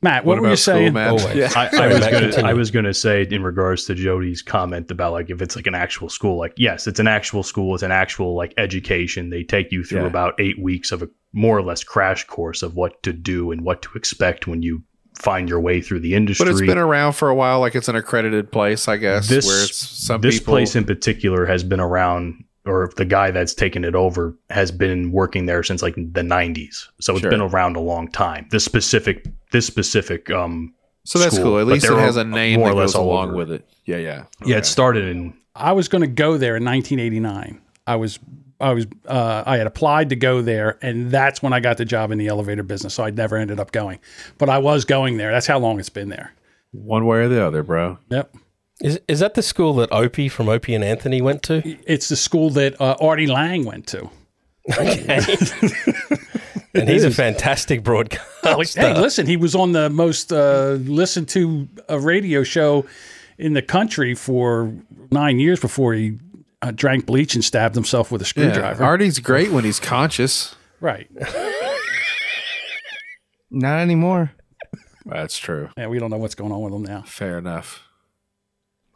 [SPEAKER 3] Matt, what,
[SPEAKER 5] What
[SPEAKER 3] were you
[SPEAKER 5] about school
[SPEAKER 3] saying?
[SPEAKER 5] math?
[SPEAKER 7] Always.
[SPEAKER 5] Yeah.
[SPEAKER 6] I, I was
[SPEAKER 7] Matt,
[SPEAKER 6] gonna,
[SPEAKER 7] continue.
[SPEAKER 6] I was gonna say in regards to Jody's comment about like if it's like an actual school, like yes, it's an actual school, it's an actual like education. They take you through
[SPEAKER 5] Yeah.
[SPEAKER 6] about eight weeks of a more or less crash course of what to do and what to expect when you find your way through the industry.
[SPEAKER 5] But it's been around for a while. Like it's an accredited place, I guess.
[SPEAKER 6] This-
[SPEAKER 5] where it's some
[SPEAKER 6] this
[SPEAKER 5] people.
[SPEAKER 6] place in particular has been around or the guy that's taken it over has been working there since like the 90s so it's
[SPEAKER 5] Sure.
[SPEAKER 6] been around a long time this specific this specific um
[SPEAKER 5] so that's
[SPEAKER 6] school,
[SPEAKER 5] cool. At
[SPEAKER 6] but
[SPEAKER 5] least it
[SPEAKER 6] there
[SPEAKER 5] has
[SPEAKER 6] are
[SPEAKER 5] a name
[SPEAKER 6] more
[SPEAKER 5] that
[SPEAKER 6] or less
[SPEAKER 5] goes
[SPEAKER 6] all
[SPEAKER 5] along
[SPEAKER 6] over.
[SPEAKER 5] with it. Yeah, yeah,
[SPEAKER 6] yeah it started in
[SPEAKER 3] I was going to go there in 1989. I was, I was, uh, I had applied to go there, and that's when I got the job in the elevator business. So I never ended up going, but I was going there. That's how long it's been there.
[SPEAKER 5] One way or the other, bro.
[SPEAKER 3] Yep,
[SPEAKER 7] Is, is that the school that Opie from Opie and Anthony went to?
[SPEAKER 3] it's the school that uh, Artie Lang went to.
[SPEAKER 7] And he's a fantastic broadcaster.
[SPEAKER 3] Hey, listen, he was on the most uh, listened to uh, radio show in the country for nine years before he uh, drank bleach and stabbed himself with a
[SPEAKER 5] Yeah.
[SPEAKER 3] screwdriver.
[SPEAKER 5] Artie's great when he's conscious.
[SPEAKER 3] Right.
[SPEAKER 4] Not anymore.
[SPEAKER 5] That's true.
[SPEAKER 3] Yeah, we don't know what's going on with him now.
[SPEAKER 5] Fair enough.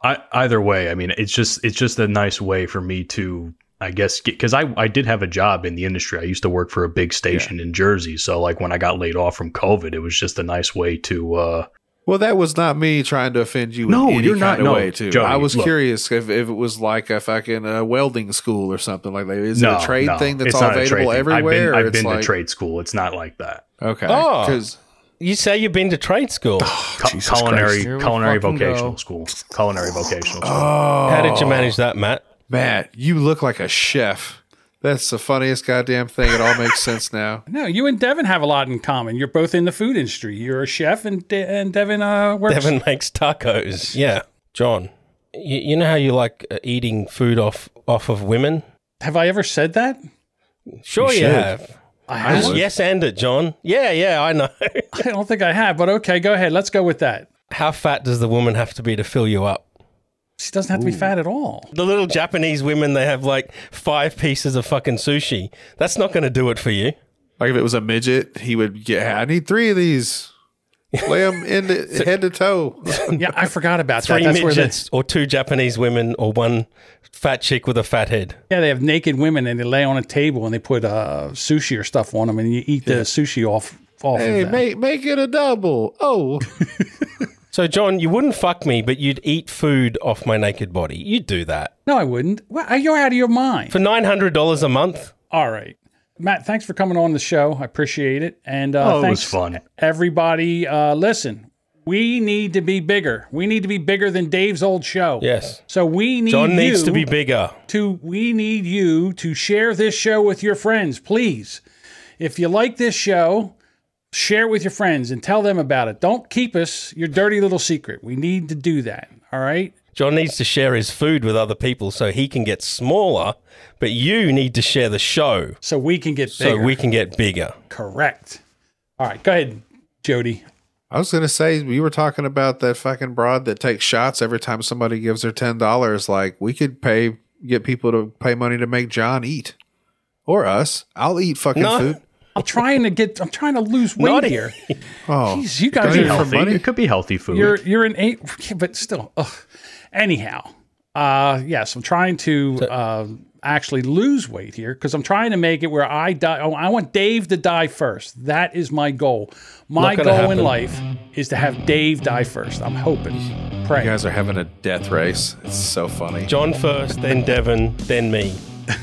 [SPEAKER 6] I, either way, I mean, it's just it's just a nice way for me to, I guess, because I I did have a job in the industry. I used to work for a big station in Jersey, so like when I got laid off from COVID, it was just a nice way to. uh
[SPEAKER 5] Well, that was not me trying to offend you.
[SPEAKER 6] No,
[SPEAKER 5] in any
[SPEAKER 6] you're not-
[SPEAKER 5] kind of
[SPEAKER 6] no,
[SPEAKER 5] way, too.
[SPEAKER 6] Joey,
[SPEAKER 5] I was
[SPEAKER 6] look.
[SPEAKER 5] curious if, if it was like a fucking uh, welding school or something like that. Is
[SPEAKER 6] no,
[SPEAKER 5] it a trade
[SPEAKER 6] no,
[SPEAKER 5] thing that's
[SPEAKER 6] it's
[SPEAKER 5] all
[SPEAKER 6] not a trade
[SPEAKER 5] available
[SPEAKER 6] thing.
[SPEAKER 5] everywhere? or
[SPEAKER 6] I've been, I've
[SPEAKER 5] it's
[SPEAKER 6] been
[SPEAKER 5] like,
[SPEAKER 6] to trade Ah! school. It's not like that.
[SPEAKER 5] Okay,
[SPEAKER 7] Oh.
[SPEAKER 5] because
[SPEAKER 7] you say you've been to trade school.
[SPEAKER 5] Oh,
[SPEAKER 6] Cu- culinary
[SPEAKER 4] Here we
[SPEAKER 6] culinary
[SPEAKER 4] fucking
[SPEAKER 6] vocational
[SPEAKER 4] go.
[SPEAKER 6] school. Culinary vocational
[SPEAKER 5] Oh,
[SPEAKER 6] school.
[SPEAKER 7] How did you manage that, Matt?
[SPEAKER 5] Matt, you look like a chef. That's the funniest goddamn thing. It all makes sense now.
[SPEAKER 3] No, you and Devin have a lot in common. You're both in the food industry. You're a chef, and De- and Devin uh, works.
[SPEAKER 7] Devin makes tacos. Yeah, John. You, you know how you like uh, eating food off off of women?
[SPEAKER 3] Have I ever said that?
[SPEAKER 7] Sure, you,
[SPEAKER 5] should.
[SPEAKER 7] have.
[SPEAKER 3] I
[SPEAKER 7] Just
[SPEAKER 3] have.
[SPEAKER 7] yes, and it, John. Yeah, yeah, I know.
[SPEAKER 3] I don't think I have, but okay, go ahead. Let's go with that.
[SPEAKER 7] how fat does the woman have to be to fill you up?
[SPEAKER 3] She doesn't have to be fat at all.
[SPEAKER 7] The little Japanese women, they have like five pieces of fucking sushi. That's not going to do it for you.
[SPEAKER 5] Like if it was a midget, he would get. I need three of these. Lay them in the, head to toe.
[SPEAKER 3] Yeah, I forgot about
[SPEAKER 7] Three
[SPEAKER 3] that. That's where they,
[SPEAKER 7] midgets or two Japanese women or one fat chick with a fat head.
[SPEAKER 3] yeah, they have naked women and they lay on a table and they put uh, sushi or stuff on them and you eat the sushi off off
[SPEAKER 5] Hey,
[SPEAKER 3] of them.
[SPEAKER 5] make make it a double. Oh,
[SPEAKER 7] So, John, you wouldn't fuck me, but you'd eat food off my naked body. You'd do that
[SPEAKER 3] No, I wouldn't. Well, you're out of your mind.
[SPEAKER 7] for $900 a month.
[SPEAKER 3] All right. Matt, thanks for coming on the show. I appreciate it. And uh,
[SPEAKER 6] Oh, it
[SPEAKER 3] thanks,
[SPEAKER 6] was fun.
[SPEAKER 3] everybody. Uh, listen, we need to be bigger. We need to be bigger than Dave's old show.
[SPEAKER 7] Yes.
[SPEAKER 3] So we need
[SPEAKER 7] John
[SPEAKER 3] you
[SPEAKER 7] needs to be bigger.
[SPEAKER 3] to we need you to share this show with your friends, please. If you like this show, share it with your friends and tell them about it. Don't keep us your dirty little secret. We need to do that. All right.
[SPEAKER 7] John needs to share his food with other people so he can get smaller, but you need to share the show
[SPEAKER 3] So we can get
[SPEAKER 7] so
[SPEAKER 3] bigger.
[SPEAKER 7] we can get bigger.
[SPEAKER 3] Correct. All right. Go ahead, Jody.
[SPEAKER 5] I was gonna say you were talking about that fucking broad that takes shots every time somebody gives her ten dollars. Like we could pay get people to pay money to make John eat, or us. I'll eat fucking
[SPEAKER 7] No.
[SPEAKER 5] food.
[SPEAKER 3] I'm trying to get. I'm trying to lose weight
[SPEAKER 7] Not
[SPEAKER 3] here.
[SPEAKER 5] Oh,
[SPEAKER 3] Jeez, you guys
[SPEAKER 5] Don't
[SPEAKER 3] are
[SPEAKER 5] eat for
[SPEAKER 6] healthy.
[SPEAKER 5] money.
[SPEAKER 6] It could be healthy food.
[SPEAKER 3] You're you're an eight, but still. Ugh. Anyhow, uh, yes, I'm trying to uh, actually lose weight here because I'm trying to make it where I die. Oh, I want Dave to die first. That is my goal. My
[SPEAKER 7] Not gonna
[SPEAKER 3] goal in
[SPEAKER 7] happen.
[SPEAKER 3] life is to have Dave die first. I'm hoping,
[SPEAKER 5] you
[SPEAKER 3] praying.
[SPEAKER 5] guys are having a death race. It's so funny.
[SPEAKER 7] John first, then Devon, then me.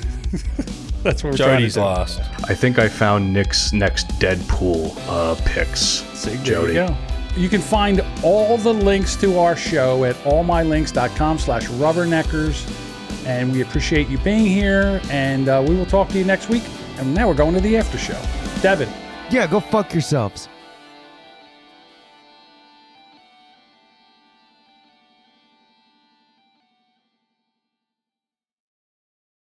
[SPEAKER 3] That's what we're
[SPEAKER 7] Jody's
[SPEAKER 3] trying to
[SPEAKER 7] last.
[SPEAKER 6] I think I found Nick's next Deadpool uh, picks.
[SPEAKER 3] do. See, there
[SPEAKER 6] Jody.
[SPEAKER 3] you go. You can find all the links to our show at allmylinks.com slash rubberneckers. And we appreciate you being here. And uh, we will talk to you next week. And now we're going to the after show. Devin,
[SPEAKER 4] Yeah, go fuck yourselves.